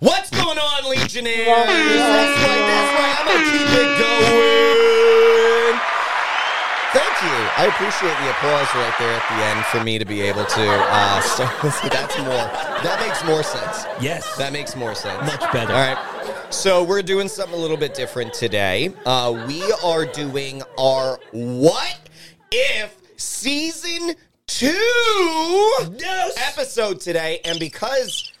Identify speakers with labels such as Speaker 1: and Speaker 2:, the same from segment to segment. Speaker 1: What's going on, Legionnaires? That's right, that's right. I'm gonna keep it going. Thank you. I appreciate the applause right there at the end for me to be able to uh, start. See, that's more. That makes more sense.
Speaker 2: Yes.
Speaker 1: That makes more sense.
Speaker 2: Much better.
Speaker 1: All right. So we're doing something a little bit different today. Uh, we are doing our what if season two
Speaker 2: Yes.
Speaker 1: episode today, and because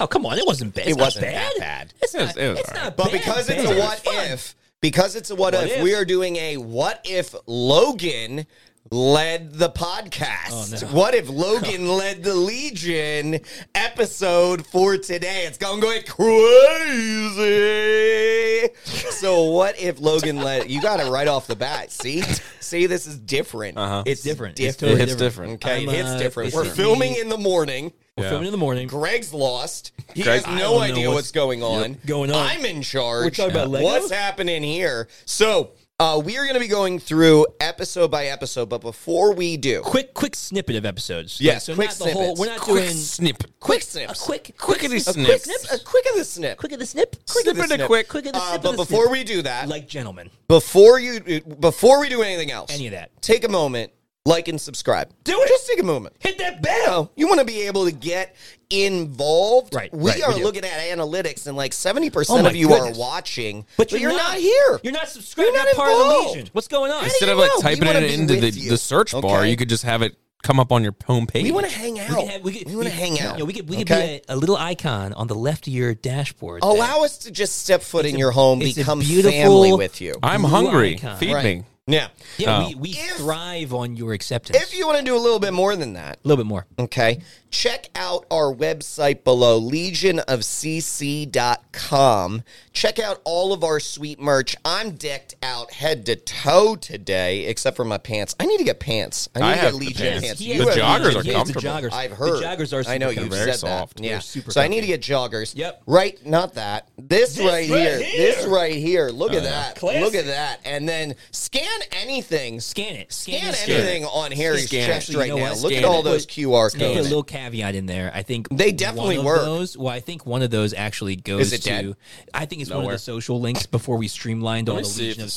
Speaker 2: Oh, come on. It wasn't bad. It's
Speaker 1: it
Speaker 2: not
Speaker 1: wasn't
Speaker 2: bad.
Speaker 1: that bad.
Speaker 2: It's
Speaker 3: It
Speaker 2: not,
Speaker 3: was- it was
Speaker 2: it's
Speaker 3: alright.
Speaker 2: not
Speaker 1: But
Speaker 2: bad,
Speaker 1: because it's
Speaker 2: bad.
Speaker 1: a what
Speaker 2: fun.
Speaker 1: if, because it's a what,
Speaker 2: What
Speaker 1: if,
Speaker 2: if?
Speaker 1: we are doing a what if Logan led the podcast.
Speaker 2: Oh, no.
Speaker 1: What if Logan led the Legion episode for today? It's going to go crazy. so what if Logan led? You got it right off the bat. See, see, this is different.
Speaker 3: Uh-huh.
Speaker 1: It's
Speaker 2: different. It's
Speaker 1: Different.
Speaker 2: totally
Speaker 3: It hits different.
Speaker 1: Okay,
Speaker 2: I'm,
Speaker 1: it hits
Speaker 2: uh,
Speaker 1: different.
Speaker 2: it's
Speaker 1: We're
Speaker 2: the-
Speaker 1: filming in the morning.
Speaker 2: We're
Speaker 3: Yeah.
Speaker 2: filming in the morning.
Speaker 1: Greg's lost. He
Speaker 3: Greg-
Speaker 1: has
Speaker 2: I
Speaker 1: no
Speaker 2: don't know
Speaker 1: idea what's,
Speaker 2: what's-
Speaker 1: going on.
Speaker 2: going on.
Speaker 1: I'm in charge.
Speaker 2: We're talking about Legos?
Speaker 1: What's happening here? So uh, we are going to be going through episode by episode, but before we do,
Speaker 2: Quick, quick snippet of episodes.
Speaker 1: Yes,
Speaker 2: Like, so
Speaker 1: quick
Speaker 2: not the whole.
Speaker 1: snippets.
Speaker 2: We're not
Speaker 3: Quick
Speaker 2: doing
Speaker 3: snip.
Speaker 1: quick
Speaker 2: a
Speaker 1: snips,
Speaker 2: quick,
Speaker 3: Quickity
Speaker 2: quick,
Speaker 3: snip.
Speaker 2: quick
Speaker 1: snips,
Speaker 2: snip,
Speaker 1: a quick of the snip.
Speaker 2: quick of the snip,
Speaker 1: Quick of the
Speaker 3: snip it
Speaker 1: snip.
Speaker 3: quick.
Speaker 2: quick of the
Speaker 1: Uh,
Speaker 2: snip.
Speaker 1: but
Speaker 2: of the
Speaker 1: before
Speaker 2: snip.
Speaker 1: we do that,
Speaker 2: like gentlemen,
Speaker 1: before you, before we do anything else,
Speaker 2: Any of that.
Speaker 1: take a moment, like and subscribe.
Speaker 2: Do it.
Speaker 1: Just take a moment.
Speaker 2: hit that
Speaker 1: you
Speaker 2: bell.
Speaker 1: know, you want to be able to get involved.
Speaker 2: Oh. Right,
Speaker 1: We
Speaker 2: right,
Speaker 1: are
Speaker 2: we do.
Speaker 1: looking at analytics, and like seventy
Speaker 2: Oh
Speaker 1: percent
Speaker 2: my
Speaker 1: of you
Speaker 2: goodness.
Speaker 1: are watching,
Speaker 2: But you're,
Speaker 1: not, here.
Speaker 2: You're not subscribed.
Speaker 1: You're
Speaker 2: You're
Speaker 1: not
Speaker 2: not part of the
Speaker 1: involved.
Speaker 2: Legion. What's going on?
Speaker 1: do
Speaker 3: Instead
Speaker 1: you
Speaker 3: of like
Speaker 1: know? We
Speaker 3: typing
Speaker 1: wanna
Speaker 3: it
Speaker 1: be
Speaker 3: into
Speaker 1: with
Speaker 3: the,
Speaker 1: you.
Speaker 3: the search bar,
Speaker 1: Okay.
Speaker 3: you could just have it come up on your home page.
Speaker 1: We want to hang
Speaker 2: We
Speaker 1: out.
Speaker 2: could have- we could-
Speaker 1: want to
Speaker 2: we-
Speaker 1: hang out.
Speaker 2: Yeah, we could, we could
Speaker 1: okay?
Speaker 2: be a, a little icon on the left of your dashboard. that-
Speaker 1: Allow us to just step foot in your home,
Speaker 2: it's a
Speaker 1: become
Speaker 2: beautiful-
Speaker 1: family with you.
Speaker 3: I'm
Speaker 2: Blue
Speaker 3: hungry.
Speaker 2: icon.
Speaker 3: Feed
Speaker 1: Right.
Speaker 3: me.
Speaker 1: Now,
Speaker 2: Yeah,
Speaker 3: Oh.
Speaker 2: we, we
Speaker 1: If-
Speaker 2: thrive on your acceptance.
Speaker 1: if you want to do a little bit more than that,
Speaker 2: a little bit more.
Speaker 1: Okay. Check out our website below, legionofcc.com. Check out all of our sweet merch. I'm decked out head to toe today, except for my pants. I need to get pants. I need
Speaker 3: I
Speaker 1: to get
Speaker 3: have the
Speaker 1: Legion
Speaker 3: pants.
Speaker 1: pants.
Speaker 3: He
Speaker 2: Yeah,
Speaker 3: The
Speaker 1: have
Speaker 2: yeah,
Speaker 3: joggers
Speaker 2: yeah,
Speaker 3: are
Speaker 2: yeah,
Speaker 3: comfortable.
Speaker 2: The joggers.
Speaker 1: I've heard.
Speaker 2: The joggers are.
Speaker 1: I know
Speaker 2: super
Speaker 1: you've
Speaker 2: comfortable.
Speaker 3: They're very
Speaker 1: said
Speaker 3: soft.
Speaker 1: that. Yeah.
Speaker 2: They're super
Speaker 1: so I need to
Speaker 2: comfy.
Speaker 1: get joggers.
Speaker 2: Yep.
Speaker 1: Right. Not that. This,
Speaker 2: This
Speaker 1: right,
Speaker 2: right
Speaker 1: here,
Speaker 2: here.
Speaker 1: This right here. Look
Speaker 3: Oh,
Speaker 1: at that.
Speaker 2: Classic.
Speaker 1: Look at that. And then scan anything.
Speaker 2: Scan it. Scan,
Speaker 1: Scan
Speaker 2: it, scan
Speaker 1: anything
Speaker 2: it.
Speaker 1: on Harry's
Speaker 3: Scan it.
Speaker 1: chest
Speaker 2: Actually,
Speaker 1: right
Speaker 2: you know
Speaker 1: now.
Speaker 2: what?
Speaker 1: Look at
Speaker 2: Scan
Speaker 1: all
Speaker 2: it.
Speaker 1: those QR
Speaker 2: Put a
Speaker 1: codes.
Speaker 2: little caveat in there. I think
Speaker 1: They definitely
Speaker 2: one of
Speaker 1: work.
Speaker 2: Those, well, I think one of those actually
Speaker 1: Is
Speaker 2: goes
Speaker 1: it
Speaker 2: to.
Speaker 1: dead?
Speaker 2: I think it's one
Speaker 3: Nowhere.
Speaker 2: of the social links before we streamlined all
Speaker 3: me
Speaker 2: the
Speaker 3: see if
Speaker 2: Legion of
Speaker 3: this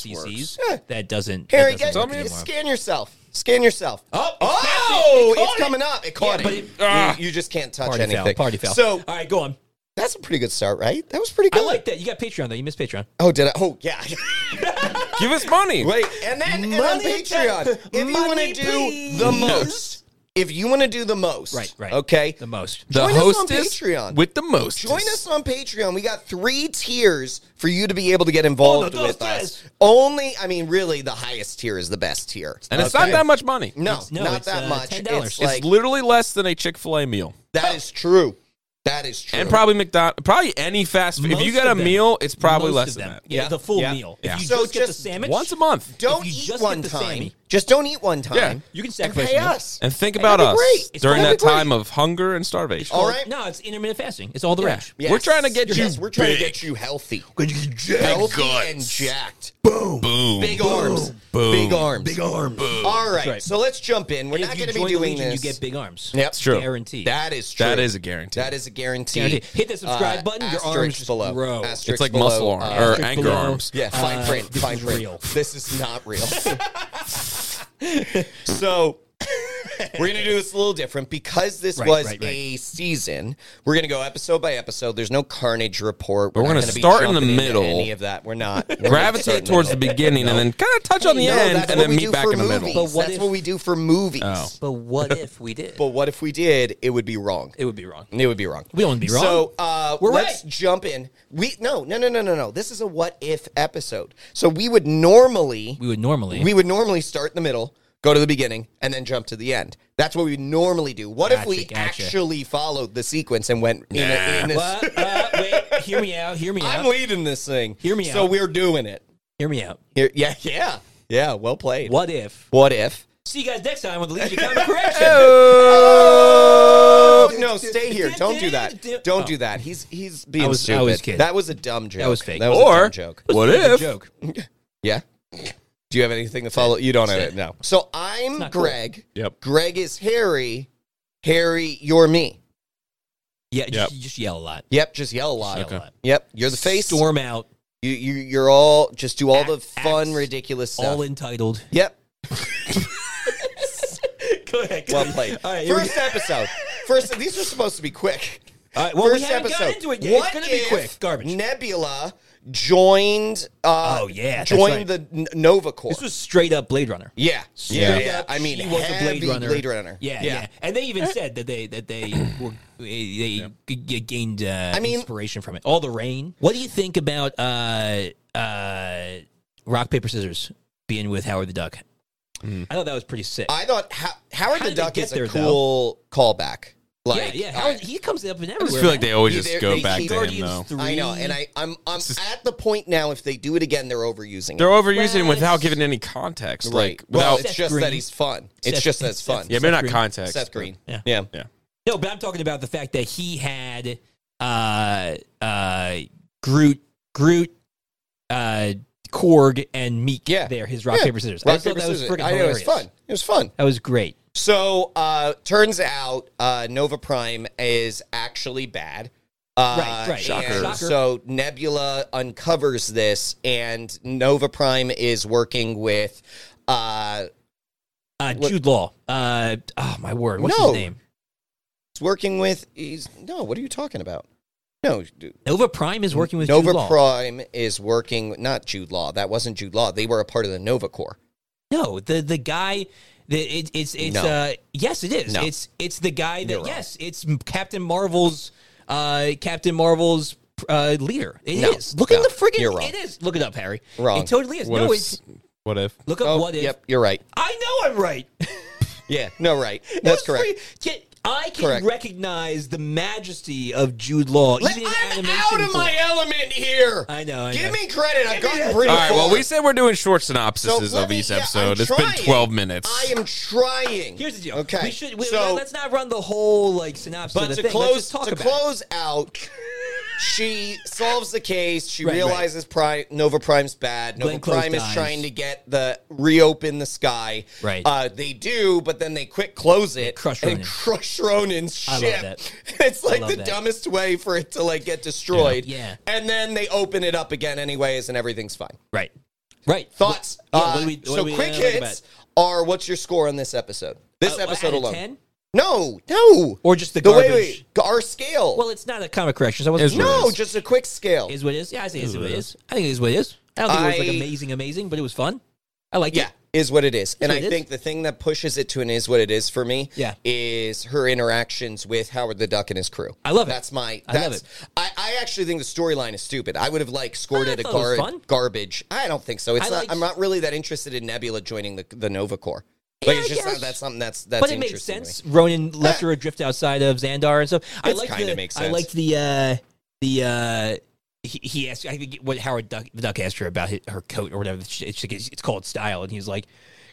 Speaker 1: works.
Speaker 2: CCs.
Speaker 1: Yeah.
Speaker 2: That doesn't. that
Speaker 1: Harry,
Speaker 2: doesn't
Speaker 1: get,
Speaker 2: work
Speaker 1: get-
Speaker 2: anymore.
Speaker 1: scan yourself. Scan yourself.
Speaker 2: Oh, it's
Speaker 1: oh,
Speaker 2: happening. It
Speaker 1: it's
Speaker 2: caught
Speaker 1: coming
Speaker 2: it.
Speaker 1: up. It caught
Speaker 2: Yeah, but
Speaker 1: it.
Speaker 2: it- ah.
Speaker 1: you, you just can't touch
Speaker 2: Party
Speaker 1: anything.
Speaker 2: foul. Party foul.
Speaker 1: So
Speaker 2: all right, go on.
Speaker 1: that's a pretty good start, right? That was pretty
Speaker 2: I
Speaker 1: good.
Speaker 2: like that. You got Patreon though. You missed Patreon.
Speaker 1: Oh, did I? Oh, yeah.
Speaker 3: Give us money.
Speaker 1: Wait, and then and on
Speaker 2: Money,
Speaker 1: Patreon, if you want to
Speaker 2: money,
Speaker 1: do
Speaker 2: please.
Speaker 1: the most, if you want to do the most,
Speaker 2: Right, right.
Speaker 1: okay,
Speaker 2: The most.
Speaker 3: The
Speaker 1: Join us on
Speaker 3: hostess
Speaker 1: Patreon.
Speaker 3: with the most.
Speaker 1: Join us on Patreon. We got three tiers for you to be able to
Speaker 2: Oh,
Speaker 1: get involved
Speaker 2: Uno, dos,
Speaker 1: with us.
Speaker 2: tres.
Speaker 1: Only, I mean, really, the highest tier is the best tier.
Speaker 3: And it's not that much money.
Speaker 1: No,
Speaker 2: no,
Speaker 1: not
Speaker 2: it's,
Speaker 1: that
Speaker 2: uh,
Speaker 1: much.
Speaker 2: $10.
Speaker 1: It's
Speaker 2: It's
Speaker 1: like
Speaker 3: it's literally less than a Chick Fil A meal,
Speaker 1: that is true. That is true.
Speaker 3: and probably McDonald, probably any fast food. If you
Speaker 2: Most
Speaker 3: got
Speaker 2: of
Speaker 3: a
Speaker 2: them.
Speaker 3: meal, it's probably
Speaker 2: Most
Speaker 3: less
Speaker 2: of
Speaker 3: than
Speaker 2: them.
Speaker 3: that.
Speaker 2: Yeah,
Speaker 1: Yeah.
Speaker 2: the full
Speaker 3: Yeah.
Speaker 2: meal.
Speaker 3: Yeah.
Speaker 2: If you
Speaker 1: So
Speaker 2: just get the
Speaker 1: just
Speaker 2: sandwich
Speaker 3: Once a month.
Speaker 1: Don't
Speaker 2: If you
Speaker 1: eat
Speaker 2: just
Speaker 1: one
Speaker 2: get the
Speaker 1: time.
Speaker 2: Sammy.
Speaker 1: Just don't eat one time.
Speaker 3: Yeah.
Speaker 2: You can
Speaker 1: and
Speaker 2: sacrifice.
Speaker 1: pay
Speaker 2: a meal.
Speaker 1: us.
Speaker 3: And think
Speaker 1: That'd
Speaker 3: about
Speaker 1: be
Speaker 3: us
Speaker 1: great. It's
Speaker 3: during
Speaker 1: that'd
Speaker 3: that
Speaker 1: be great.
Speaker 3: time of hunger and starvation.
Speaker 1: All right.
Speaker 2: No, it's intermittent fasting. It's all the rage.
Speaker 1: Yes.
Speaker 3: We're trying to get you
Speaker 1: Yes, we're trying to
Speaker 3: big.
Speaker 1: get you healthy.
Speaker 3: Big
Speaker 1: Healthy
Speaker 3: guts.
Speaker 1: and jacked.
Speaker 3: Boom.
Speaker 1: Oh, Big arms.
Speaker 3: Boom.
Speaker 1: Big arms.
Speaker 2: arms.
Speaker 1: All right,
Speaker 2: right.
Speaker 1: So let's jump in. We're not
Speaker 2: If you
Speaker 1: going to
Speaker 2: join
Speaker 1: be
Speaker 2: the
Speaker 1: doing
Speaker 2: Legion,
Speaker 1: this.
Speaker 2: You get big arms.
Speaker 1: Yep.
Speaker 3: true.
Speaker 2: Guaranteed.
Speaker 1: That is true.
Speaker 3: That is a guarantee.
Speaker 1: That is a guarantee.
Speaker 2: Guaranteed. Hit the subscribe button, your
Speaker 1: asterisk
Speaker 2: arms
Speaker 1: below.
Speaker 2: grow.
Speaker 1: Asterisk
Speaker 3: It's like
Speaker 1: below,
Speaker 3: muscle arm
Speaker 1: uh,
Speaker 3: or
Speaker 2: Asterisk
Speaker 3: anchor
Speaker 2: below.
Speaker 3: arms.
Speaker 1: Yeah, fine
Speaker 2: Uh,
Speaker 1: print,
Speaker 2: this
Speaker 1: fine
Speaker 2: is
Speaker 1: print.
Speaker 2: real.
Speaker 1: This is not real. so we're gonna do this a little different because this
Speaker 2: Right,
Speaker 1: was
Speaker 2: right, right.
Speaker 1: a season. We're gonna go episode by episode. There's no carnage report.
Speaker 3: we're
Speaker 1: not
Speaker 3: gonna
Speaker 1: be
Speaker 3: start in the
Speaker 1: jumping into
Speaker 3: middle.
Speaker 1: Any of that? We're not. We're not starting in
Speaker 3: Gravitate towards the
Speaker 1: middle.
Speaker 3: beginning and then kind of touch on the
Speaker 1: No,
Speaker 3: end
Speaker 1: that's
Speaker 3: and
Speaker 1: what
Speaker 3: then
Speaker 1: we
Speaker 3: meet
Speaker 1: do
Speaker 3: back
Speaker 1: for
Speaker 3: in the
Speaker 1: movies.
Speaker 3: middle.
Speaker 2: But what
Speaker 1: that's
Speaker 2: if-
Speaker 1: what we do for movies.
Speaker 3: Oh.
Speaker 2: But what if we did?
Speaker 1: But what if we did? It would be wrong.
Speaker 2: it would be wrong.
Speaker 1: It would be wrong.
Speaker 2: We don't wanna be wrong.
Speaker 1: So uh,
Speaker 2: We're
Speaker 1: let's
Speaker 2: right.
Speaker 1: jump in. We no no no no no no. This is a what if episode. So we would normally
Speaker 2: We would normally.
Speaker 1: we would normally start in the middle, go to the beginning, and then jump to the end. That's what we normally do. What if
Speaker 2: Gotcha,
Speaker 1: we
Speaker 2: gotcha.
Speaker 1: actually followed the sequence and went in, a, in this?
Speaker 2: What? Uh, wait, hear me out. Hear me
Speaker 1: I'm
Speaker 2: out.
Speaker 1: leading this thing.
Speaker 2: Hear me
Speaker 1: So
Speaker 2: out.
Speaker 1: we're doing it.
Speaker 2: hear me out.
Speaker 1: Here, yeah, yeah, yeah. Well played.
Speaker 2: What if?
Speaker 1: What if?
Speaker 2: See you guys next time on the Legion Comic Correction.
Speaker 1: Oh no! Stay here. Don't do that. Don't
Speaker 2: Oh.
Speaker 1: do that. He's he's being
Speaker 2: I was-
Speaker 1: stupid.
Speaker 2: I was kidding.
Speaker 1: That was a dumb joke.
Speaker 2: That was fake.
Speaker 1: That was a
Speaker 3: Or
Speaker 1: dumb joke.
Speaker 3: what
Speaker 2: It's a
Speaker 3: if
Speaker 2: joke?
Speaker 1: Yeah. Do you have anything to follow? You don't have it. No. So I'm
Speaker 2: not cool.
Speaker 1: Greg.
Speaker 3: Yep.
Speaker 1: Greg is Harry. Harry, you're me.
Speaker 2: Yeah,
Speaker 3: Yep.
Speaker 2: just, just yell a lot.
Speaker 1: Yep, just yell a lot.
Speaker 2: Yell a lot.
Speaker 1: Yep, you're the face.
Speaker 2: Storm out,
Speaker 1: You, you, you're all just do all the
Speaker 2: Act-
Speaker 1: fun,
Speaker 2: acts.
Speaker 1: ridiculous stuff.
Speaker 2: all entitled.
Speaker 1: yep,
Speaker 2: Go ahead.
Speaker 1: well played.
Speaker 2: All right, here we
Speaker 1: First episode. First, these are supposed to be quick.
Speaker 2: All right, well,
Speaker 1: First
Speaker 2: we haven't
Speaker 1: episode.
Speaker 2: gotten into it yet.
Speaker 1: What
Speaker 2: it's going to be
Speaker 1: if
Speaker 2: quick. Garbage.
Speaker 1: Nebula joined. Uh,
Speaker 2: Oh, yeah, that's
Speaker 1: joined the
Speaker 2: right.
Speaker 1: N- Nova Corps.
Speaker 2: this was straight up Blade Runner.
Speaker 1: yeah,
Speaker 2: Straight
Speaker 1: yeah, yeah.
Speaker 2: up,
Speaker 1: I mean,
Speaker 2: he was a Blade
Speaker 1: heavy
Speaker 2: Runner.
Speaker 1: Blade Runner.
Speaker 2: Yeah, yeah, And they even said that they that they were they g- g- gained uh,
Speaker 1: I mean-
Speaker 2: inspiration from it. All the rain. What do you think about uh uh rock paper scissors being with Howard the Duck? I thought that was pretty sick.
Speaker 1: Hmm. I thought Ho- Howard
Speaker 2: How
Speaker 1: the
Speaker 2: did they
Speaker 1: Duck
Speaker 2: get
Speaker 1: is
Speaker 2: there,
Speaker 1: a cool callback.
Speaker 2: yeah,
Speaker 1: Like,
Speaker 2: yeah.
Speaker 1: I-
Speaker 2: Howard, he comes up and everywhere.
Speaker 3: I just feel like
Speaker 2: man.
Speaker 3: they always
Speaker 1: He-
Speaker 3: just
Speaker 1: they're-
Speaker 3: go
Speaker 1: they
Speaker 3: back
Speaker 1: keep-
Speaker 3: to him,
Speaker 2: Guardians
Speaker 3: though.
Speaker 2: three.
Speaker 1: I know, and I, I'm I'm
Speaker 3: just-
Speaker 1: at the point now. If they do it again, they're overusing
Speaker 3: They're
Speaker 1: it.
Speaker 3: overusing him
Speaker 2: Well,
Speaker 3: without
Speaker 2: it's-
Speaker 3: giving any context. Like,
Speaker 1: well,
Speaker 3: without.
Speaker 1: it's
Speaker 2: Seth
Speaker 1: just that
Speaker 2: Green.
Speaker 1: he's fun. It's
Speaker 2: Seth-
Speaker 1: just that it's
Speaker 2: Seth-
Speaker 1: fun.
Speaker 3: yeah, maybe
Speaker 2: Seth
Speaker 3: not
Speaker 2: Green.
Speaker 3: context.
Speaker 1: Seth
Speaker 3: but-
Speaker 1: Green.
Speaker 2: Yeah.
Speaker 1: yeah.
Speaker 3: Yeah.
Speaker 2: No, but I'm talking about the fact that he had uh uh Groot Groot uh Korg and Meek
Speaker 1: Yeah.
Speaker 2: there, his rock,
Speaker 1: Yeah.
Speaker 2: paper, scissors. I
Speaker 1: Rock,
Speaker 2: thought
Speaker 1: paper,
Speaker 2: that was
Speaker 1: scissors.
Speaker 2: freaking
Speaker 1: I know, it
Speaker 2: hilarious.
Speaker 1: was fun. It was fun.
Speaker 2: That was great.
Speaker 1: So, uh, turns out uh, Nova Prime is actually bad. Uh,
Speaker 2: Right, right.
Speaker 3: Shocker.
Speaker 1: and
Speaker 2: Shocker.
Speaker 1: So Nebula uncovers this, and Nova Prime is working with. Uh,
Speaker 2: Uh,
Speaker 1: What-
Speaker 2: Jude Law. Uh, oh my word, what's
Speaker 1: No.
Speaker 2: his name?
Speaker 1: is working with. He's, no, what are you talking about? No, dude.
Speaker 2: Nova Prime is working with
Speaker 1: Nova
Speaker 2: Jude Law.
Speaker 1: Prime is working not Jude Law. That wasn't Jude Law. They were a part of the Nova Corps.
Speaker 2: no, the the guy. The, it, it's it's
Speaker 1: No.
Speaker 2: uh yes it is
Speaker 1: No.
Speaker 2: it's it's the guy that
Speaker 1: You're wrong.
Speaker 2: yes it's Captain Marvel's uh Captain Marvel's uh leader It is
Speaker 1: No.
Speaker 2: look at
Speaker 1: No.
Speaker 2: the friggin
Speaker 1: You're wrong.
Speaker 2: it is look it up Harry
Speaker 1: Wrong. Oh,
Speaker 2: it totally is
Speaker 3: What
Speaker 2: no
Speaker 3: if?
Speaker 2: it's
Speaker 3: What if?
Speaker 2: look up what if
Speaker 1: Yep, you're right.
Speaker 2: I know I'm right
Speaker 1: Yeah, no, right. That's correct.
Speaker 2: Can- I can
Speaker 1: Correct.
Speaker 2: recognize the majesty of Jude Law
Speaker 1: Let-
Speaker 2: even in
Speaker 1: I'm
Speaker 2: animation
Speaker 1: out of
Speaker 2: form.
Speaker 1: my element here.
Speaker 2: I know, I
Speaker 1: Give
Speaker 2: know.
Speaker 1: me credit. I've
Speaker 2: Give
Speaker 1: gotten
Speaker 2: me that-
Speaker 1: pretty
Speaker 3: All right.
Speaker 1: far.
Speaker 3: Well, we said we're doing short
Speaker 1: So
Speaker 3: synopses
Speaker 1: let
Speaker 3: of
Speaker 1: me-
Speaker 3: each
Speaker 1: yeah, I'm
Speaker 3: episode. It's been
Speaker 1: trying.
Speaker 3: 12 minutes.
Speaker 1: I am trying.
Speaker 2: Here's the deal.
Speaker 1: Okay.
Speaker 2: We should. We,
Speaker 1: so,
Speaker 2: let's not run the whole like synopsis.
Speaker 1: but
Speaker 2: of the
Speaker 1: to
Speaker 2: thing. Let's
Speaker 1: close
Speaker 2: just talk
Speaker 1: to
Speaker 2: about
Speaker 1: close out, she solves the case. She
Speaker 2: Right, right.
Speaker 1: realizes Prime, Nova Prime's bad. Nova
Speaker 2: Glenn Close
Speaker 1: Prime is
Speaker 2: dies.
Speaker 1: trying to get the reopen the sky.
Speaker 2: Right.
Speaker 1: Uh, they do, but then they quick close it
Speaker 2: crush
Speaker 1: and
Speaker 2: Ronan.
Speaker 1: crush Ronan's ship.
Speaker 2: I love that.
Speaker 1: It's like
Speaker 2: love
Speaker 1: the
Speaker 2: that.
Speaker 1: dumbest way for it to like get destroyed.
Speaker 2: Yeah.
Speaker 1: And then they open it up again anyways, and everything's fine.
Speaker 2: it. Right. Right.
Speaker 1: Thoughts?
Speaker 2: Yeah,
Speaker 1: uh,
Speaker 2: what do we- what
Speaker 1: so
Speaker 2: do we, uh,
Speaker 1: quick
Speaker 2: think about
Speaker 1: hits
Speaker 2: it?
Speaker 1: are what's your score on this episode? This
Speaker 2: Uh,
Speaker 1: episode
Speaker 2: out of
Speaker 1: alone.
Speaker 2: 10?
Speaker 1: No, no.
Speaker 2: Or just the
Speaker 1: the way
Speaker 2: garbage?
Speaker 1: we our scale.
Speaker 2: Well, it's not a comic correction. So I wasn't.
Speaker 3: Is what
Speaker 1: no,
Speaker 3: it is.
Speaker 1: just a quick scale.
Speaker 2: Is what it is. Yeah, I think it's what it is. I think it is what it is. I don't think it was
Speaker 1: I-
Speaker 2: like amazing, amazing, but it was fun. I like
Speaker 1: yeah,
Speaker 2: it.
Speaker 1: is what it is. and
Speaker 2: what
Speaker 1: I
Speaker 2: it
Speaker 1: think the thing that pushes it to an is what it is for me
Speaker 2: Yeah.
Speaker 1: is her interactions with Howard the Duck and his crew.
Speaker 2: I love it.
Speaker 1: That's my
Speaker 2: I
Speaker 1: that's,
Speaker 2: love it.
Speaker 1: I, I actually think the storyline is stupid. I would have like scored
Speaker 2: I
Speaker 1: it a
Speaker 2: thought it was
Speaker 1: gar-
Speaker 2: fun.
Speaker 1: garbage. I don't think so. It's
Speaker 2: I
Speaker 1: not
Speaker 2: liked-
Speaker 1: I'm not really that interested in Nebula joining the the Nova Corps. Like
Speaker 2: Yeah,
Speaker 1: it's
Speaker 2: I
Speaker 1: just not
Speaker 2: guess.
Speaker 1: that's something that's that's
Speaker 2: But it made
Speaker 1: interesting to me.
Speaker 2: sense. Ronan left her adrift outside of Xandar and stuff. I
Speaker 1: It's
Speaker 2: liked
Speaker 1: kinda
Speaker 2: the-
Speaker 1: makes
Speaker 2: I
Speaker 1: sense.
Speaker 2: liked the uh, the uh, he, he asked. I think what Howard Duck, the Duck asked her about his, her coat or whatever. She- It's, it's, it's called style, and he's like,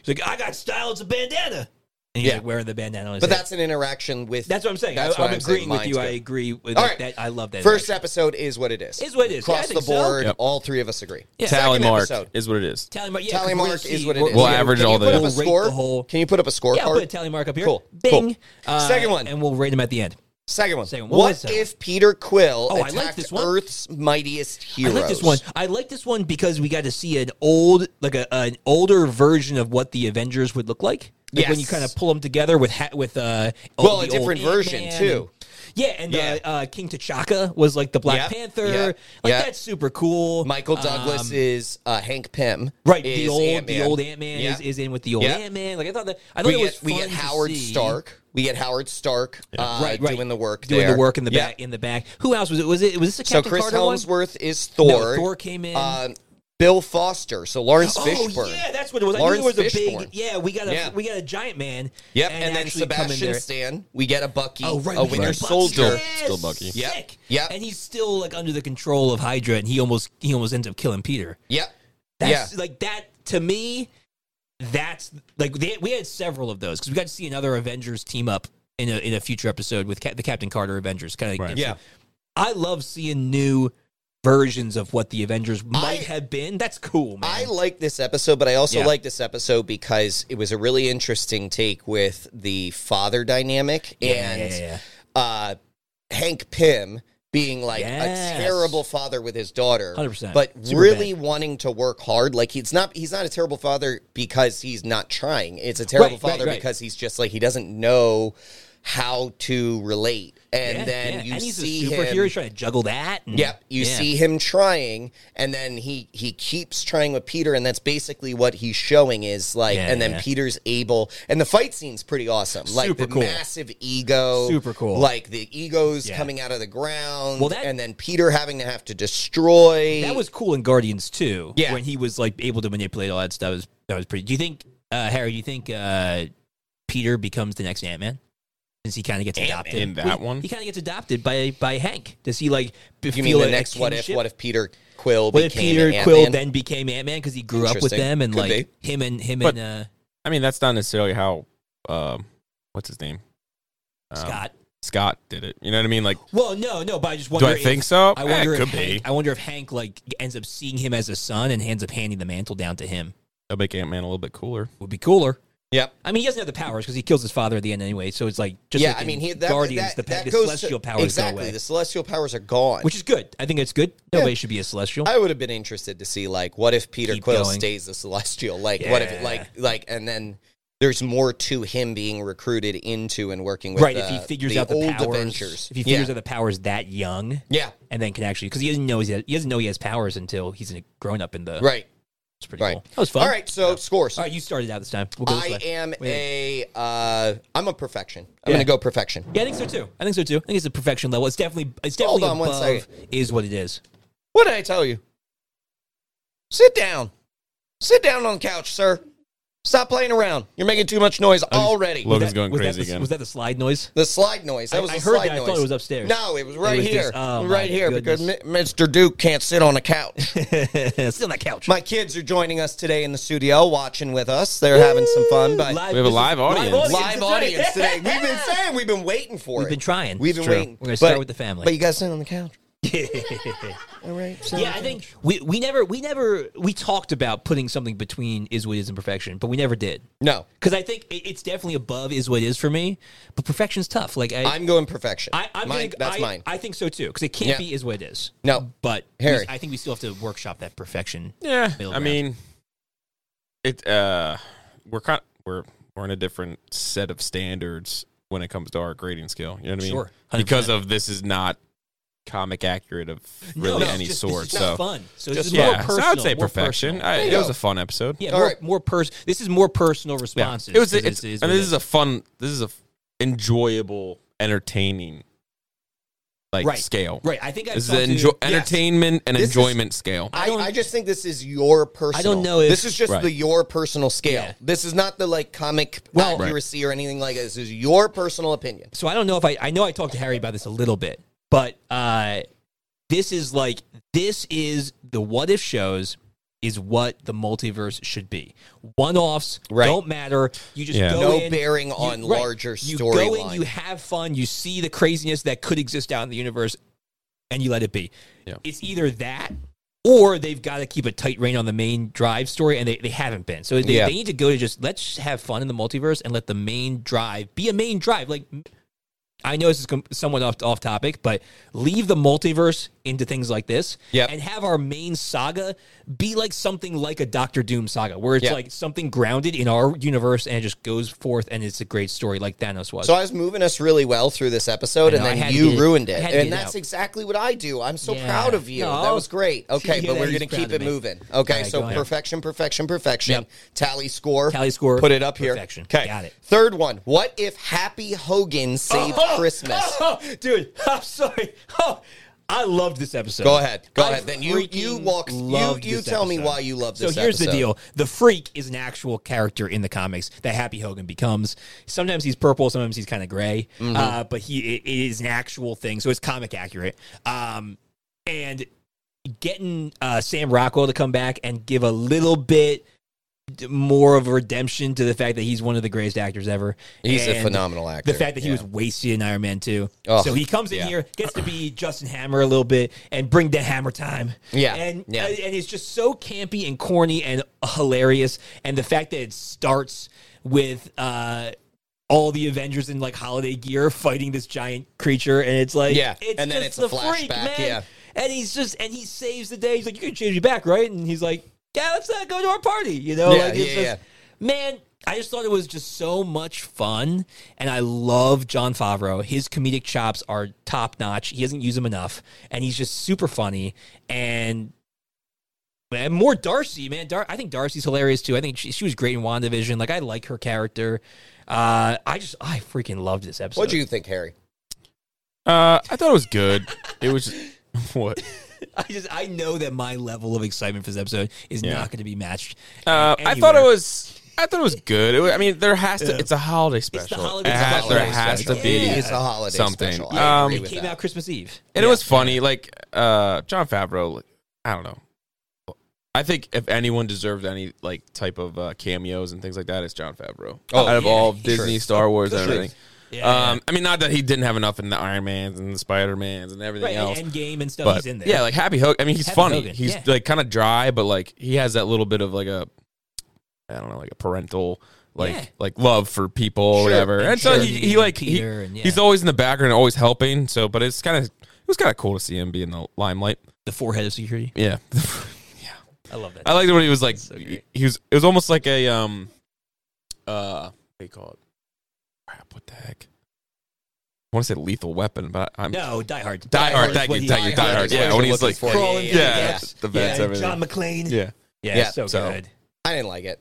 Speaker 2: he's like, I got style. It's a bandana. And he's
Speaker 1: Yeah.
Speaker 2: like wearing the bandana. On his
Speaker 1: But
Speaker 2: head.
Speaker 1: that's an interaction with.
Speaker 2: That's what I'm saying.
Speaker 1: That's
Speaker 2: I,
Speaker 1: what
Speaker 2: I'm,
Speaker 1: I'm saying.
Speaker 2: agreeing with
Speaker 1: Mine's
Speaker 2: you. I
Speaker 1: good.
Speaker 2: agree with
Speaker 1: All
Speaker 2: like,
Speaker 1: right.
Speaker 2: that. I love that.
Speaker 1: first
Speaker 2: interaction.
Speaker 1: episode is what it is.
Speaker 2: Is what it is. Yeah, I
Speaker 1: Across
Speaker 2: think
Speaker 1: the
Speaker 2: so.
Speaker 1: board,
Speaker 3: Yep.
Speaker 1: all three of us agree.
Speaker 2: Yeah.
Speaker 3: Tally
Speaker 1: Second
Speaker 3: mark
Speaker 1: episode.
Speaker 3: is what it is.
Speaker 2: tally mark. Yeah,
Speaker 1: Tally
Speaker 2: 'cause we're
Speaker 1: mark
Speaker 2: gonna
Speaker 1: is
Speaker 2: see-
Speaker 1: what it
Speaker 2: we're-
Speaker 1: is.
Speaker 3: We'll
Speaker 2: we're gonna-
Speaker 3: average
Speaker 1: Can you
Speaker 3: all
Speaker 1: put
Speaker 3: the-
Speaker 1: up a
Speaker 2: We'll rate
Speaker 1: score?
Speaker 2: the whole-
Speaker 1: Can you put up a scorecard?
Speaker 2: Yeah, I'll put a tally mark up here.
Speaker 1: Cool.
Speaker 2: Bing.
Speaker 1: Cool.
Speaker 2: Uh,
Speaker 1: Second one.
Speaker 2: and we'll rate them at the end.
Speaker 1: Second one.
Speaker 2: Second one. What was
Speaker 1: What
Speaker 2: that
Speaker 1: if Peter Quill
Speaker 2: Oh, I like
Speaker 1: attacked
Speaker 2: this one.
Speaker 1: Earth's mightiest heroes?
Speaker 2: I like this one. I like this one because we got to see an old, like a, an older version of what the Avengers would look like. Like when you
Speaker 1: Yes.
Speaker 2: kind of pull them together with ha- with uh, oh,
Speaker 1: Well, a
Speaker 2: the old
Speaker 1: different version,
Speaker 2: Ant-Man
Speaker 1: too.
Speaker 2: and- yeah, and
Speaker 1: Yeah.
Speaker 2: Uh, uh, King T'Chaka was like the Black
Speaker 1: Yep,
Speaker 2: Panther.
Speaker 1: yep,
Speaker 2: Like
Speaker 1: yep.
Speaker 2: that's super cool.
Speaker 1: Michael Douglas
Speaker 2: Um,
Speaker 1: is uh, Hank Pym.
Speaker 2: Right, the
Speaker 1: is
Speaker 2: old the
Speaker 1: Ant-Man.
Speaker 2: old Ant Man
Speaker 1: Yeah.
Speaker 2: is, is in with the old
Speaker 1: Yeah.
Speaker 2: Ant Man. Like I thought that I thought
Speaker 1: We
Speaker 2: it was
Speaker 1: get, we
Speaker 2: fun
Speaker 1: get
Speaker 2: to
Speaker 1: Howard
Speaker 2: see.
Speaker 1: Stark. We get Howard Stark uh,
Speaker 2: right, right.
Speaker 1: doing the work
Speaker 2: doing
Speaker 1: there.
Speaker 2: the work in the
Speaker 1: Yeah.
Speaker 2: back in the back. Who else was it? Was it was this a
Speaker 1: So
Speaker 2: Captain
Speaker 1: Chris
Speaker 2: Carter one?
Speaker 1: Helmsworth is Thor.
Speaker 2: No, Thor came in.
Speaker 1: Um, Bill Foster, so Lawrence Fishburne.
Speaker 2: Oh yeah, that's what it was. I knew
Speaker 1: Lawrence
Speaker 2: there was a
Speaker 1: Fishburne.
Speaker 2: big yeah. We got a
Speaker 1: Yeah.
Speaker 2: we got a giant man.
Speaker 1: Yep, and, then
Speaker 2: actually come in
Speaker 1: Sebastian
Speaker 2: there.
Speaker 1: Stan. We get a Bucky,
Speaker 2: Oh right,
Speaker 1: a
Speaker 2: we got
Speaker 1: Winter
Speaker 2: Bucky.
Speaker 1: Soldier.
Speaker 2: Yes,
Speaker 3: Still Bucky.
Speaker 1: Yep,
Speaker 2: sick.
Speaker 1: yep.
Speaker 2: and he's still like under the control of Hydra, and he almost he almost ends up killing Peter.
Speaker 1: Yep.
Speaker 2: That's
Speaker 1: yeah.
Speaker 2: like that to me. That's like they, we had several of those because we got to see another Avengers team up in a in a future episode with Cap, the Captain Carter Avengers. Kind of like
Speaker 3: Right.
Speaker 1: Yeah.
Speaker 2: I love seeing new versions of what the Avengers might
Speaker 1: I-
Speaker 2: have been. That's cool, man.
Speaker 1: I like this episode, but I also
Speaker 2: Yeah.
Speaker 1: like this episode because it was a really interesting take with the father dynamic
Speaker 2: Yeah,
Speaker 1: and
Speaker 2: yeah, yeah.
Speaker 1: uh Hank Pym being like
Speaker 2: Yes.
Speaker 1: a terrible father with his daughter,
Speaker 2: 100%.
Speaker 1: but
Speaker 2: Super
Speaker 1: really wanting to work hard. Like he's not he's not a terrible father because he's not trying. It's a terrible
Speaker 2: Right, right,
Speaker 1: father
Speaker 2: right.
Speaker 1: because he's just like he doesn't know how to relate. And
Speaker 2: Yeah,
Speaker 1: then
Speaker 2: yeah.
Speaker 1: you
Speaker 2: and he's
Speaker 1: see
Speaker 2: a
Speaker 1: him
Speaker 2: superhero he's trying to juggle that. and-
Speaker 1: Yep, you
Speaker 2: Yeah.
Speaker 1: see him trying, and then he he keeps trying with Peter, and that's basically what he's showing is like.
Speaker 2: Yeah,
Speaker 1: and then
Speaker 2: yeah.
Speaker 1: Peter's able, and the fight scene's pretty awesome. like
Speaker 2: Super
Speaker 1: the
Speaker 2: cool.
Speaker 1: massive ego,
Speaker 2: Super cool.
Speaker 1: Like the egos
Speaker 2: Yeah.
Speaker 1: coming out of the ground.
Speaker 2: Well, that-
Speaker 1: and then Peter having to have to destroy.
Speaker 2: That was cool in Guardians too.
Speaker 1: Yeah.
Speaker 2: when he was like able to manipulate all that stuff, that was that was pretty. Do you think uh, Harry? Do you think uh, Peter becomes the next Ant Man? Since he kind of gets adopted
Speaker 3: In that
Speaker 2: He-
Speaker 3: one?
Speaker 2: he kind of gets adopted by by Hank. Does he like? b-
Speaker 1: you
Speaker 2: feel
Speaker 1: mean the
Speaker 2: a- a
Speaker 1: next what if?
Speaker 2: kinship?
Speaker 1: What if Peter Quill
Speaker 2: What if
Speaker 1: became
Speaker 2: Peter
Speaker 1: Ant-Man?
Speaker 2: Quill then became Ant Man because he grew up with
Speaker 1: Interesting.
Speaker 2: them and
Speaker 1: Could
Speaker 2: like him and him
Speaker 3: But-
Speaker 2: and uh,
Speaker 3: I mean, that's not necessarily how. Um, what's his name? Um,
Speaker 1: Oh.
Speaker 2: Scott?
Speaker 3: Scott did it. You know what I mean? Like,
Speaker 2: Well, no, no, but I just
Speaker 3: do
Speaker 2: wonder.
Speaker 3: I
Speaker 2: if-
Speaker 3: think so?
Speaker 2: I
Speaker 3: Eh,
Speaker 2: wonder
Speaker 3: it
Speaker 2: if
Speaker 3: could
Speaker 2: Hank,
Speaker 3: be.
Speaker 2: I wonder if Hank like ends up seeing him as a son and ends up handing the mantle down to him.
Speaker 3: That'll make Ant Man a little bit cooler.
Speaker 2: Would be cooler.
Speaker 1: Yep.
Speaker 2: I mean, he doesn't have the powers because he kills his father at the end anyway. So it's like just
Speaker 1: yeah,
Speaker 2: like
Speaker 1: I
Speaker 2: in
Speaker 1: mean, he, that,
Speaker 2: Guardians,
Speaker 1: that,
Speaker 2: the, pa-
Speaker 1: that
Speaker 2: the
Speaker 1: goes to-
Speaker 2: celestial powers
Speaker 1: exactly.
Speaker 2: go away,
Speaker 1: The celestial powers are gone,
Speaker 2: which is good. I think it's good. Nobody should be a celestial.
Speaker 1: I would have been interested to see like what if Peter
Speaker 2: Keep
Speaker 1: Quill
Speaker 2: going.
Speaker 1: stays a celestial? Like what if
Speaker 2: Yeah.
Speaker 1: like like and then there's more to him being recruited into and working with
Speaker 2: right?
Speaker 1: the,
Speaker 2: if he figures
Speaker 1: the
Speaker 2: out the
Speaker 1: old
Speaker 2: powers,
Speaker 1: Avengers.
Speaker 2: if he figures
Speaker 1: yeah.
Speaker 2: out the powers that young,
Speaker 1: yeah,
Speaker 2: and then can actually because he doesn't know he, has, he doesn't know he has powers until he's a grown up in the.
Speaker 1: right.
Speaker 2: It's pretty
Speaker 1: right.
Speaker 2: cool. That was fun.
Speaker 1: All right, so scores.
Speaker 2: all right. You started out this time. We'll go this
Speaker 1: I
Speaker 2: way.
Speaker 1: am
Speaker 2: Wait.
Speaker 1: a uh I'm a perfection. I'm
Speaker 2: Yeah.
Speaker 1: gonna go perfection.
Speaker 2: Yeah, I think so too. I think so too. I think it's a perfection level. It's definitely it's
Speaker 1: Hold
Speaker 2: definitely
Speaker 1: on one
Speaker 2: above is what it is.
Speaker 1: What did I tell you? Sit down. Sit down on the couch, sir. Stop playing around. You're making too much noise already.
Speaker 3: Logan's going
Speaker 2: was
Speaker 3: crazy
Speaker 2: that the,
Speaker 3: again.
Speaker 2: Was that the slide noise?
Speaker 1: The slide noise. That
Speaker 2: I-
Speaker 1: was
Speaker 2: I
Speaker 1: the
Speaker 2: heard
Speaker 1: slide
Speaker 2: that. I
Speaker 1: noise.
Speaker 2: thought it was upstairs.
Speaker 1: No, it was right
Speaker 2: was
Speaker 1: here.
Speaker 2: just- oh, my
Speaker 1: right here
Speaker 2: goodness.
Speaker 1: because Mi- Mr. Duke can't sit on a couch.
Speaker 2: Still on that couch.
Speaker 1: my kids are joining us today in the studio, watching with us. They're having some fun, but live,
Speaker 2: Live-
Speaker 3: We have a
Speaker 2: this is-
Speaker 3: live audience.
Speaker 2: today.
Speaker 1: audience today. We've been saying we've been waiting for
Speaker 2: We've
Speaker 1: it.
Speaker 2: been trying.
Speaker 1: We've been
Speaker 3: It's true.
Speaker 1: waiting.
Speaker 2: We're gonna start
Speaker 1: But-
Speaker 2: with the family.
Speaker 1: But you guys sit on the couch.
Speaker 2: yeah,
Speaker 1: All right. sit on the
Speaker 2: I
Speaker 1: couch.
Speaker 2: think we, we never we never we talked about putting something between is what is and perfection, but we never did
Speaker 1: no.
Speaker 2: because I think it, it's definitely above is what is for me. But perfection's tough. Like I,
Speaker 1: I'm going perfection.
Speaker 2: I I'm
Speaker 1: mine,
Speaker 2: gonna,
Speaker 1: that's
Speaker 2: I,
Speaker 1: mine.
Speaker 2: I think so too because it can't
Speaker 1: Yeah.
Speaker 2: be is what it is.
Speaker 1: No.
Speaker 2: but
Speaker 1: Harry.
Speaker 2: I think we still have to workshop that perfection.
Speaker 3: Yeah,
Speaker 2: middle
Speaker 3: I
Speaker 2: ground.
Speaker 3: mean, it. Uh, we're kind we're we're in a different set of standards when it comes to our grading scale. You know what I mean?
Speaker 2: Sure, 100%.
Speaker 3: Because of this is not comic accurate of really
Speaker 2: No, it's
Speaker 3: any
Speaker 2: just-
Speaker 3: sort.
Speaker 2: It's just
Speaker 3: so
Speaker 2: fun. So
Speaker 1: Just
Speaker 2: it's
Speaker 3: yeah,
Speaker 2: more
Speaker 3: so
Speaker 2: personal.
Speaker 3: I would say
Speaker 2: more
Speaker 3: perfection.
Speaker 2: personal.
Speaker 3: I,
Speaker 1: There
Speaker 3: it
Speaker 1: you
Speaker 3: was
Speaker 1: go.
Speaker 3: a fun episode.
Speaker 2: Yeah,
Speaker 1: All
Speaker 2: more,
Speaker 1: right.
Speaker 2: more pers- This is more personal
Speaker 3: Yeah.
Speaker 2: responses.
Speaker 3: It was.
Speaker 2: 'cause
Speaker 3: It's,
Speaker 2: is
Speaker 3: I
Speaker 2: what it
Speaker 3: mean, this
Speaker 2: is.
Speaker 3: is a fun. This is a f- enjoyable, entertaining, like
Speaker 2: Right.
Speaker 3: scale.
Speaker 2: right. I think I
Speaker 3: This is
Speaker 2: talked
Speaker 3: an
Speaker 2: to-
Speaker 3: enjo-
Speaker 1: Yes.
Speaker 3: entertainment and
Speaker 1: This is-
Speaker 3: enjoyment scale.
Speaker 1: I,
Speaker 2: don't-
Speaker 1: I just think this is your personal.
Speaker 2: know if-
Speaker 1: this is just
Speaker 3: Right.
Speaker 1: the your personal scale.
Speaker 2: Yeah.
Speaker 1: This is not the like comic
Speaker 2: Well- Right.
Speaker 1: accuracy or anything like that. This is your personal opinion.
Speaker 2: so I don't know if I I know I talked to Harry about this a little bit, but uh this is like this is the what if shows is what the multiverse should be. One offs
Speaker 1: Right.
Speaker 2: don't matter. You just
Speaker 3: Yeah.
Speaker 2: go
Speaker 1: No
Speaker 2: in,
Speaker 1: bearing
Speaker 2: you-
Speaker 1: on
Speaker 2: right.
Speaker 1: larger
Speaker 2: You go in,
Speaker 1: storyline.
Speaker 2: you have fun, you see the craziness that could exist out in the universe, and you let it be.
Speaker 3: Yeah.
Speaker 2: It's either that or they've got to keep a tight rein on the main drive story, and they, they haven't been. So they,
Speaker 1: Yeah.
Speaker 2: they need to go to just let's just have fun in the multiverse and let the main drive be a main drive. Like, I know this is com- somewhat off, off topic, but leave the multiverse into things like this
Speaker 1: Yep.
Speaker 2: and have our main saga be like something like a Doctor Doom saga, where it's
Speaker 1: Yeah.
Speaker 2: like something grounded in our universe and it just goes forth and it's a great story like Thanos was.
Speaker 1: So I was moving us really well through this episode,
Speaker 2: I
Speaker 1: and
Speaker 2: know, I
Speaker 1: then
Speaker 2: had to
Speaker 1: you
Speaker 2: get it-
Speaker 1: ruined it.
Speaker 2: I had to
Speaker 1: And
Speaker 2: get it
Speaker 1: that's
Speaker 2: out.
Speaker 1: exactly what I do. I'm so
Speaker 2: Yeah.
Speaker 1: proud of you. that
Speaker 2: No.
Speaker 1: was great. Okay,
Speaker 2: Yeah,
Speaker 1: but we're
Speaker 2: he's
Speaker 1: going to
Speaker 2: proud
Speaker 1: keep
Speaker 2: of
Speaker 1: it
Speaker 2: me.
Speaker 1: moving. Okay,
Speaker 2: All right,
Speaker 1: so
Speaker 2: go ahead.
Speaker 1: perfection, perfection, perfection.
Speaker 2: Yep.
Speaker 1: Tally score.
Speaker 2: Tally score,
Speaker 1: Put it up
Speaker 2: perfection.
Speaker 1: here. Okay.
Speaker 2: Got it.
Speaker 1: Third one. What if Happy Hogan saved
Speaker 2: Oh,
Speaker 1: Christmas?
Speaker 2: oh, dude, I'm sorry. Oh, I loved this episode.
Speaker 1: Go ahead. Go
Speaker 2: I
Speaker 1: ahead. Then you you
Speaker 2: freaking
Speaker 1: walk you
Speaker 2: loved
Speaker 1: you
Speaker 2: this
Speaker 1: tell me
Speaker 2: episode.
Speaker 1: why you love this.
Speaker 2: so here's the
Speaker 1: episode.
Speaker 2: deal the freak is an actual character in the comics that happy hogan becomes sometimes he's purple sometimes he's kind of gray
Speaker 1: Mm-hmm.
Speaker 2: uh, but he it is an actual thing so it's comic accurate um, and getting uh, sam rockwell to come back and give a little bit more of a redemption to the fact that he's one of the greatest actors ever
Speaker 1: He's a
Speaker 2: And
Speaker 1: phenomenal actor.
Speaker 2: the fact that he
Speaker 1: Yeah.
Speaker 2: was wasted in Iron Man 2.
Speaker 1: Ugh,
Speaker 2: so he comes in
Speaker 1: yeah.
Speaker 2: here, gets to be Justin Hammer a little bit, and bring the hammer time.
Speaker 1: Yeah,
Speaker 2: And, uh,
Speaker 1: yeah.
Speaker 2: and it's just so campy and corny and hilarious. And the fact that it starts with uh, all the Avengers in like holiday gear fighting this giant creature, and it's like
Speaker 1: Yeah, and then it's a flashback, yeah.
Speaker 2: and he's just and he saves the day. He's like, "You can change it back, right?" And he's like, "Yeah, let's uh, go to our party." You know,
Speaker 1: Yeah,
Speaker 2: like, it's
Speaker 1: yeah,
Speaker 2: just- man. I just thought it was just so much fun, and I love John Favreau. His comedic chops are top notch. He doesn't use them enough, and he's just super funny. And man, more Darcy, man. Dar- I think Darcy's hilarious too. I think she, she was great in WandaVision. Like I like her character. Uh, I just I freaking loved this episode.
Speaker 1: What do you think, Harry?
Speaker 3: Uh, I thought it was good. It was what?
Speaker 2: I just I know that my level of excitement for this episode is
Speaker 3: Yeah.
Speaker 2: not going to be matched.
Speaker 3: Uh, I
Speaker 2: Anywhere.
Speaker 3: thought it was. I thought it was good. It was, I mean, there has to. It's a holiday special.
Speaker 2: holiday
Speaker 3: It has-
Speaker 2: special.
Speaker 3: There
Speaker 2: Holiday
Speaker 3: has
Speaker 2: special.
Speaker 3: to be.
Speaker 2: Yeah.
Speaker 1: It's a holiday
Speaker 3: Something.
Speaker 1: special. I
Speaker 3: Um,
Speaker 1: agree
Speaker 2: It
Speaker 1: with
Speaker 2: came
Speaker 1: that.
Speaker 2: out Christmas Eve.
Speaker 3: And it was funny. Like uh, John Favreau. Like, I don't know. I think if anyone deserved any like type of uh, cameos and things like that, it's John Favreau.
Speaker 1: Oh,
Speaker 3: out of
Speaker 2: yeah.
Speaker 3: all of
Speaker 2: Sure.
Speaker 3: Disney, Star Wars, and
Speaker 1: Sure.
Speaker 3: everything.
Speaker 2: Yeah.
Speaker 3: Um, I mean, not that he didn't have enough in the Iron Mans and the Spider Mans and
Speaker 2: right,
Speaker 3: everything else.
Speaker 2: and Endgame and stuff.
Speaker 3: but
Speaker 2: he's in there.
Speaker 3: yeah, like Happy Hogan. I mean, he's
Speaker 2: Happy
Speaker 3: funny.
Speaker 2: Hogan,
Speaker 3: He's
Speaker 2: yeah.
Speaker 3: like kind of dry, but like he has that little bit of like a, I don't know, like a parental like
Speaker 2: Yeah.
Speaker 3: like love for people or
Speaker 1: Sure,
Speaker 3: whatever.
Speaker 2: and
Speaker 3: And so
Speaker 2: sure,
Speaker 3: he, he
Speaker 2: and
Speaker 3: like he,
Speaker 2: Peter and, yeah.
Speaker 3: he's always in the background, always helping. So, but it's kind of it was kind of cool to see him be in the limelight.
Speaker 2: the forehead of security.
Speaker 3: Yeah,
Speaker 2: I love that.
Speaker 3: I liked when he was like
Speaker 2: So great.
Speaker 3: he was. It was almost like a um, uh, what do you call it? Crap, what the heck? I want to say lethal weapon, but I'm
Speaker 2: no, Die Hard.
Speaker 3: Um, Die Hard.
Speaker 1: is
Speaker 3: Thank
Speaker 1: what
Speaker 3: you,
Speaker 1: he-
Speaker 3: thank you,
Speaker 1: Die
Speaker 3: Die
Speaker 1: Hard
Speaker 3: Hard.
Speaker 1: is what
Speaker 3: Yeah,
Speaker 1: you're
Speaker 3: when he's
Speaker 1: looking
Speaker 3: like
Speaker 1: for.
Speaker 2: Crawling
Speaker 1: Yeah,
Speaker 2: through
Speaker 3: yeah,
Speaker 2: the
Speaker 1: yeah.
Speaker 2: gas.
Speaker 3: the vents,
Speaker 2: yeah,
Speaker 3: everything.
Speaker 2: John McClane. Yeah,
Speaker 3: yeah,
Speaker 1: Yeah,
Speaker 2: so,
Speaker 3: so-
Speaker 2: good.
Speaker 1: I didn't like it.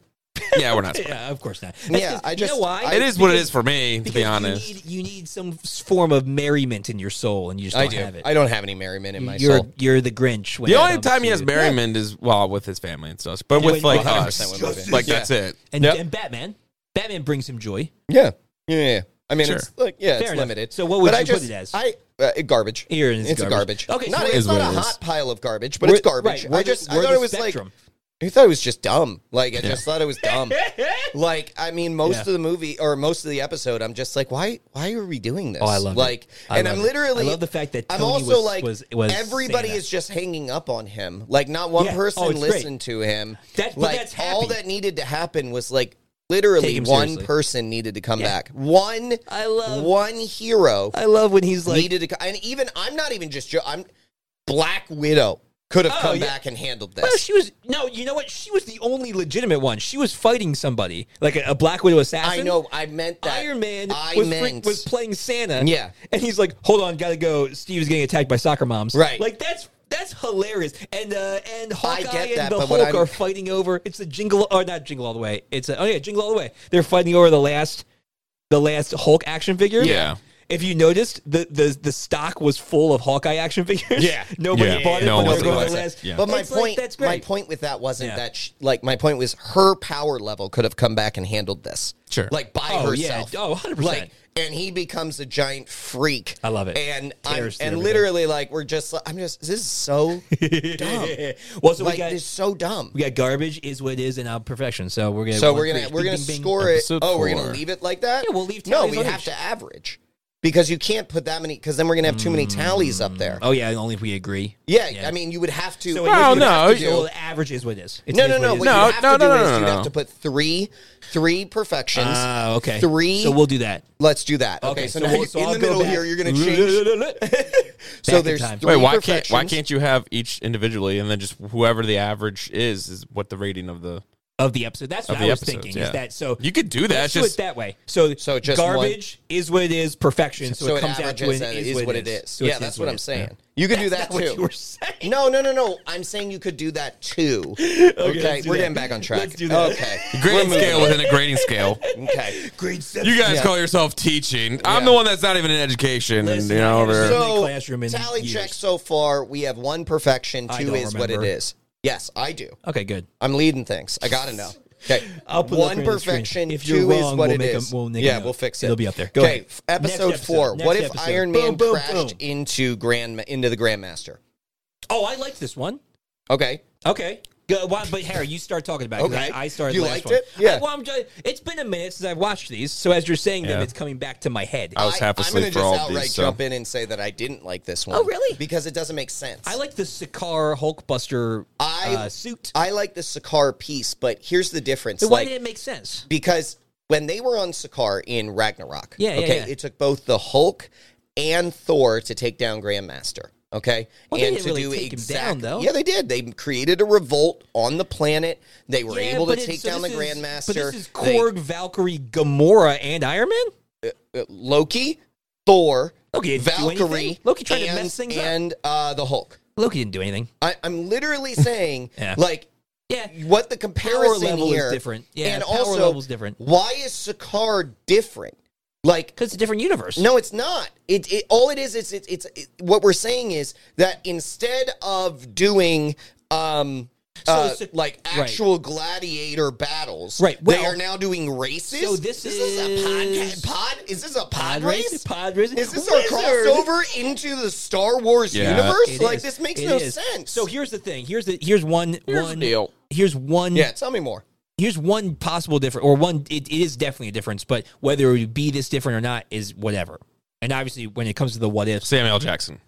Speaker 3: yeah. We're not.
Speaker 2: Yeah, of course not.
Speaker 1: Yeah,
Speaker 2: 'cause-
Speaker 1: I
Speaker 2: you
Speaker 1: just-
Speaker 2: know why?
Speaker 1: I-
Speaker 3: It is what it is
Speaker 2: Because-
Speaker 3: for me, to
Speaker 2: because
Speaker 3: be
Speaker 2: you
Speaker 3: honest.
Speaker 2: need- You need, some s- form of merriment in your soul, and you just don't
Speaker 1: I do.
Speaker 2: have it.
Speaker 1: I don't have any merriment in my
Speaker 2: you're
Speaker 1: soul.
Speaker 2: you're the Grinch. When
Speaker 3: The
Speaker 2: it
Speaker 3: only
Speaker 2: comes
Speaker 3: time he
Speaker 2: to-
Speaker 3: has merriment is well with his family and stuff, but
Speaker 2: Yeah,
Speaker 3: with like
Speaker 1: 100%
Speaker 3: us,
Speaker 1: with my family.
Speaker 3: like
Speaker 1: Yeah.
Speaker 3: that's it.
Speaker 2: and,
Speaker 3: Yep.
Speaker 2: and Batman. Batman brings him joy.
Speaker 1: Yeah. Yeah. yeah. I mean,
Speaker 3: Sure.
Speaker 1: it's like yeah,
Speaker 2: Fair
Speaker 1: it's
Speaker 2: enough.
Speaker 1: limited.
Speaker 2: So what would
Speaker 1: But I
Speaker 2: you put
Speaker 1: just-
Speaker 2: it as?
Speaker 1: I uh, it- garbage.
Speaker 2: Here it is
Speaker 1: It's
Speaker 2: garbage.
Speaker 1: garbage.
Speaker 2: Okay, so
Speaker 1: not,
Speaker 2: it
Speaker 1: it's
Speaker 3: is
Speaker 1: not
Speaker 3: what
Speaker 1: a
Speaker 3: it is.
Speaker 1: hot pile of garbage, but
Speaker 2: We're-
Speaker 1: it's garbage.
Speaker 2: right, we're
Speaker 1: I
Speaker 2: the-
Speaker 1: just I
Speaker 2: we're
Speaker 1: thought
Speaker 2: the
Speaker 1: it was
Speaker 2: spectrum.
Speaker 1: like I thought it was just dumb. Like I just thought it was dumb. like I mean, most
Speaker 2: Yeah.
Speaker 1: of the movie or most of the episode, I'm just like, why why are we doing this?
Speaker 2: Oh, I love it.
Speaker 1: like,
Speaker 2: I
Speaker 1: and
Speaker 2: love
Speaker 1: I'm
Speaker 2: it.
Speaker 1: literally
Speaker 2: I love the fact that
Speaker 1: I'm
Speaker 2: Tony
Speaker 1: also
Speaker 2: was-
Speaker 1: like
Speaker 2: was- was
Speaker 1: everybody
Speaker 2: saying that.
Speaker 1: is just hanging up on him. Like not one
Speaker 2: Yeah.
Speaker 1: person
Speaker 2: Oh, it's great.
Speaker 1: listened to him.
Speaker 2: That- but
Speaker 1: like
Speaker 2: that's
Speaker 1: all
Speaker 2: happy.
Speaker 1: that needed to happen was like
Speaker 2: Take
Speaker 1: literally
Speaker 2: him
Speaker 1: one
Speaker 2: seriously.
Speaker 1: person needed to come
Speaker 2: Yeah.
Speaker 1: back. One
Speaker 2: I love-
Speaker 1: one hero
Speaker 2: I love when he's like,
Speaker 1: needed to co- and even I'm not even just jo- I'm Black Widow could have
Speaker 2: Oh,
Speaker 1: come
Speaker 2: yeah.
Speaker 1: back and handled this.
Speaker 2: well, she was no, you know what? She was the only legitimate one. She was fighting somebody like a, a Black Widow assassin.
Speaker 1: I know. I meant that.
Speaker 2: Iron Man
Speaker 1: I
Speaker 2: was, fre-
Speaker 1: meant
Speaker 2: was playing Santa.
Speaker 1: Yeah.
Speaker 2: And he's like, hold on, gotta go. Steve's getting attacked by soccer moms.
Speaker 1: Right.
Speaker 2: Like that's that's hilarious. And uh and Hawkeye
Speaker 1: get that,
Speaker 2: and the
Speaker 1: but what
Speaker 2: Hulk
Speaker 1: I'm-
Speaker 2: are fighting over it's the jingle or not jingle all the way. It's a, oh yeah, jingle all the way. They're fighting over the last the last Hulk action figure.
Speaker 3: Yeah.
Speaker 2: If you noticed, the, the the stock was full of Hawkeye action figures.
Speaker 1: Yeah.
Speaker 2: Nobody
Speaker 3: Yeah.
Speaker 2: bought it,
Speaker 3: No
Speaker 2: but
Speaker 3: one
Speaker 2: they're going
Speaker 3: bought
Speaker 2: to
Speaker 3: it.
Speaker 2: last.
Speaker 3: Yeah.
Speaker 1: But my
Speaker 2: It's like,
Speaker 1: point,
Speaker 2: that's great.
Speaker 1: my point with that wasn't
Speaker 2: Yeah.
Speaker 1: that sh like my point was her power level could have come back and handled this,
Speaker 3: Sure.
Speaker 1: like by
Speaker 2: Oh, yeah.
Speaker 1: herself.
Speaker 2: Oh, 100%.
Speaker 1: Like, and he becomes a giant freak.
Speaker 2: I love it.
Speaker 1: And I'm,
Speaker 2: Tears through
Speaker 1: and
Speaker 2: everything.
Speaker 1: literally, like we're just, I'm just, this is so dumb.
Speaker 2: well, so
Speaker 1: like
Speaker 2: we got
Speaker 1: this is so dumb.
Speaker 2: we got garbage is what it is and uh, perfection. So we're gonna
Speaker 1: So
Speaker 2: one,
Speaker 1: we're gonna
Speaker 2: three.
Speaker 1: we're
Speaker 2: Bing,
Speaker 1: gonna
Speaker 2: bing, bing.
Speaker 1: score it.
Speaker 3: Episode
Speaker 1: Oh, we we're
Speaker 3: four.
Speaker 1: gonna leave it like that.
Speaker 2: Yeah, we'll leave
Speaker 1: No,
Speaker 2: tallies
Speaker 1: we
Speaker 2: on
Speaker 1: have
Speaker 2: each.
Speaker 1: to average because you can't put that many. Because then we're gonna have too many tallies up there.
Speaker 2: Oh yeah, only if we agree.
Speaker 1: Yeah,
Speaker 2: Yeah.
Speaker 1: I mean, you would have to.
Speaker 2: So
Speaker 1: you
Speaker 2: it is
Speaker 1: would
Speaker 3: no,
Speaker 1: have to
Speaker 3: you-
Speaker 1: do-
Speaker 2: Well, the average is what it is. It's
Speaker 1: No,
Speaker 2: it
Speaker 1: no,
Speaker 2: is
Speaker 1: no.
Speaker 2: what
Speaker 1: What
Speaker 2: it is.
Speaker 3: No,
Speaker 1: you have
Speaker 3: no,
Speaker 1: to do
Speaker 3: no, no,
Speaker 1: is
Speaker 3: no,
Speaker 1: you
Speaker 3: no.
Speaker 1: have to put three, three perfections.
Speaker 2: Ah, okay.
Speaker 1: Three.
Speaker 2: So we'll do that.
Speaker 1: Let's do that. Okay,
Speaker 2: Okay,
Speaker 1: so,
Speaker 2: so
Speaker 1: now
Speaker 2: we'll-
Speaker 1: you-
Speaker 2: so
Speaker 1: in
Speaker 2: I'll
Speaker 1: the
Speaker 2: go
Speaker 1: middle
Speaker 2: back.
Speaker 1: here, you're going to change. so
Speaker 2: in
Speaker 1: there's
Speaker 2: time.
Speaker 1: three
Speaker 3: Wait, why can't why
Speaker 1: perfections.
Speaker 3: can't you have each individually and then just whoever the average is is what the rating of the
Speaker 2: Of the episode. That's what
Speaker 3: Of the
Speaker 2: I was
Speaker 3: episodes,
Speaker 2: thinking. Is
Speaker 3: yeah.
Speaker 2: that so?
Speaker 3: you could do that
Speaker 2: let's
Speaker 3: it's
Speaker 2: do it
Speaker 3: just
Speaker 2: that way. So
Speaker 1: So just
Speaker 2: garbage is what it is. Perfection. So,
Speaker 1: So
Speaker 2: it
Speaker 1: it
Speaker 2: comes out to
Speaker 1: averages
Speaker 2: it
Speaker 1: that
Speaker 2: is,
Speaker 1: is what it is.
Speaker 2: So it
Speaker 1: Yeah, that's what I'm
Speaker 2: is.
Speaker 1: saying. You could do that
Speaker 2: That's not what you
Speaker 1: too.
Speaker 2: were saying.
Speaker 1: No, no, no, no. I'm saying you could do that too. Okay,
Speaker 2: let's do
Speaker 1: we're
Speaker 2: that.
Speaker 1: getting back on track.
Speaker 2: Let's do that.
Speaker 1: Okay.
Speaker 3: grading scale within a grading scale.
Speaker 1: Okay.
Speaker 2: Grade seven.
Speaker 3: You guys
Speaker 1: Yeah.
Speaker 3: call yourself teaching. I'm
Speaker 1: Yeah.
Speaker 3: the one that's not even in education,
Speaker 2: Listen,
Speaker 3: and you
Speaker 2: I
Speaker 3: know.
Speaker 2: understand.
Speaker 3: they're-
Speaker 2: Been in
Speaker 1: So,
Speaker 2: classroom in
Speaker 1: tally
Speaker 2: years.
Speaker 1: check so far. We have one perfection,
Speaker 2: I
Speaker 1: two
Speaker 2: don't
Speaker 1: is what it
Speaker 2: remember.
Speaker 1: is. Yes, I do.
Speaker 2: Okay, good.
Speaker 1: I'm leading things. I gotta know. Okay.
Speaker 2: I'll put it up
Speaker 1: one
Speaker 2: here on the screen.
Speaker 1: perfection.
Speaker 2: If you're
Speaker 1: two
Speaker 2: wrong,
Speaker 1: is what
Speaker 2: we'll
Speaker 1: it
Speaker 2: make a-
Speaker 1: is.
Speaker 2: we'll make a
Speaker 1: yeah,
Speaker 2: note.
Speaker 1: we'll fix it.
Speaker 2: It'll be up there. Go
Speaker 1: Okay.
Speaker 2: ahead.
Speaker 1: f-
Speaker 2: Next
Speaker 1: Episode
Speaker 2: episode.
Speaker 1: four. what
Speaker 2: Next
Speaker 1: if
Speaker 2: episode.
Speaker 1: Iron
Speaker 2: Boom,
Speaker 1: Man
Speaker 2: boom,
Speaker 1: crashed
Speaker 2: boom.
Speaker 1: into Grand into the Grandmaster?
Speaker 2: Oh, I liked this one.
Speaker 1: Okay.
Speaker 2: Okay. Go, why- but Harry, you start talking about it. 'cause
Speaker 1: Okay.
Speaker 2: I, I started.
Speaker 1: You
Speaker 2: last
Speaker 1: liked
Speaker 2: one.
Speaker 1: it? Yeah.
Speaker 2: I- well, I'm just, it's been a minute since I've watched these, so as you're saying them,
Speaker 3: Yeah.
Speaker 2: it's coming back to my head.
Speaker 3: I was half
Speaker 1: am
Speaker 3: asleep
Speaker 1: gonna
Speaker 3: for
Speaker 1: just
Speaker 3: all of
Speaker 1: outright
Speaker 3: these. So.
Speaker 1: jump in and say that I didn't like this one.
Speaker 2: Oh, really?
Speaker 1: Because it doesn't make sense.
Speaker 2: I like the Sakaar Hulkbuster
Speaker 1: I-
Speaker 2: uh, suit.
Speaker 1: I like the Sakar piece, but here's the difference.
Speaker 2: But why
Speaker 1: like,
Speaker 2: did it make sense?
Speaker 1: because when they were on Sakaar in Ragnarok.
Speaker 2: Yeah, yeah,
Speaker 1: okay,
Speaker 2: yeah.
Speaker 1: it took both the Hulk and Thor to take down Grandmaster. Okay,
Speaker 2: Well, they
Speaker 1: and
Speaker 2: didn't really take him down,
Speaker 1: exact-
Speaker 2: though.
Speaker 1: Yeah, they did. They created a revolt on the planet. They were
Speaker 2: Yeah,
Speaker 1: able to
Speaker 2: but it-
Speaker 1: take
Speaker 2: so
Speaker 1: down the
Speaker 2: this is-
Speaker 1: Grandmaster.
Speaker 2: But this is
Speaker 1: They-
Speaker 2: Korg, Valkyrie, Gamora, and Iron Man.
Speaker 1: uh, Loki, Thor,
Speaker 2: Loki didn't do anything.
Speaker 1: Valkyrie,
Speaker 2: Loki tried to
Speaker 1: and,
Speaker 2: mess things up.
Speaker 1: and uh, the Hulk.
Speaker 2: Loki didn't do anything.
Speaker 1: I, I'm literally saying,
Speaker 2: Yeah.
Speaker 1: like,
Speaker 2: Yeah,
Speaker 1: what the
Speaker 2: power
Speaker 1: comparison
Speaker 2: level
Speaker 1: here
Speaker 2: is different. Yeah,
Speaker 1: and
Speaker 2: power
Speaker 1: also,
Speaker 2: level's different
Speaker 1: Why is Sakaar different? Like,
Speaker 2: because it's a different universe.
Speaker 1: no, it's not. It, it all it is is it's it's it, what we're saying is that instead of doing um uh,
Speaker 2: it's a-
Speaker 1: like
Speaker 2: right.
Speaker 1: actual gladiator battles,
Speaker 2: Right,
Speaker 1: they
Speaker 2: well-
Speaker 1: are now doing races.
Speaker 2: So this
Speaker 1: is
Speaker 2: is-
Speaker 1: a pod, pod. Is this a pod,
Speaker 2: pod
Speaker 1: race?
Speaker 2: race, pod race.
Speaker 1: Is this
Speaker 2: Wizard!
Speaker 1: a crossover into the Star Wars
Speaker 3: Yeah.
Speaker 1: universe?
Speaker 2: It
Speaker 1: like
Speaker 2: is.
Speaker 1: this makes
Speaker 2: It
Speaker 1: no
Speaker 2: is.
Speaker 1: sense.
Speaker 2: So here's the thing. Here's the here's one
Speaker 3: Here's
Speaker 2: one
Speaker 3: the deal.
Speaker 2: Here's one
Speaker 1: yeah, tell me more.
Speaker 2: here's one possible difference or one it, it is definitely a difference, but whether it would be this different or not is whatever. And obviously when it comes to the what ifs.
Speaker 3: Samuel L. Jackson.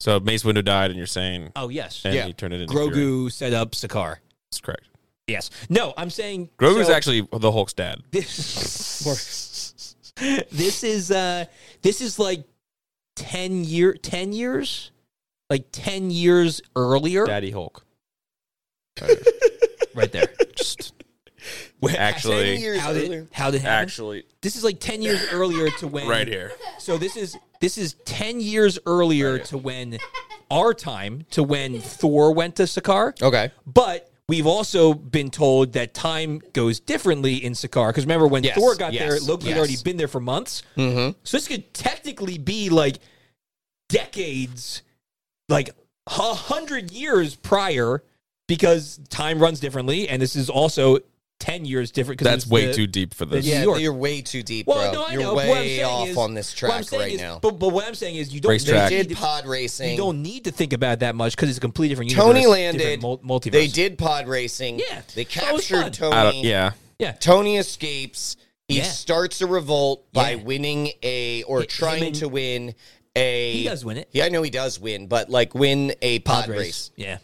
Speaker 3: So Mace Windu died, and you're saying,
Speaker 2: Oh yes.
Speaker 3: and
Speaker 1: Yeah.
Speaker 3: he turned it into Fury.
Speaker 2: Grogu set up Sakaar.
Speaker 3: That's correct.
Speaker 2: Yes. No, I'm saying
Speaker 3: Grogu's
Speaker 2: so
Speaker 3: actually the Hulk's dad.
Speaker 2: this, this is uh this is like 10 year 10 years like 10 years earlier
Speaker 3: Daddy Hulk.
Speaker 2: right there.
Speaker 3: Just
Speaker 1: Ten
Speaker 3: actually,
Speaker 1: years
Speaker 2: How
Speaker 1: earlier.
Speaker 2: did, how did it happen?
Speaker 3: actually,
Speaker 2: This is like 10 years earlier to when
Speaker 3: right here.
Speaker 2: So this is this is 10 years earlier
Speaker 3: Right.
Speaker 2: to when our time to when Thor went to Sakaar.
Speaker 3: Oh.
Speaker 1: Okay.
Speaker 2: But we've also been told that time goes differently in Sakaar because remember when
Speaker 1: Yes,
Speaker 2: Thor got
Speaker 1: yes,
Speaker 2: there Loki
Speaker 1: yes.
Speaker 2: had already been there for months.
Speaker 1: Mm-hmm.
Speaker 2: So this could technically be like decades like a 100 years prior because time runs differently and this is also 10 years different 'cause
Speaker 3: That's
Speaker 2: it's
Speaker 3: way
Speaker 2: the-
Speaker 3: too deep for this.
Speaker 2: New
Speaker 1: Yeah,
Speaker 2: York.
Speaker 1: you're way too deep, bro.
Speaker 2: Well, no, I
Speaker 1: you're
Speaker 2: know. but what I'm
Speaker 1: way
Speaker 2: saying
Speaker 1: off
Speaker 2: is-
Speaker 1: on this
Speaker 2: what I'm
Speaker 1: track
Speaker 2: saying
Speaker 1: right
Speaker 2: is-
Speaker 1: now.
Speaker 2: But, but what I'm saying is, you don't
Speaker 3: Racetrack.
Speaker 1: They
Speaker 2: need
Speaker 1: did
Speaker 2: to-
Speaker 1: pod
Speaker 2: you
Speaker 1: racing.
Speaker 2: don't need to think about it that much because it's a completely different universe.
Speaker 1: Tony landed.
Speaker 2: different mul- multiverse.
Speaker 1: They did pod racing.
Speaker 2: Yeah,
Speaker 1: They
Speaker 2: that was
Speaker 1: captured
Speaker 2: fun.
Speaker 3: I don't,
Speaker 1: Tony.
Speaker 3: yeah.
Speaker 2: Yeah.
Speaker 1: Tony escapes. He
Speaker 2: Yeah.
Speaker 1: starts a revolt by
Speaker 2: Yeah.
Speaker 1: winning a or
Speaker 2: Him
Speaker 1: trying
Speaker 2: and-
Speaker 1: to win a
Speaker 2: He does win it.
Speaker 1: Yeah, I know he does win, but like win a pod, race.
Speaker 2: Yeah.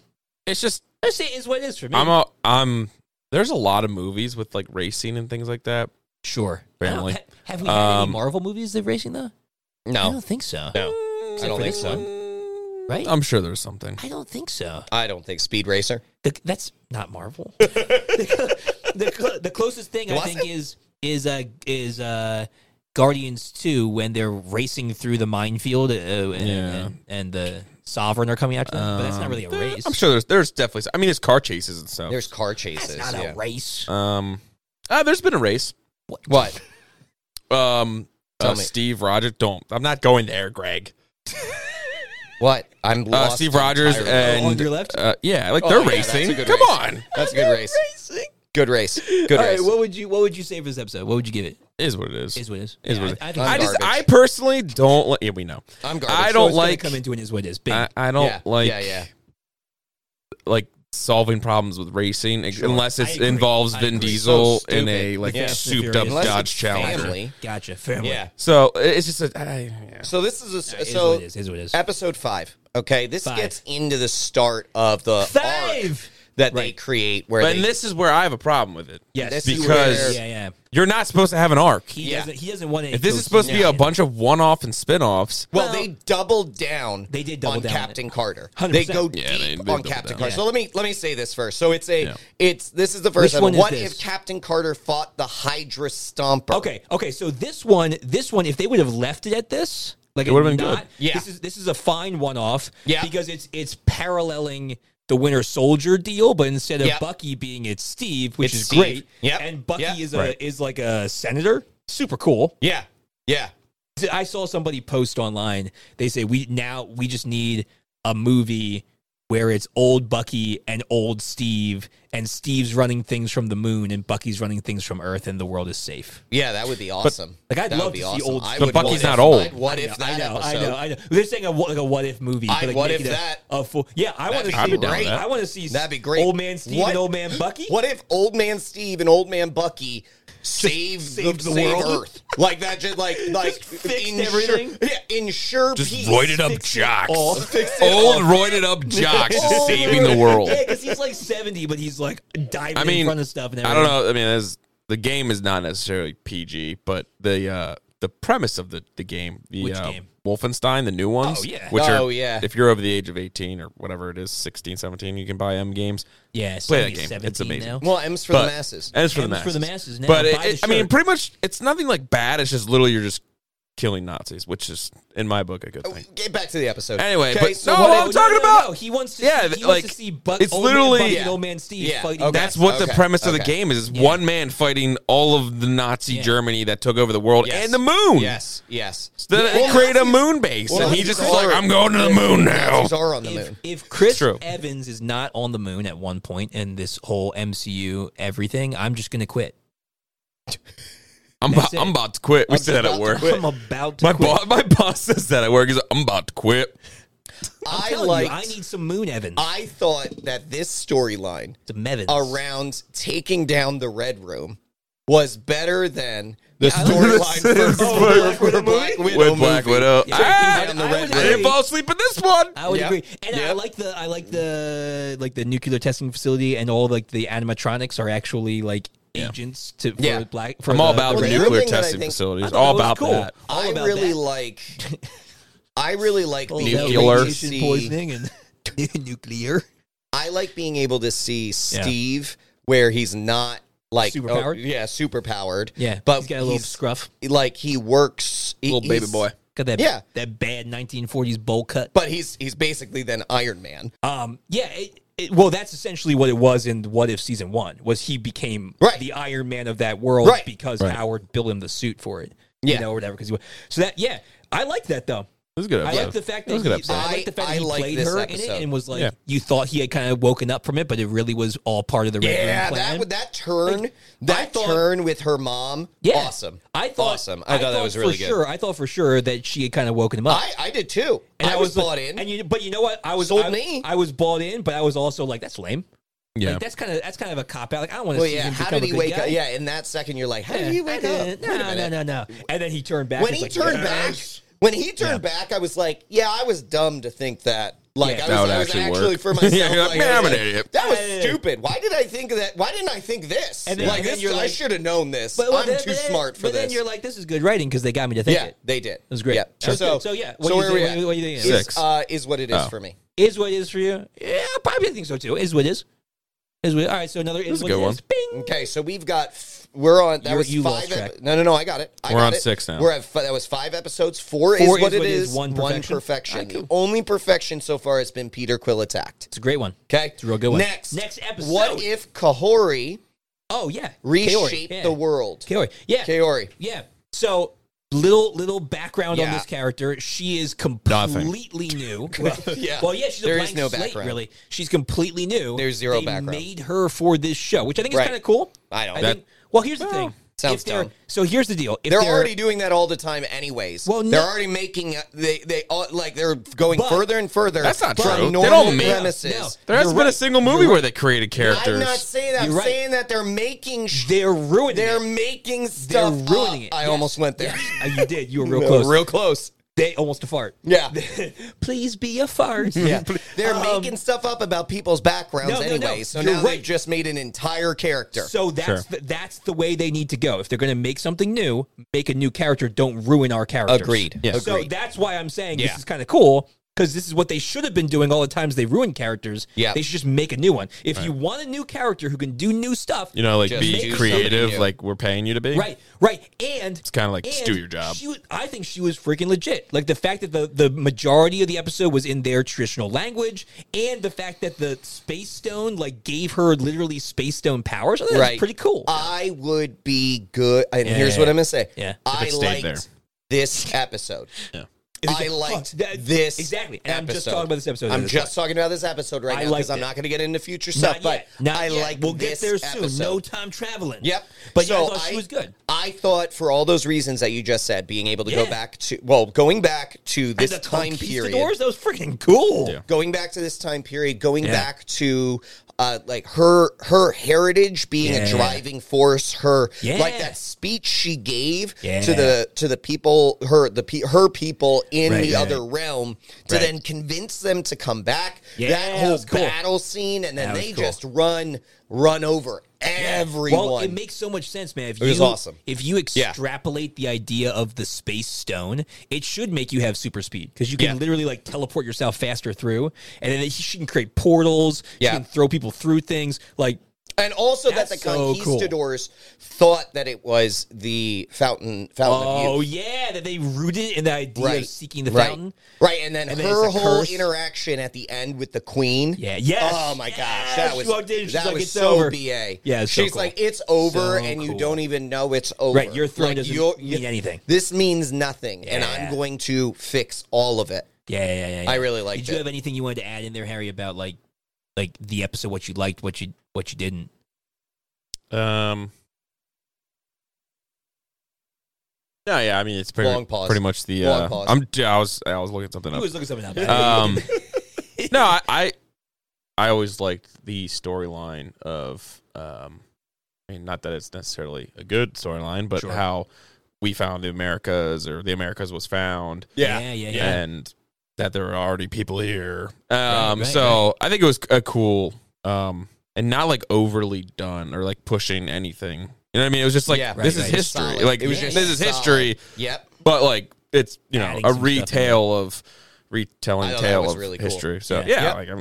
Speaker 3: It's just
Speaker 2: That's it. Is what it is for me.
Speaker 3: I'm a I'm. There's a lot of movies with like racing and things like that.
Speaker 2: sure.
Speaker 3: Family.
Speaker 2: I don't- ha- have we had
Speaker 3: Um,
Speaker 2: any Marvel movies that racing though? I
Speaker 1: No,
Speaker 2: don't think so.
Speaker 1: No. I don't
Speaker 2: for
Speaker 1: think
Speaker 2: this
Speaker 1: so.
Speaker 2: one. Right?
Speaker 3: I'm sure there's something.
Speaker 2: I don't think so.
Speaker 1: I don't think Speed Racer.
Speaker 2: The- that's not Marvel. the, cl- the closest thing I
Speaker 1: Was
Speaker 2: think is is uh, is uh, Guardians Two when they're racing through the minefield uh, and,
Speaker 3: Yeah.
Speaker 2: and, and the Sovereign are coming after them. but that's not really a
Speaker 3: Eh,
Speaker 2: race.
Speaker 3: I'm sure there's there's definitely. some- I mean, there's car chases and stuff.
Speaker 1: There's car chases.
Speaker 2: Oh. That's not
Speaker 1: yeah.
Speaker 2: a race.
Speaker 3: um, ah, there's been a race.
Speaker 1: What?
Speaker 3: Um, uh,
Speaker 1: Tell me.
Speaker 3: Steve Rogers. Don't. I'm not going there, Greg.
Speaker 1: What? I'm
Speaker 3: Uh,
Speaker 1: lost
Speaker 3: Steve Rogers
Speaker 1: entirely.
Speaker 3: and
Speaker 2: On your left?
Speaker 3: Uh, yeah, like
Speaker 1: Oh,
Speaker 3: they're
Speaker 1: yeah, that's
Speaker 3: racing.
Speaker 1: a good
Speaker 3: Come
Speaker 1: race.
Speaker 3: on,
Speaker 1: That's a good race.
Speaker 2: Racing.
Speaker 1: Good race. Good
Speaker 2: All
Speaker 1: race.
Speaker 2: right, what would you what would you say for this episode? What would you give it?
Speaker 3: is what it is.
Speaker 2: Is what it is.
Speaker 3: Is
Speaker 2: Yeah,
Speaker 3: what it
Speaker 2: I, I
Speaker 3: is.
Speaker 2: think
Speaker 3: I,
Speaker 1: I'm
Speaker 2: so.
Speaker 3: just,
Speaker 1: garbage.
Speaker 3: I personally don't. Li- yeah, we know.
Speaker 1: I'm garbage.
Speaker 3: I
Speaker 2: So
Speaker 3: don't
Speaker 2: it's gonna
Speaker 3: like.
Speaker 2: come into it is what it is. Big.
Speaker 3: I, I don't
Speaker 1: yeah.
Speaker 3: like.
Speaker 1: Yeah, yeah.
Speaker 3: like solving problems with racing ex- unless
Speaker 2: I
Speaker 3: it
Speaker 2: agree.
Speaker 3: involves
Speaker 2: I
Speaker 3: Vin
Speaker 2: agree.
Speaker 3: Diesel
Speaker 1: So
Speaker 3: in
Speaker 1: stupid.
Speaker 3: a like
Speaker 1: Yeah.
Speaker 3: souped up
Speaker 1: Unless
Speaker 3: Dodge
Speaker 1: it's
Speaker 3: Challenger.
Speaker 1: Family.
Speaker 2: gotcha. Family.
Speaker 1: Yeah.
Speaker 3: So it- it's just a I, yeah.
Speaker 1: So this is a
Speaker 2: It is
Speaker 1: so
Speaker 2: what it is. Is what it is.
Speaker 1: episode five. Okay, this
Speaker 2: Five.
Speaker 1: gets into the start of the arc
Speaker 2: Five.
Speaker 1: that they
Speaker 2: Right.
Speaker 1: create. Where
Speaker 3: But
Speaker 1: they,
Speaker 3: this is where I have a problem with it.
Speaker 2: Yes.
Speaker 1: This is
Speaker 3: Because-
Speaker 1: where-
Speaker 2: yeah, yeah.
Speaker 3: You're not supposed to have an arc.
Speaker 2: He
Speaker 1: Yeah.
Speaker 2: doesn't. He doesn't want it.
Speaker 3: If this is supposed to be a bunch of one-off and spin-offs,
Speaker 1: well,
Speaker 2: well-
Speaker 1: they doubled down.
Speaker 2: They did double
Speaker 1: on
Speaker 2: down on
Speaker 1: Captain Carter.
Speaker 2: 100%.
Speaker 1: They go
Speaker 3: Yeah, they- they
Speaker 1: deep on
Speaker 3: doubled
Speaker 1: Captain
Speaker 3: down.
Speaker 1: Carter. So let me let me say this first. So it's a
Speaker 3: Yeah.
Speaker 1: it's this is the first
Speaker 2: Which
Speaker 1: one.
Speaker 2: one is
Speaker 1: What
Speaker 2: this?
Speaker 1: if Captain Carter fought the Hydra Stomper?
Speaker 2: Okay. Okay. So this one, this one, if they would have left it at this, like it
Speaker 3: would've been good.
Speaker 1: Yeah.
Speaker 2: This is this is a fine one-off.
Speaker 1: Yeah.
Speaker 2: Because it's it's paralleling the Winter Soldier deal, but instead of
Speaker 1: Yeah.
Speaker 2: Bucky being it's Steve, which
Speaker 1: It's
Speaker 2: is
Speaker 1: Steve.
Speaker 2: great.
Speaker 1: Yeah.
Speaker 2: And Bucky
Speaker 1: Yeah.
Speaker 2: is a
Speaker 3: Right.
Speaker 2: is like a senator. Super cool.
Speaker 1: Yeah. Yeah.
Speaker 2: I saw somebody post online. They say we now we just need a movie where it's old Bucky and old Steve, and Steve's running things from the moon, and Bucky's running things from Earth, and the world is safe.
Speaker 1: Yeah, that would be awesome.
Speaker 2: like, I'd
Speaker 1: that
Speaker 2: love
Speaker 1: would be
Speaker 2: to see
Speaker 1: awesome.
Speaker 2: old-
Speaker 1: I
Speaker 3: But
Speaker 1: would
Speaker 3: Bucky's
Speaker 1: what
Speaker 3: not
Speaker 1: if-
Speaker 3: old.
Speaker 1: I'd what
Speaker 2: I
Speaker 1: if
Speaker 2: know,
Speaker 1: that
Speaker 2: I know,
Speaker 1: episode?
Speaker 2: I know, I know. They're saying a what- like a what if movie.
Speaker 1: I-
Speaker 2: but, like,
Speaker 1: what
Speaker 2: make
Speaker 1: if
Speaker 2: it a-
Speaker 1: that-
Speaker 2: A full, yeah, I want
Speaker 1: That'd
Speaker 2: to
Speaker 1: be
Speaker 2: see.
Speaker 1: great.
Speaker 2: I want to see.
Speaker 1: That'd be great.
Speaker 2: Old man Steve
Speaker 1: What-
Speaker 2: and old man Bucky.
Speaker 1: What if old man Steve and old man Bucky save
Speaker 2: saved
Speaker 1: the,
Speaker 2: the
Speaker 1: save
Speaker 2: world?
Speaker 1: Earth? Like that just like like
Speaker 2: fixed
Speaker 1: ensure,
Speaker 2: everything?
Speaker 1: Yeah, ensure
Speaker 3: just
Speaker 1: peace.
Speaker 3: roided up
Speaker 2: fix it
Speaker 3: jocks,
Speaker 2: all.
Speaker 3: old
Speaker 1: Fix it all.
Speaker 3: roided up jocks saving the world.
Speaker 2: Yeah, because he's like seventy, but he's like diving
Speaker 3: I
Speaker 2: in
Speaker 3: mean,
Speaker 2: front of stuff. And
Speaker 3: I don't know. I mean, that's the game is not necessarily PG, but the uh, the premise of the the game, the
Speaker 2: Which
Speaker 3: uh,
Speaker 2: game?
Speaker 3: Wolfenstein, the new ones,
Speaker 2: Oh, yeah.
Speaker 3: which
Speaker 1: Oh,
Speaker 3: are
Speaker 1: yeah.
Speaker 3: if you're over the age of 18 or whatever it is, 16, 17, you can buy M games.
Speaker 2: Yeah,
Speaker 3: Play that
Speaker 2: somebody's
Speaker 3: game. It's
Speaker 2: 17
Speaker 3: amazing.
Speaker 2: now.
Speaker 1: Well, M's for
Speaker 3: But-
Speaker 1: the masses.
Speaker 3: And it's for the
Speaker 2: M's
Speaker 3: masses.
Speaker 2: for the masses now.
Speaker 3: But
Speaker 2: Buy
Speaker 3: it,
Speaker 2: the
Speaker 3: it- I mean,
Speaker 2: shirt.
Speaker 3: pretty much, it's nothing like bad. It's just literally you're just killing Nazis, which is in my book a good thing.
Speaker 1: Get back to the episode.
Speaker 3: Anyway,
Speaker 1: Okay,
Speaker 3: but
Speaker 1: so
Speaker 3: no,
Speaker 1: what
Speaker 3: I'm
Speaker 1: if-
Speaker 3: talking about-
Speaker 2: He wants to.
Speaker 3: Yeah,
Speaker 2: Yeah, see, he
Speaker 3: like,
Speaker 2: wants to see. Buck, it's
Speaker 3: it's
Speaker 2: literally
Speaker 3: literally-
Speaker 2: man, Bucky,
Speaker 1: Yeah.
Speaker 2: old man Steve
Speaker 1: Yeah,
Speaker 2: fighting.
Speaker 1: okay.
Speaker 2: back.
Speaker 3: That's what the
Speaker 1: okay,
Speaker 3: premise of the
Speaker 1: okay.
Speaker 3: game is: is one man fighting all of the Nazi
Speaker 2: Yeah.
Speaker 3: Germany that took over the world
Speaker 1: Yes.
Speaker 3: and the moon.
Speaker 1: Yes, yes.
Speaker 3: So then they
Speaker 1: Well,
Speaker 3: create a
Speaker 1: Nazis-
Speaker 3: moon base,
Speaker 1: well,
Speaker 3: and he
Speaker 1: Nazis
Speaker 3: just is like,
Speaker 1: are-
Speaker 3: "I'm going to the moon now."
Speaker 1: Nazis are on the
Speaker 2: If,
Speaker 1: moon.
Speaker 2: if Chris
Speaker 3: true.
Speaker 2: Evans is not on the moon at one point in this whole MCU everything, I'm just gonna quit.
Speaker 3: I'm,
Speaker 2: That's
Speaker 3: about,
Speaker 2: it.
Speaker 3: I'm about to quit. We
Speaker 1: I'm
Speaker 3: said that
Speaker 1: about
Speaker 3: at
Speaker 1: to
Speaker 3: work.
Speaker 1: quit.
Speaker 2: I'm about to
Speaker 3: My
Speaker 2: quit.
Speaker 3: boss, my boss says that at work. He's like, "I'm about to quit."
Speaker 2: I'm
Speaker 1: I
Speaker 2: telling
Speaker 1: like.
Speaker 2: you, I need some moon Evans.
Speaker 1: I thought that this storyline
Speaker 2: some Evans.
Speaker 1: around taking down the Red Room was better than the
Speaker 2: I like-
Speaker 1: storyline
Speaker 3: This is
Speaker 1: for,
Speaker 3: what-
Speaker 1: for the Black Widow
Speaker 3: With Black
Speaker 1: movie.
Speaker 3: Widow,
Speaker 2: Yeah.
Speaker 3: Ah!
Speaker 1: Taking down the
Speaker 2: I
Speaker 1: Red
Speaker 2: would
Speaker 3: I
Speaker 1: Room.
Speaker 3: didn't fall asleep in this one.
Speaker 2: I would
Speaker 1: Yeah.
Speaker 2: agree, and I
Speaker 1: Yeah.
Speaker 2: like the I like the like the nuclear testing facility, and all like the animatronics are actually like agents to for
Speaker 1: Yeah.
Speaker 2: black. For
Speaker 3: I'm all
Speaker 2: the-
Speaker 3: about
Speaker 2: the
Speaker 1: the
Speaker 2: Red
Speaker 1: other
Speaker 3: nuclear
Speaker 1: thing that I
Speaker 3: testing
Speaker 1: think-
Speaker 3: facilities.
Speaker 2: I thought
Speaker 3: All
Speaker 2: it was
Speaker 3: about
Speaker 2: cool.
Speaker 3: that.
Speaker 2: All
Speaker 1: I
Speaker 2: about
Speaker 1: really
Speaker 2: that.
Speaker 1: like. I really like being
Speaker 2: Room.
Speaker 1: able
Speaker 3: Nuclear.
Speaker 1: to
Speaker 2: radiation
Speaker 1: see-
Speaker 2: poisoning and nuclear.
Speaker 1: I like being able to see Steve where he's not like oh,
Speaker 2: Superpowered?
Speaker 1: yeah, super powered.
Speaker 2: Yeah,
Speaker 1: but
Speaker 2: he's got a little
Speaker 1: he's-
Speaker 2: scruff.
Speaker 1: like he works he-
Speaker 3: Little baby
Speaker 1: he's-
Speaker 3: boy.
Speaker 2: Got that
Speaker 1: Yeah.
Speaker 2: that bad 1940s bowl cut.
Speaker 1: but he's he's basically then Iron Man.
Speaker 2: Um, yeah. It, it, well, that's essentially what it was in What If season one. Was he became
Speaker 1: Right.
Speaker 2: the Iron Man of that world
Speaker 1: Right.
Speaker 2: because
Speaker 3: Right.
Speaker 2: Howard built him the suit for it.
Speaker 1: Yeah.
Speaker 2: you know, or whatever. Because so that yeah, I like that though.
Speaker 3: This is a good.
Speaker 2: I
Speaker 3: episode.
Speaker 2: like the fact
Speaker 3: That
Speaker 2: that,
Speaker 3: was
Speaker 2: he,
Speaker 3: a good
Speaker 2: I,
Speaker 3: episode.
Speaker 2: like the fact
Speaker 1: I-
Speaker 2: that he
Speaker 1: I like
Speaker 2: played
Speaker 1: this
Speaker 2: her in
Speaker 1: episode.
Speaker 2: it and was like,
Speaker 3: Yeah.
Speaker 2: you thought he had kind of woken up from it, but it really was all part of the Red
Speaker 1: Yeah,
Speaker 2: Room plan.
Speaker 1: that would that turn that
Speaker 2: thought-
Speaker 1: turn with her mom.
Speaker 2: yeah,
Speaker 1: Awesome.
Speaker 2: I thought
Speaker 1: awesome. I, thought that was
Speaker 2: for
Speaker 1: really good.
Speaker 2: Sure, I thought for sure that she had kind of woken him up.
Speaker 1: I, I did too. I, was,
Speaker 2: like-
Speaker 1: bought in.
Speaker 2: And you, but you know what? I was
Speaker 1: Sold
Speaker 2: I,
Speaker 1: me.
Speaker 2: I was bought in, but I was also like, that's lame.
Speaker 3: Yeah.
Speaker 2: Like, that's kind of that's kind of a cop out. Like I don't want to
Speaker 1: well,
Speaker 2: see
Speaker 1: yeah.
Speaker 2: him
Speaker 1: How
Speaker 2: become
Speaker 1: did
Speaker 2: a
Speaker 1: he
Speaker 2: good
Speaker 1: wake
Speaker 2: guy.
Speaker 1: up? Yeah, in that second, you're like, how did he wake
Speaker 2: I
Speaker 1: up?
Speaker 2: didn't-
Speaker 1: Wait a
Speaker 2: No, no,
Speaker 1: minute.
Speaker 2: no, no. And then he turned back.
Speaker 1: When
Speaker 2: he's
Speaker 1: he
Speaker 2: like,
Speaker 1: turned back, when he turned back, I was like, yeah, I was dumb to think that. Like
Speaker 2: Yeah.
Speaker 1: I was,
Speaker 2: That
Speaker 3: would
Speaker 1: I was
Speaker 3: actually
Speaker 1: actually,
Speaker 3: work.
Speaker 1: for myself.
Speaker 3: Yeah, you're like,
Speaker 1: like,
Speaker 3: "Man,
Speaker 1: I was
Speaker 3: I'm an
Speaker 1: like,
Speaker 3: idiot."
Speaker 1: That was
Speaker 2: Yeah.
Speaker 1: stupid. Why did I think that? Why didn't I think this?
Speaker 2: And then-
Speaker 1: like
Speaker 2: and then
Speaker 1: this,
Speaker 2: you're
Speaker 1: I
Speaker 2: like-
Speaker 1: should have known this.
Speaker 2: But,
Speaker 1: I'm
Speaker 2: then-
Speaker 1: too
Speaker 2: but then-
Speaker 1: smart for
Speaker 2: but
Speaker 1: this.
Speaker 2: then you're like, this is good writing because they got me to think
Speaker 1: yeah,
Speaker 2: it.
Speaker 1: they did. It
Speaker 2: was great.
Speaker 1: Yeah.
Speaker 2: Sure.
Speaker 1: So,
Speaker 2: So, yeah,
Speaker 1: So
Speaker 2: what do you
Speaker 1: where are we
Speaker 2: think-
Speaker 1: at?
Speaker 2: what do you think
Speaker 1: Is,
Speaker 2: it is?
Speaker 3: Six.
Speaker 1: uh, is what it is
Speaker 3: Oh.
Speaker 1: for me.
Speaker 2: Is what it is for you? Yeah, I probably think so too. Is what it is. Is what? All right. So another is
Speaker 3: is a
Speaker 2: what
Speaker 3: good
Speaker 2: it is. Bing.
Speaker 1: Okay, so we've got f- we're on that
Speaker 2: You're-
Speaker 1: was
Speaker 2: you
Speaker 1: five.
Speaker 2: lost track.
Speaker 1: ep- no, no, no, I got it. I
Speaker 3: We're
Speaker 1: got
Speaker 3: on
Speaker 1: it.
Speaker 3: six now.
Speaker 1: We're at fi- that was five episodes. Four,
Speaker 2: Four
Speaker 1: is what it is.
Speaker 2: one perfection. Ah,
Speaker 1: perfection. The only perfection so far has been Peter Quill attacked.
Speaker 2: It's a great one.
Speaker 1: Okay,
Speaker 2: It's a real good one.
Speaker 1: Next,
Speaker 2: Next episode.
Speaker 1: What if Kahori
Speaker 2: Oh yeah.
Speaker 1: reshaped
Speaker 2: Kaori, yeah.
Speaker 1: the world?
Speaker 2: Kaori. Yeah.
Speaker 1: Kaori.
Speaker 2: Yeah. So little little background on
Speaker 1: Yeah.
Speaker 2: this character. She is
Speaker 3: Nothing.
Speaker 2: completely new. Well,
Speaker 1: Yeah.
Speaker 2: Well, yeah, she's a
Speaker 1: There
Speaker 2: blank
Speaker 1: is no
Speaker 2: slate,
Speaker 1: background.
Speaker 2: really. She's completely new.
Speaker 1: There's zero
Speaker 2: they
Speaker 1: background.
Speaker 2: Made her for this show, which I think is
Speaker 1: Right.
Speaker 2: kind of cool.
Speaker 1: I don't.
Speaker 2: I
Speaker 1: That-
Speaker 2: think, well, here's the thing.
Speaker 1: Sounds
Speaker 2: If they're-
Speaker 1: dumb.
Speaker 2: So here's the deal. If
Speaker 1: they're, already doing that all the time, anyways.
Speaker 2: Well, no-
Speaker 1: they're already making uh, they they all, like they're going
Speaker 2: But-
Speaker 1: further and further.
Speaker 3: That's not
Speaker 1: from
Speaker 3: true. They
Speaker 1: normal
Speaker 3: don't make-
Speaker 1: premises.
Speaker 2: No.
Speaker 3: There hasn't been a single movie where they created characters.
Speaker 1: I'm not saying that. I'm
Speaker 2: You're right.
Speaker 1: saying that they're making. sh-
Speaker 2: they're ruining
Speaker 1: They're
Speaker 2: it.
Speaker 1: making
Speaker 2: They're
Speaker 1: stuff.
Speaker 2: ruining
Speaker 1: up.
Speaker 2: it.
Speaker 1: I
Speaker 2: Yes.
Speaker 1: almost went there.
Speaker 2: Yes. Uh, you did. You were real
Speaker 1: No,
Speaker 2: close.
Speaker 1: Real close.
Speaker 2: They almost a fart.
Speaker 1: Yeah.
Speaker 2: Please be a fart.
Speaker 1: Yeah. They're
Speaker 2: Um,
Speaker 1: making stuff up about people's backgrounds
Speaker 2: no, no, no.
Speaker 1: anyway. So
Speaker 2: You're
Speaker 1: now
Speaker 2: right.
Speaker 1: they've just made an entire character.
Speaker 2: So that's the, that's the way they need to go. If they're going to make something new, make a new character. Don't ruin our characters.
Speaker 1: Agreed.
Speaker 3: Yes.
Speaker 2: So
Speaker 1: Agreed.
Speaker 2: that's why I'm saying
Speaker 1: Yeah.
Speaker 2: this is kind of cool because this is what they should have been doing all the times they ruin characters.
Speaker 1: Yeah.
Speaker 2: They should just make a new one. If you want a new character who can do new stuff,
Speaker 3: you know, like
Speaker 1: Just
Speaker 3: be
Speaker 1: make
Speaker 3: creative,
Speaker 1: something new.
Speaker 3: like we're paying you to be.
Speaker 2: Right, right, and it's
Speaker 3: kinda like, just do your job.
Speaker 2: She was, I think she was freaking legit. Like the fact that the the majority of the episode was in their traditional language, and the fact that the space stone like gave her literally space stone powers. I think that's
Speaker 1: Right. Uh,
Speaker 2: pretty cool.
Speaker 1: I would be good. And
Speaker 2: Yeah.
Speaker 1: here's what I'm going to say.
Speaker 2: Yeah. If it
Speaker 1: I
Speaker 3: stayed
Speaker 1: liked
Speaker 3: there.
Speaker 1: this episode. I liked
Speaker 2: Oh, that-
Speaker 1: this.
Speaker 2: exactly. And I'm just
Speaker 1: episode.
Speaker 2: talking about this episode.
Speaker 1: I'm
Speaker 2: That's
Speaker 1: just talking about this episode right
Speaker 2: I
Speaker 1: now
Speaker 2: liked
Speaker 1: because I'm
Speaker 2: it.
Speaker 1: not going to get into future
Speaker 2: Not
Speaker 1: stuff.
Speaker 2: yet.
Speaker 1: But
Speaker 2: Not
Speaker 1: I
Speaker 2: yet.
Speaker 1: like
Speaker 2: We'll
Speaker 1: this
Speaker 2: get there soon.
Speaker 1: episode.
Speaker 2: No time traveling.
Speaker 1: Yep.
Speaker 2: But yeah, I thought she was good.
Speaker 1: I thought for all those reasons that you just said, being able to
Speaker 2: Yeah.
Speaker 1: go back to well, going back to
Speaker 2: And
Speaker 1: this
Speaker 2: the
Speaker 1: time
Speaker 2: conquistadors,
Speaker 1: period,
Speaker 2: That was freaking cool.
Speaker 3: Yeah.
Speaker 1: going back to this time period, going
Speaker 2: Yeah.
Speaker 1: back to uh, like her her heritage being
Speaker 2: Yeah.
Speaker 1: a driving force, her
Speaker 2: Yeah.
Speaker 1: like that speech she gave
Speaker 2: Yeah.
Speaker 1: to the to the people, her the pe- her people in
Speaker 2: Right,
Speaker 1: the
Speaker 2: right.
Speaker 1: other realm, to
Speaker 2: Right.
Speaker 1: then convince them to come back.
Speaker 2: Yeah,
Speaker 1: that
Speaker 2: that
Speaker 1: whole
Speaker 2: was cool.
Speaker 1: battle scene, and then
Speaker 2: That was
Speaker 1: they
Speaker 2: cool.
Speaker 1: just run run over everyone.
Speaker 2: Well, it makes so much sense, man. If
Speaker 1: It was
Speaker 2: you,
Speaker 1: awesome.
Speaker 2: If you
Speaker 3: Yeah.
Speaker 2: extrapolate the idea of the space stone, it should make you have super speed because you can
Speaker 3: Yeah.
Speaker 2: literally like teleport yourself faster through, and then she can create portals.
Speaker 3: Yeah.
Speaker 2: She can throw people through things. Like
Speaker 1: and also that the
Speaker 2: That's so cool.
Speaker 1: conquistadors thought that it was the fountain fountain of
Speaker 2: oh
Speaker 1: youth.
Speaker 2: yeah, that they rooted in the idea of seeking the
Speaker 1: right.
Speaker 2: fountain.
Speaker 1: Right, and then
Speaker 2: And then
Speaker 1: her
Speaker 2: it's a
Speaker 1: whole
Speaker 2: curse.
Speaker 1: interaction at the end with the queen.
Speaker 2: Yeah. Yes.
Speaker 1: Oh my gosh,
Speaker 2: Yes.
Speaker 1: that was
Speaker 2: she walked in. She's
Speaker 1: that
Speaker 2: like,
Speaker 1: was
Speaker 2: it's
Speaker 1: so
Speaker 2: over.
Speaker 1: ba.
Speaker 2: Yeah, it's so
Speaker 1: she's
Speaker 2: cool.
Speaker 1: like, it's over,
Speaker 2: So
Speaker 1: and you
Speaker 2: cool.
Speaker 1: don't even know it's over.
Speaker 2: Right, your throne
Speaker 1: Like,
Speaker 2: doesn't
Speaker 1: you're-
Speaker 2: mean anything.
Speaker 1: This means nothing, and I'm
Speaker 2: Yeah.
Speaker 1: going to fix all of it.
Speaker 2: Yeah, yeah, yeah. yeah.
Speaker 1: I really liked
Speaker 2: Did you
Speaker 1: it.
Speaker 2: have anything you wanted to add in there, Harry, about like like the episode, what you liked, what you what you didn't?
Speaker 3: Um. No, yeah, I mean it's pretty
Speaker 1: Long pause.
Speaker 3: pretty much the.
Speaker 1: Long
Speaker 3: uh,
Speaker 1: pause.
Speaker 3: I'm. dude, I was. I was looking at something
Speaker 2: You
Speaker 3: up.
Speaker 2: was looking something up.
Speaker 3: Um, no, I, I. I always liked the storyline of. Um, I mean, not that it's necessarily a good storyline, but
Speaker 2: Sure.
Speaker 3: how we found the Americas or the Americas was found.
Speaker 2: yeah, yeah, yeah.
Speaker 3: and that there are already people here. Um,
Speaker 2: right,
Speaker 3: so I think it was a cool, um, and not like overly done or like pushing anything. You know what I mean? It was just like
Speaker 1: Yeah,
Speaker 3: this is
Speaker 2: right, right.
Speaker 3: history.
Speaker 1: Solid.
Speaker 3: Like
Speaker 1: It was
Speaker 2: just
Speaker 3: this is
Speaker 1: solid.
Speaker 3: history,
Speaker 1: Yep.
Speaker 3: but like it's you know
Speaker 2: Adding
Speaker 3: a
Speaker 2: some stuff in
Speaker 3: retale of retelling
Speaker 1: I thought that
Speaker 3: tale
Speaker 1: was
Speaker 3: of
Speaker 1: really cool.
Speaker 3: history. So
Speaker 2: Yeah.
Speaker 3: yeah,
Speaker 1: Yep.
Speaker 3: like I'm,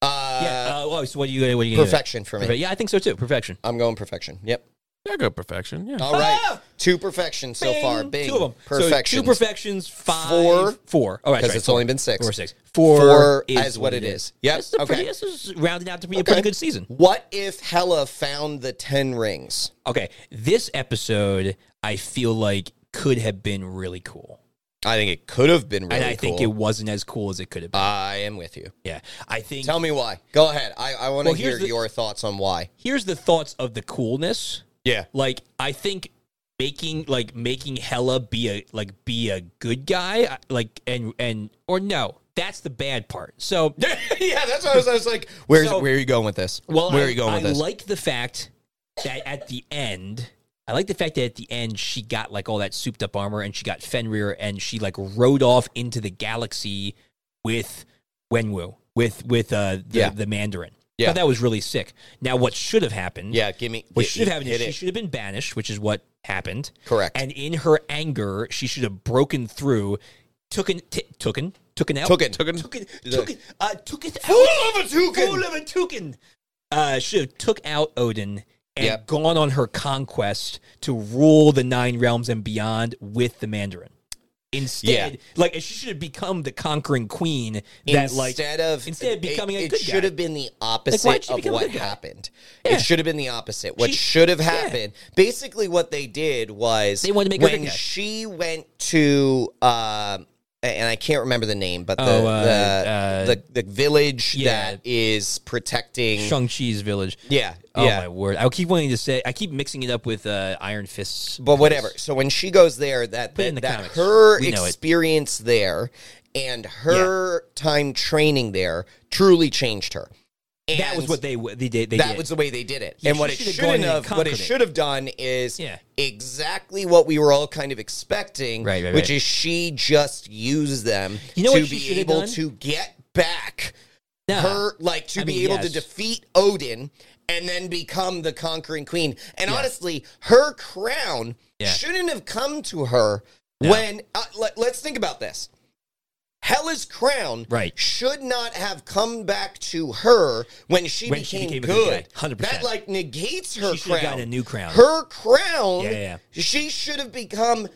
Speaker 1: Uh,
Speaker 2: yeah. Uh, well, so what are you gonna what are you gonna do?
Speaker 1: perfection for me.
Speaker 2: Perfect. Yeah, I think so too. Perfection.
Speaker 1: I'm going perfection. Yep.
Speaker 3: I go perfection. Yeah,
Speaker 1: All right.
Speaker 2: Ah!
Speaker 1: Two perfections so far. Bing.
Speaker 2: Two of them.
Speaker 1: Perfections.
Speaker 2: So two perfections. Five.
Speaker 1: Four.
Speaker 2: Four. Oh,
Speaker 1: Because it's only been six.
Speaker 2: four or six. Four,
Speaker 1: Four
Speaker 2: is
Speaker 1: as what it is. Yep.
Speaker 2: This is a
Speaker 1: Okay.
Speaker 2: pretty, this is rounded out to be a
Speaker 1: Okay.
Speaker 2: pretty good season.
Speaker 1: What if Hella found the ten rings?
Speaker 2: Okay, this episode I feel like could have been really cool,
Speaker 1: I think it could have been really
Speaker 2: and I think it
Speaker 1: cool.
Speaker 2: wasn't as cool as it could have been.
Speaker 1: I am with you.
Speaker 2: yeah, I think
Speaker 1: Tell me why. Go ahead. I, I want to
Speaker 2: Well, here's
Speaker 1: hear
Speaker 2: the-
Speaker 1: your thoughts on why.
Speaker 2: here's the thoughts of the coolness.
Speaker 1: Yeah.
Speaker 2: Like I think making like making Hella be a like be a good guy I- like and and or no, that's the bad part. So
Speaker 1: yeah, that's what I was, I was like. Where's
Speaker 2: So-
Speaker 1: where are you going with this?
Speaker 2: well,
Speaker 1: where
Speaker 2: I,
Speaker 1: are you going with
Speaker 2: I
Speaker 1: this?
Speaker 2: like the fact that at the end I like the fact that at the end she got like all that souped up armor and she got Fenrir and she like rode off into the galaxy with Wenwu with with uh the,
Speaker 1: Yeah.
Speaker 2: the Mandarin.
Speaker 1: Yeah.
Speaker 2: Thought that was really sick. Now what should have happened
Speaker 1: yeah, give me.
Speaker 2: What
Speaker 1: hit-
Speaker 2: should have happened is
Speaker 1: hit
Speaker 2: she
Speaker 1: it.
Speaker 2: should have been banished, which is what happened.
Speaker 1: Correct.
Speaker 2: And in her anger, she should have broken through, took an, t- took an, took an out,
Speaker 1: Took it.
Speaker 3: Took it.
Speaker 2: took it, took it, uh, took it
Speaker 1: Fool
Speaker 2: out,
Speaker 1: of a toucan!
Speaker 2: fool of a toucan. Uh, should have took out Odin and
Speaker 1: Yep.
Speaker 2: gone on her conquest to rule the nine realms and beyond with the Mandarin. Instead, like she should have become the conquering queen. That like
Speaker 1: instead of
Speaker 2: instead of becoming
Speaker 1: it,
Speaker 2: a
Speaker 1: it
Speaker 2: good
Speaker 1: should
Speaker 2: guy.
Speaker 1: have been the
Speaker 2: why'd
Speaker 1: opposite
Speaker 2: she
Speaker 1: of
Speaker 2: become a
Speaker 1: what
Speaker 2: good guy?
Speaker 1: happened.
Speaker 2: Yeah.
Speaker 1: It should have been the opposite. What
Speaker 2: She-
Speaker 1: should have
Speaker 2: yeah.
Speaker 1: happened? Basically, what they did was
Speaker 2: They wanted to make her a
Speaker 1: when
Speaker 2: good guy.
Speaker 1: she went to. Uh, and I can't remember the name, but the
Speaker 2: Oh, uh,
Speaker 1: the,
Speaker 2: uh,
Speaker 1: the the village
Speaker 2: yeah.
Speaker 1: that is protecting.
Speaker 2: Shang Chi's village.
Speaker 1: yeah,
Speaker 2: Oh
Speaker 1: yeah.
Speaker 2: my word! I keep wanting to say. I keep mixing it up with uh, Iron Fists.
Speaker 1: But whatever. So when she goes there, that
Speaker 2: Put it in
Speaker 1: that,
Speaker 2: the
Speaker 1: that
Speaker 2: comics.
Speaker 1: her
Speaker 2: We know it.
Speaker 1: experience there and her time training there truly changed her. And
Speaker 2: that was what they w- they did. They
Speaker 1: that
Speaker 2: did.
Speaker 1: was the way they did it.
Speaker 2: Yeah,
Speaker 1: and
Speaker 2: she
Speaker 1: what it
Speaker 2: should've
Speaker 1: shouldn't
Speaker 2: gone in and
Speaker 1: have, what it
Speaker 2: conquered it.
Speaker 1: should have done is
Speaker 2: Yeah.
Speaker 1: exactly what we were all kind of expecting,
Speaker 2: Right, right,
Speaker 1: which
Speaker 2: right.
Speaker 1: is she just used them
Speaker 2: You know
Speaker 1: to
Speaker 2: what she
Speaker 1: be
Speaker 2: should've
Speaker 1: able
Speaker 2: done?
Speaker 1: to get back
Speaker 2: Nah.
Speaker 1: her, like to
Speaker 2: I
Speaker 1: be
Speaker 2: mean,
Speaker 1: able to
Speaker 2: yes.
Speaker 1: defeat Odin and then become the conquering queen. And honestly, her crown
Speaker 2: Yeah.
Speaker 1: shouldn't have come to her when. Uh, let, let's think about this. Hella's crown
Speaker 2: Right.
Speaker 1: should not have come back to her when she
Speaker 2: When she
Speaker 1: became,
Speaker 2: became a good
Speaker 1: good.
Speaker 2: guy, 100%.
Speaker 1: That like negates her
Speaker 2: She should've
Speaker 1: crown.
Speaker 2: gotten a new crown.
Speaker 1: Her crown.
Speaker 2: Yeah, yeah,
Speaker 1: She should have become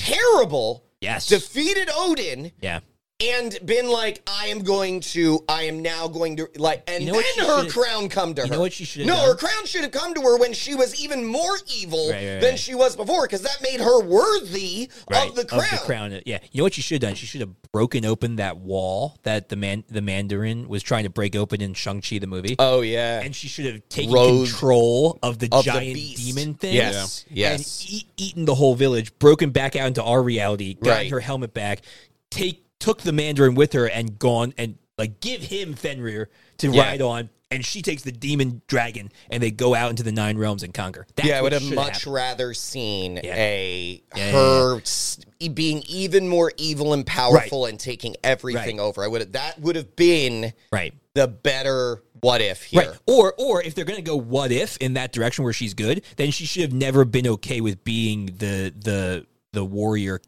Speaker 1: terrible.
Speaker 2: Yes.
Speaker 1: Defeated Odin
Speaker 2: yeah.
Speaker 1: and been like, I am going to. I am now going to like. And
Speaker 2: You know what she
Speaker 1: then her
Speaker 2: should've-
Speaker 1: crown come to her.
Speaker 2: know what she should've
Speaker 1: No,
Speaker 2: done?
Speaker 1: her crown should have come to her when she was even more evil
Speaker 2: Right, right,
Speaker 1: than
Speaker 2: right.
Speaker 1: she was before, because that made her worthy of the crown.
Speaker 2: Yeah. You know what she should have done? She should have broken open that wall that the man the Mandarin was trying to break open in Shang Chi the movie.
Speaker 1: Oh yeah.
Speaker 2: and she should have taken
Speaker 1: Rose
Speaker 2: control of the
Speaker 1: of the
Speaker 2: giant
Speaker 1: beast.
Speaker 2: demon thing.
Speaker 1: Yes, Yeah. yes.
Speaker 2: And eat, eaten the whole village, broken back out into our reality, gotten
Speaker 1: Right.
Speaker 2: her helmet back, take took the Mandarin with her and gone and like give him Fenrir to
Speaker 1: Yeah.
Speaker 2: ride on. And she takes the demon dragon, and they go out into the nine realms and conquer. That's
Speaker 1: yeah, I would
Speaker 2: what
Speaker 1: have
Speaker 2: should
Speaker 1: much
Speaker 2: happened.
Speaker 1: rather seen
Speaker 2: Yeah.
Speaker 1: a
Speaker 2: Yeah,
Speaker 1: her s e, being even more evil and powerful and taking everything over. I would have that would have been
Speaker 2: right.
Speaker 1: the better what if here.
Speaker 2: Right. Or or if they're gonna go what if in that direction where she's good, then she should have never been okay with being the the the warrior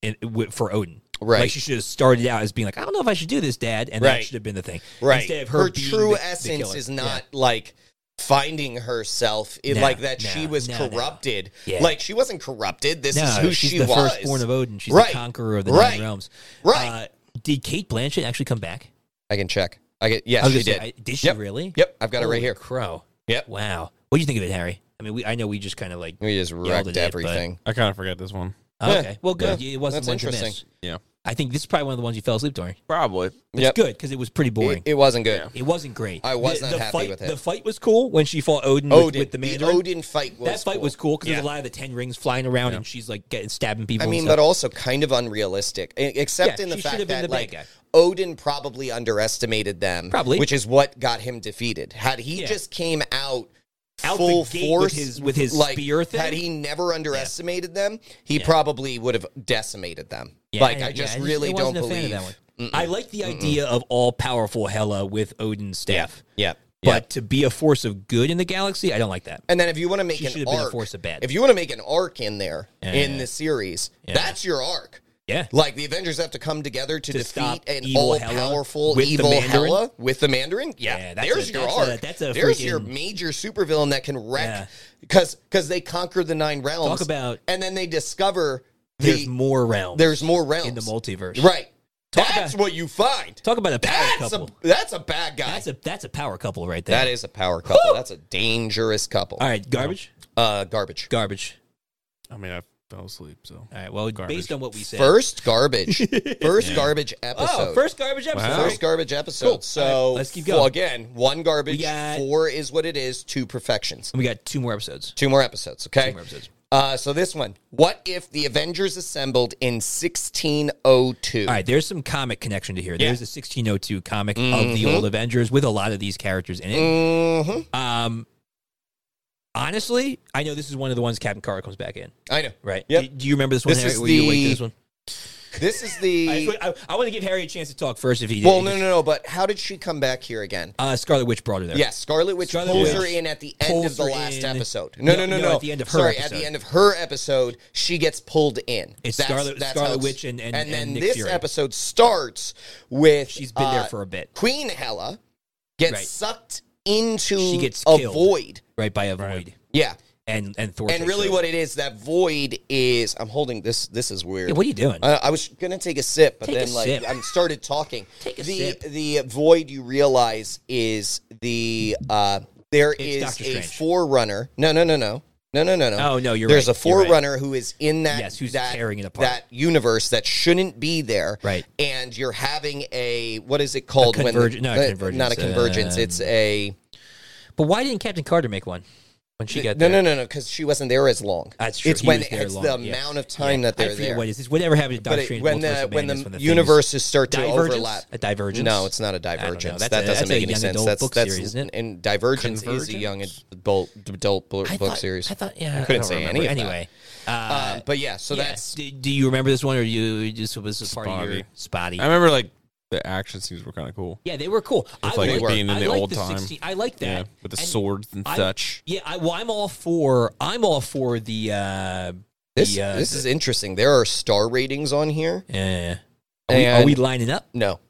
Speaker 2: in, w- for Odin.
Speaker 1: Right.
Speaker 2: Like she should have started out as being like, I don't know if I should do this, Dad, and
Speaker 1: Right.
Speaker 2: that should have been the thing.
Speaker 1: right.
Speaker 2: Instead of her,
Speaker 1: her,
Speaker 2: being
Speaker 1: true
Speaker 2: the- the
Speaker 1: essence
Speaker 2: killer.
Speaker 1: is not like finding herself in
Speaker 2: No,
Speaker 1: like that
Speaker 2: no,
Speaker 1: she was
Speaker 2: no, no.
Speaker 1: corrupted
Speaker 2: Yeah.
Speaker 1: like she wasn't corrupted this
Speaker 2: Yeah.
Speaker 1: is
Speaker 2: No,
Speaker 1: who
Speaker 2: she's
Speaker 1: she
Speaker 2: the
Speaker 1: was
Speaker 2: firstborn of Odin. She's
Speaker 1: Right.
Speaker 2: the conqueror of the
Speaker 1: Right.
Speaker 2: nine realms.
Speaker 1: Right.
Speaker 2: Uh, did Kate Blanchett actually come back?
Speaker 1: i can check i get
Speaker 2: I
Speaker 1: yes
Speaker 2: was
Speaker 1: she
Speaker 2: gonna
Speaker 1: did
Speaker 2: say, I- did she
Speaker 1: Yep.
Speaker 2: really?
Speaker 1: yep i've got it
Speaker 2: Holy
Speaker 1: right here
Speaker 2: Crow.
Speaker 1: Yep.
Speaker 2: Wow. What do you think of it, Harry? I mean, we I know we just kind of like
Speaker 1: we just
Speaker 2: yelled
Speaker 1: wrecked
Speaker 2: at it, but-
Speaker 1: everything
Speaker 3: I kind of forget this one.
Speaker 2: oh,
Speaker 1: Yeah.
Speaker 2: okay. Well, good. It wasn't
Speaker 1: That's
Speaker 2: one to
Speaker 1: interesting.
Speaker 2: miss.
Speaker 3: Yeah.
Speaker 2: I think this is probably one of the ones you fell asleep during.
Speaker 3: Probably.
Speaker 2: It's
Speaker 1: Yep.
Speaker 2: good because it was pretty
Speaker 1: it,
Speaker 2: boring. It,
Speaker 1: it wasn't good
Speaker 3: Yeah.
Speaker 2: wasn't great.
Speaker 1: I was
Speaker 2: The-
Speaker 1: not
Speaker 2: the
Speaker 1: happy
Speaker 2: fight-
Speaker 1: with it.
Speaker 2: The fight was cool when she fought Odin, with-
Speaker 1: odin
Speaker 2: with the
Speaker 1: the,
Speaker 2: Mandarin.
Speaker 1: odin fight was
Speaker 2: that fight
Speaker 1: cool.
Speaker 2: was cool because there's a
Speaker 3: Yeah.
Speaker 2: lot of the ten rings flying around
Speaker 3: Yeah.
Speaker 2: and she's like getting stabbing people.
Speaker 1: I mean,
Speaker 2: and
Speaker 1: but
Speaker 2: stuff.
Speaker 1: also kind of unrealistic, e- except
Speaker 2: Yeah,
Speaker 1: in the
Speaker 2: she should
Speaker 1: fact
Speaker 2: have been
Speaker 1: that
Speaker 2: the bad
Speaker 1: like
Speaker 2: guy.
Speaker 1: Odin probably underestimated them,
Speaker 2: Probably.
Speaker 1: which is what got him defeated. Had he
Speaker 2: Yeah.
Speaker 1: just came out,
Speaker 2: Out the
Speaker 1: full
Speaker 2: gate with
Speaker 1: force
Speaker 2: his- with his
Speaker 1: like,
Speaker 2: spear thing?
Speaker 1: had he never underestimated them, he probably would have decimated them.
Speaker 2: Yeah,
Speaker 1: like
Speaker 2: yeah,
Speaker 1: I just
Speaker 2: yeah,
Speaker 1: really don't
Speaker 2: wasn't a fan of
Speaker 1: believe.
Speaker 2: that one. I like the idea of all powerful Hela with Odin's staff,
Speaker 1: Yeah,
Speaker 2: but to be a force of good in the galaxy, I don't like that.
Speaker 1: And then if you want to make
Speaker 2: She should
Speaker 1: an
Speaker 2: have been a
Speaker 1: arc,
Speaker 2: force of bad.
Speaker 1: if you want to make an arc in there
Speaker 2: Yeah.
Speaker 1: in the series,
Speaker 2: Yeah.
Speaker 1: that's your arc.
Speaker 2: Yeah,
Speaker 1: Like the Avengers have to come together to,
Speaker 2: To
Speaker 1: defeat
Speaker 2: stop
Speaker 1: an
Speaker 2: evil Hela
Speaker 1: all-powerful
Speaker 2: with the
Speaker 1: evil
Speaker 2: Mandarin?
Speaker 1: Hela with the Mandarin. Yeah,
Speaker 2: Yeah, that's
Speaker 1: there's
Speaker 2: a-
Speaker 1: your
Speaker 2: that's
Speaker 1: arc.
Speaker 2: a- that's a
Speaker 1: there's your
Speaker 2: freaking-
Speaker 1: major supervillain that can
Speaker 2: Yeah.
Speaker 1: wreck because because they conquer the nine realms.
Speaker 2: Talk about-
Speaker 1: and then they discover the,
Speaker 2: there's
Speaker 1: there's more,
Speaker 2: more realms.
Speaker 1: realms
Speaker 2: in the multiverse.
Speaker 1: Right,
Speaker 2: Talk
Speaker 1: that's
Speaker 2: about-
Speaker 1: what you find.
Speaker 2: Talk about a power
Speaker 1: That's a
Speaker 2: couple.
Speaker 1: that's a bad guy.
Speaker 2: that's a that's a power couple right there.
Speaker 1: that is a power couple. That's a dangerous couple.
Speaker 2: all right, garbage,
Speaker 1: Uh, garbage.
Speaker 2: garbage.
Speaker 3: I mean, I fell asleep, so.
Speaker 2: All right, well,
Speaker 3: Garbage.
Speaker 2: based on what we said,
Speaker 1: First garbage. First garbage episode.
Speaker 2: oh, first garbage episode.
Speaker 3: Wow.
Speaker 2: All right.
Speaker 1: First garbage episode.
Speaker 2: Cool.
Speaker 1: So
Speaker 2: All right, let's keep
Speaker 1: well,
Speaker 2: going.
Speaker 1: again, one garbage,
Speaker 2: We got-
Speaker 1: four is what it is, two perfections.
Speaker 2: And we got two more episodes.
Speaker 1: Two more episodes, okay?
Speaker 2: Two more episodes.
Speaker 1: Uh, so this one, what if the Avengers assembled in 1602?
Speaker 2: All right, there's some comic connection to here. There's a 1602 comic of
Speaker 1: Mm-hmm.
Speaker 2: the old Avengers with a lot of these characters in it.
Speaker 1: hmm
Speaker 2: Um, honestly, I know this is one of the ones Captain Carter comes back in,
Speaker 1: I know.
Speaker 2: right?
Speaker 1: Yep.
Speaker 2: Do, do you remember this one,
Speaker 1: This
Speaker 2: Harry?
Speaker 1: is
Speaker 2: Were you awake
Speaker 1: the-
Speaker 2: to this one?
Speaker 1: This is
Speaker 2: I,
Speaker 1: the.
Speaker 2: just- I, want to give Harry a chance to talk first if he did.
Speaker 1: Well, no, no, no. But how did she come back here again?
Speaker 2: Uh, Scarlet Witch brought her there.
Speaker 1: Yes, Scarlet Witch
Speaker 2: Scarlet
Speaker 1: pulls
Speaker 2: Witch
Speaker 1: her in at the end of
Speaker 2: pulls
Speaker 1: the
Speaker 2: her
Speaker 1: last
Speaker 2: in-
Speaker 1: episode. No, no,
Speaker 2: No,
Speaker 1: no, no,
Speaker 2: no, at the end of her
Speaker 1: Sorry, at
Speaker 2: episode.
Speaker 1: the end of her episode, she gets pulled in.
Speaker 2: It's
Speaker 1: That's-
Speaker 2: Scarlet-
Speaker 1: that's
Speaker 2: Scarlet
Speaker 1: how it's-
Speaker 2: Witch and- and- and
Speaker 1: then
Speaker 2: Nick
Speaker 1: this
Speaker 2: Fury.
Speaker 1: episode starts with
Speaker 2: She's been there
Speaker 1: uh,
Speaker 2: for a bit,
Speaker 1: Queen Hela gets
Speaker 2: Right.
Speaker 1: sucked into
Speaker 2: She gets
Speaker 1: a
Speaker 2: killed.
Speaker 1: void.
Speaker 2: right? By a void.
Speaker 1: Yeah.
Speaker 2: And, and Thor.
Speaker 1: And
Speaker 2: takes
Speaker 1: really
Speaker 2: her.
Speaker 1: what it is, that void is I'm holding this this is weird.
Speaker 2: Hey, what are you doing?
Speaker 1: I, I was gonna take a sip, but
Speaker 2: Take a
Speaker 1: then like
Speaker 2: sip.
Speaker 1: I started talking.
Speaker 2: Take a
Speaker 1: the
Speaker 2: sip.
Speaker 1: the void you realize is the uh there is
Speaker 2: Doctor
Speaker 1: a
Speaker 2: Strange.
Speaker 1: forerunner. No, no, no, no. No, no, no, no.
Speaker 2: Oh, no, you're
Speaker 1: There's
Speaker 2: right,
Speaker 1: a
Speaker 2: you're right.
Speaker 1: forerunner who is in that
Speaker 2: Yes, who's
Speaker 1: that,
Speaker 2: tearing it apart.
Speaker 1: that universe that shouldn't be there.
Speaker 2: Right.
Speaker 1: And you're having a what is it called when-
Speaker 2: converg- not a
Speaker 1: uh,
Speaker 2: convergence,
Speaker 1: Not a convergence.
Speaker 2: um,
Speaker 1: it's a
Speaker 2: but why didn't Captain Carter make one when she got
Speaker 1: no,
Speaker 2: there?
Speaker 1: no, no, no, because she wasn't there as long.
Speaker 2: That's true.
Speaker 1: It's
Speaker 2: He
Speaker 1: when
Speaker 2: was there
Speaker 1: it's the
Speaker 2: long, yeah.
Speaker 1: amount of time that
Speaker 2: I
Speaker 1: they're
Speaker 2: forget
Speaker 1: there.
Speaker 2: what it is this. Whatever happened to
Speaker 1: but
Speaker 2: Doctor
Speaker 1: it,
Speaker 2: Strange?
Speaker 1: when
Speaker 2: Multiverse
Speaker 1: the
Speaker 2: of
Speaker 1: when the,
Speaker 2: Madness, when the thing is-
Speaker 1: universes start to
Speaker 2: Divergence?
Speaker 1: overlap,
Speaker 2: A divergence?
Speaker 1: No, it's not a
Speaker 2: know.
Speaker 1: divergence.
Speaker 2: That's
Speaker 1: that
Speaker 2: a-
Speaker 1: doesn't
Speaker 2: that's a
Speaker 1: make any
Speaker 2: young
Speaker 1: sense.
Speaker 2: adult
Speaker 1: That's
Speaker 2: book
Speaker 1: that's
Speaker 2: series, isn't it?
Speaker 1: and divergence is a
Speaker 3: Convergence?
Speaker 1: young adult adult book
Speaker 2: I thought-
Speaker 1: series.
Speaker 2: I thought, yeah, I,
Speaker 1: couldn't
Speaker 2: don't
Speaker 1: say
Speaker 2: remember.
Speaker 1: any of that.
Speaker 2: Anyway, uh,
Speaker 1: um, but yeah, so
Speaker 2: Yeah.
Speaker 1: that's
Speaker 2: Do, do you remember this one, or you just was a part of your spotty?
Speaker 3: I remember, like, the action scenes were kind of cool.
Speaker 2: yeah, they were cool. I
Speaker 3: like,
Speaker 1: it
Speaker 2: liked-
Speaker 3: being in
Speaker 2: I
Speaker 3: the
Speaker 2: liked
Speaker 3: old time.
Speaker 2: 16 I like that.
Speaker 3: Yeah. With the
Speaker 2: And
Speaker 3: swords and
Speaker 2: I-
Speaker 3: such.
Speaker 2: Yeah, I, well, I'm all for. I'm all for the. Uh,
Speaker 1: this.
Speaker 2: the, uh,
Speaker 1: this is interesting. There are star ratings on here.
Speaker 2: yeah. Are we, are we
Speaker 1: And-
Speaker 2: lining up?
Speaker 1: No,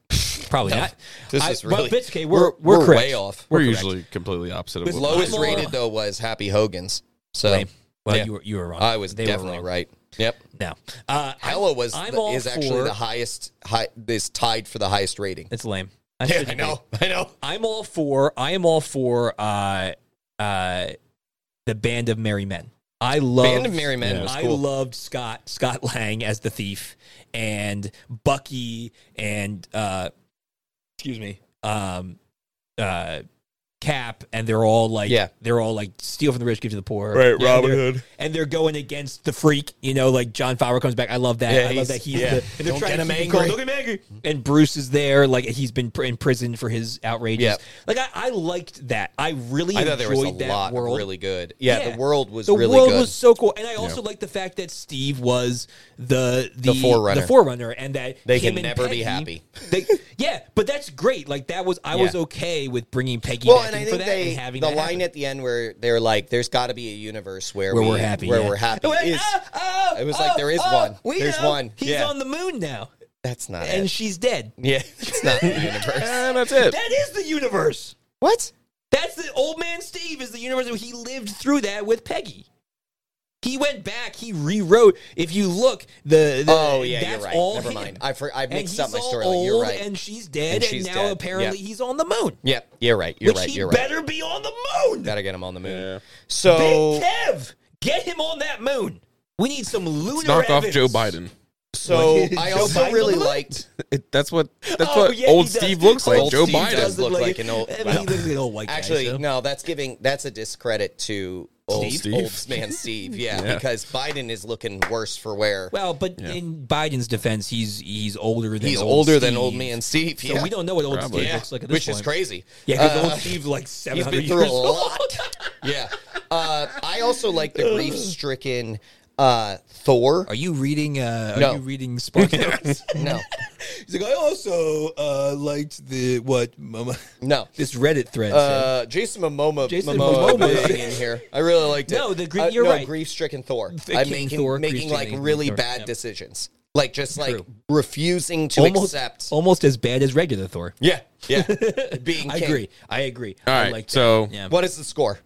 Speaker 2: Probably not.
Speaker 1: this
Speaker 2: I-
Speaker 1: is
Speaker 2: but
Speaker 1: really
Speaker 2: it's okay, we're- we're correct.
Speaker 1: way off.
Speaker 3: We're,
Speaker 2: We're correct.
Speaker 3: usually completely opposite of
Speaker 1: The
Speaker 3: what
Speaker 1: lowest
Speaker 2: I'm all-
Speaker 1: rated though was Happy Hogan's. So
Speaker 2: Lame. Well,
Speaker 1: Yeah.
Speaker 2: you were you were wrong.
Speaker 1: I was
Speaker 2: They were
Speaker 1: definitely
Speaker 2: wrong.
Speaker 1: right. Yep.
Speaker 2: No, uh,
Speaker 1: Hella was
Speaker 2: I'm
Speaker 1: the,
Speaker 2: all
Speaker 1: is actually
Speaker 2: for-
Speaker 1: the highest. High, is tied for the highest rating.
Speaker 2: it's lame. I
Speaker 1: Yeah,
Speaker 2: shouldn't
Speaker 1: I
Speaker 2: be.
Speaker 1: know. I know.
Speaker 2: I'm all for. I am all for. Uh, uh, the band of merry men. I love
Speaker 1: Band of Merry Men was
Speaker 2: I
Speaker 1: cool.
Speaker 2: loved Scott Scott Lang as the thief, and Bucky and uh, excuse me, um, uh, Cap, and they're all like,
Speaker 1: Yeah.
Speaker 2: they're all like steal from the rich, give to the poor,
Speaker 3: Right,
Speaker 2: And
Speaker 3: Robin
Speaker 2: they're-
Speaker 3: Hood.
Speaker 2: and they're going against the freak. You know, like John Favreau comes back. I love that.
Speaker 1: Yeah,
Speaker 2: I
Speaker 1: he's-
Speaker 2: love that he's
Speaker 1: yeah.
Speaker 2: the. and they're
Speaker 1: Don't
Speaker 2: trying
Speaker 1: get
Speaker 2: to
Speaker 1: him
Speaker 2: keep it
Speaker 1: angry.
Speaker 2: going. Don't get him angry. And Bruce is there, like he's been pr- in prison for his outrageous.
Speaker 1: Yeah.
Speaker 2: Like I, I liked that. I really
Speaker 1: I
Speaker 2: enjoyed
Speaker 1: thought there was a
Speaker 2: that
Speaker 1: lot
Speaker 2: world.
Speaker 1: of really good. Yeah, the world was
Speaker 2: the
Speaker 1: really
Speaker 2: world
Speaker 1: good.
Speaker 2: was so cool, and I also like the fact that Steve was the the,
Speaker 1: The forerunner.
Speaker 2: the forerunner, and that
Speaker 1: They
Speaker 2: him
Speaker 1: can
Speaker 2: and
Speaker 1: never be
Speaker 2: Peggy-
Speaker 1: happy.
Speaker 2: they- yeah, but that's great. Like that was I was
Speaker 1: Yeah.
Speaker 2: okay with bringing Peggy
Speaker 1: well,
Speaker 2: back
Speaker 1: and I
Speaker 2: in for
Speaker 1: think
Speaker 2: that and
Speaker 1: they
Speaker 2: having
Speaker 1: the
Speaker 2: that
Speaker 1: line
Speaker 2: happen.
Speaker 1: at the end where they're like, "There's got to be a universe where,
Speaker 2: where
Speaker 1: we,
Speaker 2: we're happy,
Speaker 1: where
Speaker 2: yeah.
Speaker 1: we're happy."
Speaker 2: They're like,
Speaker 1: is-
Speaker 2: "Oh, oh,
Speaker 1: it was like,
Speaker 2: oh,
Speaker 1: there is
Speaker 2: oh,
Speaker 1: one.
Speaker 2: we
Speaker 1: There's
Speaker 2: know.
Speaker 1: one."
Speaker 2: He's
Speaker 1: Yeah.
Speaker 2: on the moon now,
Speaker 1: that's not
Speaker 2: and
Speaker 1: it.
Speaker 2: she's dead.
Speaker 1: yeah, it's not the universe.
Speaker 3: And that's it.
Speaker 2: That is the universe.
Speaker 1: what?
Speaker 2: That's the old man Steve is the universe. He lived through that with Peggy. He went back. He rewrote. If you look, the, the
Speaker 1: Oh yeah,
Speaker 2: that's
Speaker 1: you're right.
Speaker 2: all
Speaker 1: Never
Speaker 2: him.
Speaker 1: mind. I for, I
Speaker 2: And
Speaker 1: mixed up
Speaker 2: he's
Speaker 1: my
Speaker 2: all
Speaker 1: story. You're
Speaker 2: old,
Speaker 1: right.
Speaker 2: And she's dead.
Speaker 1: And
Speaker 2: And,
Speaker 1: she's
Speaker 2: now
Speaker 1: dead.
Speaker 2: apparently
Speaker 1: Yeah.
Speaker 2: he's on the moon.
Speaker 1: yeah, you're right. You're
Speaker 2: which
Speaker 1: right.
Speaker 2: he
Speaker 1: You're right.
Speaker 2: better be on the moon.
Speaker 1: Gotta get him on the moon.
Speaker 3: Yeah.
Speaker 1: So Oh.
Speaker 2: Big Tev, get him on that moon. We need some lunar
Speaker 3: Knock off
Speaker 2: evidence.
Speaker 3: Joe Biden.
Speaker 1: so
Speaker 2: Joe
Speaker 1: I also
Speaker 2: Biden
Speaker 1: really
Speaker 2: on the moon?
Speaker 1: liked.
Speaker 3: It, that's what that's
Speaker 2: Oh,
Speaker 3: what
Speaker 2: yeah,
Speaker 3: old
Speaker 2: he does.
Speaker 3: Steve looks like.
Speaker 1: Old
Speaker 3: Joe
Speaker 1: Steve
Speaker 3: Biden.
Speaker 1: does look like an old-
Speaker 2: I mean, he looks like an old white guy,
Speaker 1: Actually,
Speaker 2: so.
Speaker 1: no, that's giving that's a discredit to old
Speaker 3: Steve?
Speaker 1: old
Speaker 3: Steve?
Speaker 1: man Steve. Yeah,
Speaker 3: Yeah.
Speaker 1: because Biden is looking worse for wear.
Speaker 2: Well, but
Speaker 3: Yeah.
Speaker 2: in Biden's defense, he's he's older than
Speaker 1: He's
Speaker 2: old
Speaker 1: older
Speaker 2: Steve.
Speaker 1: than old man Steve.
Speaker 2: So
Speaker 1: yeah.
Speaker 2: we don't know what old
Speaker 3: Probably.
Speaker 2: Steve
Speaker 1: Yeah,
Speaker 2: looks like at this
Speaker 1: which
Speaker 2: point.
Speaker 1: is crazy.
Speaker 2: Yeah, because
Speaker 1: Uh,
Speaker 2: old Steve like seven
Speaker 1: he's
Speaker 2: hundred
Speaker 1: been
Speaker 2: years
Speaker 1: through a
Speaker 2: old.
Speaker 1: lot. yeah. Uh, I also like the grief stricken uh, Thor.
Speaker 2: Are you reading? Uh, are
Speaker 1: No.
Speaker 2: you reading Spark Notes?
Speaker 1: No,
Speaker 2: He's like, I also uh, liked the what mama,
Speaker 1: no.
Speaker 2: this Reddit thread. said.
Speaker 1: Uh, Jason Momoa,
Speaker 2: Jason
Speaker 1: Momoa
Speaker 2: Momoa.
Speaker 1: being in here. I really liked it.
Speaker 2: No, the gr-
Speaker 1: Uh,
Speaker 2: you're
Speaker 1: no,
Speaker 2: right.
Speaker 1: Grief-stricken Thor.
Speaker 2: The
Speaker 1: I'm
Speaker 2: King
Speaker 1: making,
Speaker 2: Thor,
Speaker 1: making like
Speaker 2: grief-stricken
Speaker 1: really
Speaker 2: Thor.
Speaker 1: bad
Speaker 2: Yep.
Speaker 1: decisions, like just like
Speaker 2: True.
Speaker 1: refusing to
Speaker 2: almost
Speaker 1: accept.
Speaker 2: almost as bad as regular Thor.
Speaker 1: Yeah, yeah. being
Speaker 2: I
Speaker 1: king.
Speaker 2: agree. I agree.
Speaker 3: All
Speaker 2: I
Speaker 3: right,
Speaker 2: like
Speaker 3: so-
Speaker 2: that. yeah.
Speaker 1: What is the score?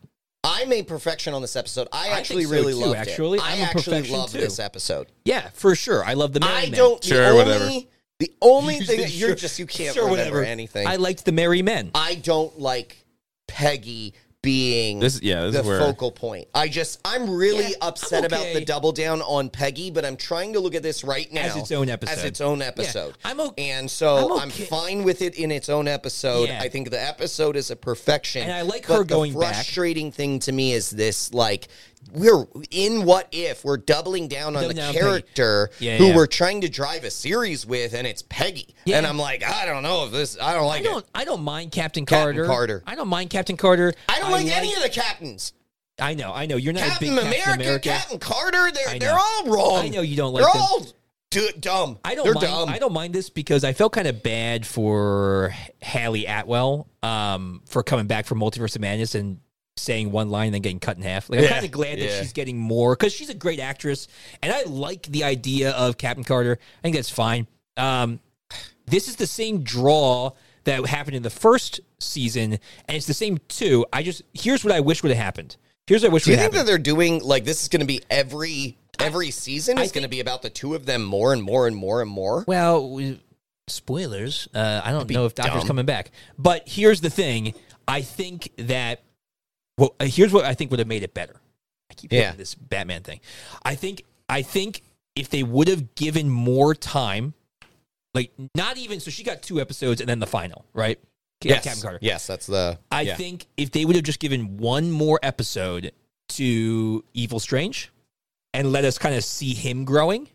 Speaker 1: I'm a perfection on this episode. I, actually
Speaker 2: so,
Speaker 1: really
Speaker 2: too,
Speaker 1: loved
Speaker 2: actually.
Speaker 1: it. I
Speaker 2: I'm a
Speaker 1: actually
Speaker 2: perfection,
Speaker 1: loved
Speaker 2: too.
Speaker 1: this episode.
Speaker 2: yeah, for sure. I love the Merry
Speaker 1: I
Speaker 2: Men.
Speaker 1: don't.
Speaker 3: Sure,
Speaker 1: the only,
Speaker 3: whatever.
Speaker 1: The only thing
Speaker 2: said
Speaker 1: that you're
Speaker 2: sure-
Speaker 1: just you can't
Speaker 2: sure,
Speaker 1: remember
Speaker 2: whatever.
Speaker 1: anything.
Speaker 2: I
Speaker 1: I,
Speaker 2: liked the Merry Men.
Speaker 1: don't like Peggy being
Speaker 3: This yeah, this
Speaker 1: the
Speaker 3: is where
Speaker 1: focal point. I just I'm really
Speaker 2: Yeah,
Speaker 1: upset
Speaker 2: I'm
Speaker 1: about the
Speaker 2: okay.
Speaker 1: double down on Peggy, but I'm trying to look at this right now
Speaker 2: As its own episode.
Speaker 1: As its own episode.
Speaker 2: I'm okay.
Speaker 1: And so I'm,
Speaker 2: I'm okay.
Speaker 1: fine with it in its own episode.
Speaker 2: Yeah.
Speaker 1: I think the episode is a perfection.
Speaker 2: And I like
Speaker 1: but
Speaker 2: her
Speaker 1: the
Speaker 2: going back.
Speaker 1: frustrating thing to me is this like we're in what if we're doubling down on
Speaker 2: Doubling
Speaker 1: the
Speaker 2: down on Peggy.
Speaker 1: character
Speaker 2: Yeah,
Speaker 1: who
Speaker 2: yeah.
Speaker 1: we're trying to drive a series with and it's Peggy.
Speaker 2: Yeah.
Speaker 1: And I'm like, I don't know if this I don't
Speaker 2: I
Speaker 1: like
Speaker 2: don't.
Speaker 1: it.
Speaker 2: I don't mind Captain,
Speaker 1: Captain
Speaker 2: Carter.
Speaker 1: Carter.
Speaker 2: I don't mind Captain Carter.
Speaker 1: I don't like, any of the captains.
Speaker 2: I know. I know. You're not
Speaker 1: Captain
Speaker 2: a big
Speaker 1: America,
Speaker 2: Captain America.
Speaker 1: Captain Carter, they're
Speaker 2: know.
Speaker 1: they're all wrong.
Speaker 2: I know you don't like
Speaker 1: They're
Speaker 2: them.
Speaker 1: all d- dumb.
Speaker 2: I don't
Speaker 1: They're
Speaker 2: mind.
Speaker 1: dumb.
Speaker 2: I don't mind this because I felt kind of bad for Hallie Atwell um, for coming back from Multiverse of Madness and saying one line and then getting cut in half. Like, I'm
Speaker 1: Yeah,
Speaker 2: kind of glad
Speaker 1: yeah.
Speaker 2: that she's getting more because she's a great actress, and I like the idea of Captain Carter. I think that's fine. Um, this is the same draw that happened in the first season, and it's the same two. I just here's what I wish would have happened. Here's what I wish
Speaker 1: Do you
Speaker 2: would
Speaker 1: think
Speaker 2: happen.
Speaker 1: that they're doing like this is going to be every every season is going to be about the two of them more and more and more and more?
Speaker 2: Well, we- spoilers. Uh, I don't know if Doctor's
Speaker 1: dumb.
Speaker 2: coming back. But here's the thing. I think that. Well, uh, here's what I think would have made it better. I keep
Speaker 1: Yeah.
Speaker 2: hitting this Batman thing. I think. I think if they would have given more time, like not even so, she got two episodes and then the final, right? Yeah, Captain Carter.
Speaker 1: Yes, that's the
Speaker 2: I
Speaker 1: yeah.
Speaker 2: think if they would have just given one more episode to Evil Strange and let us kind of see him growing,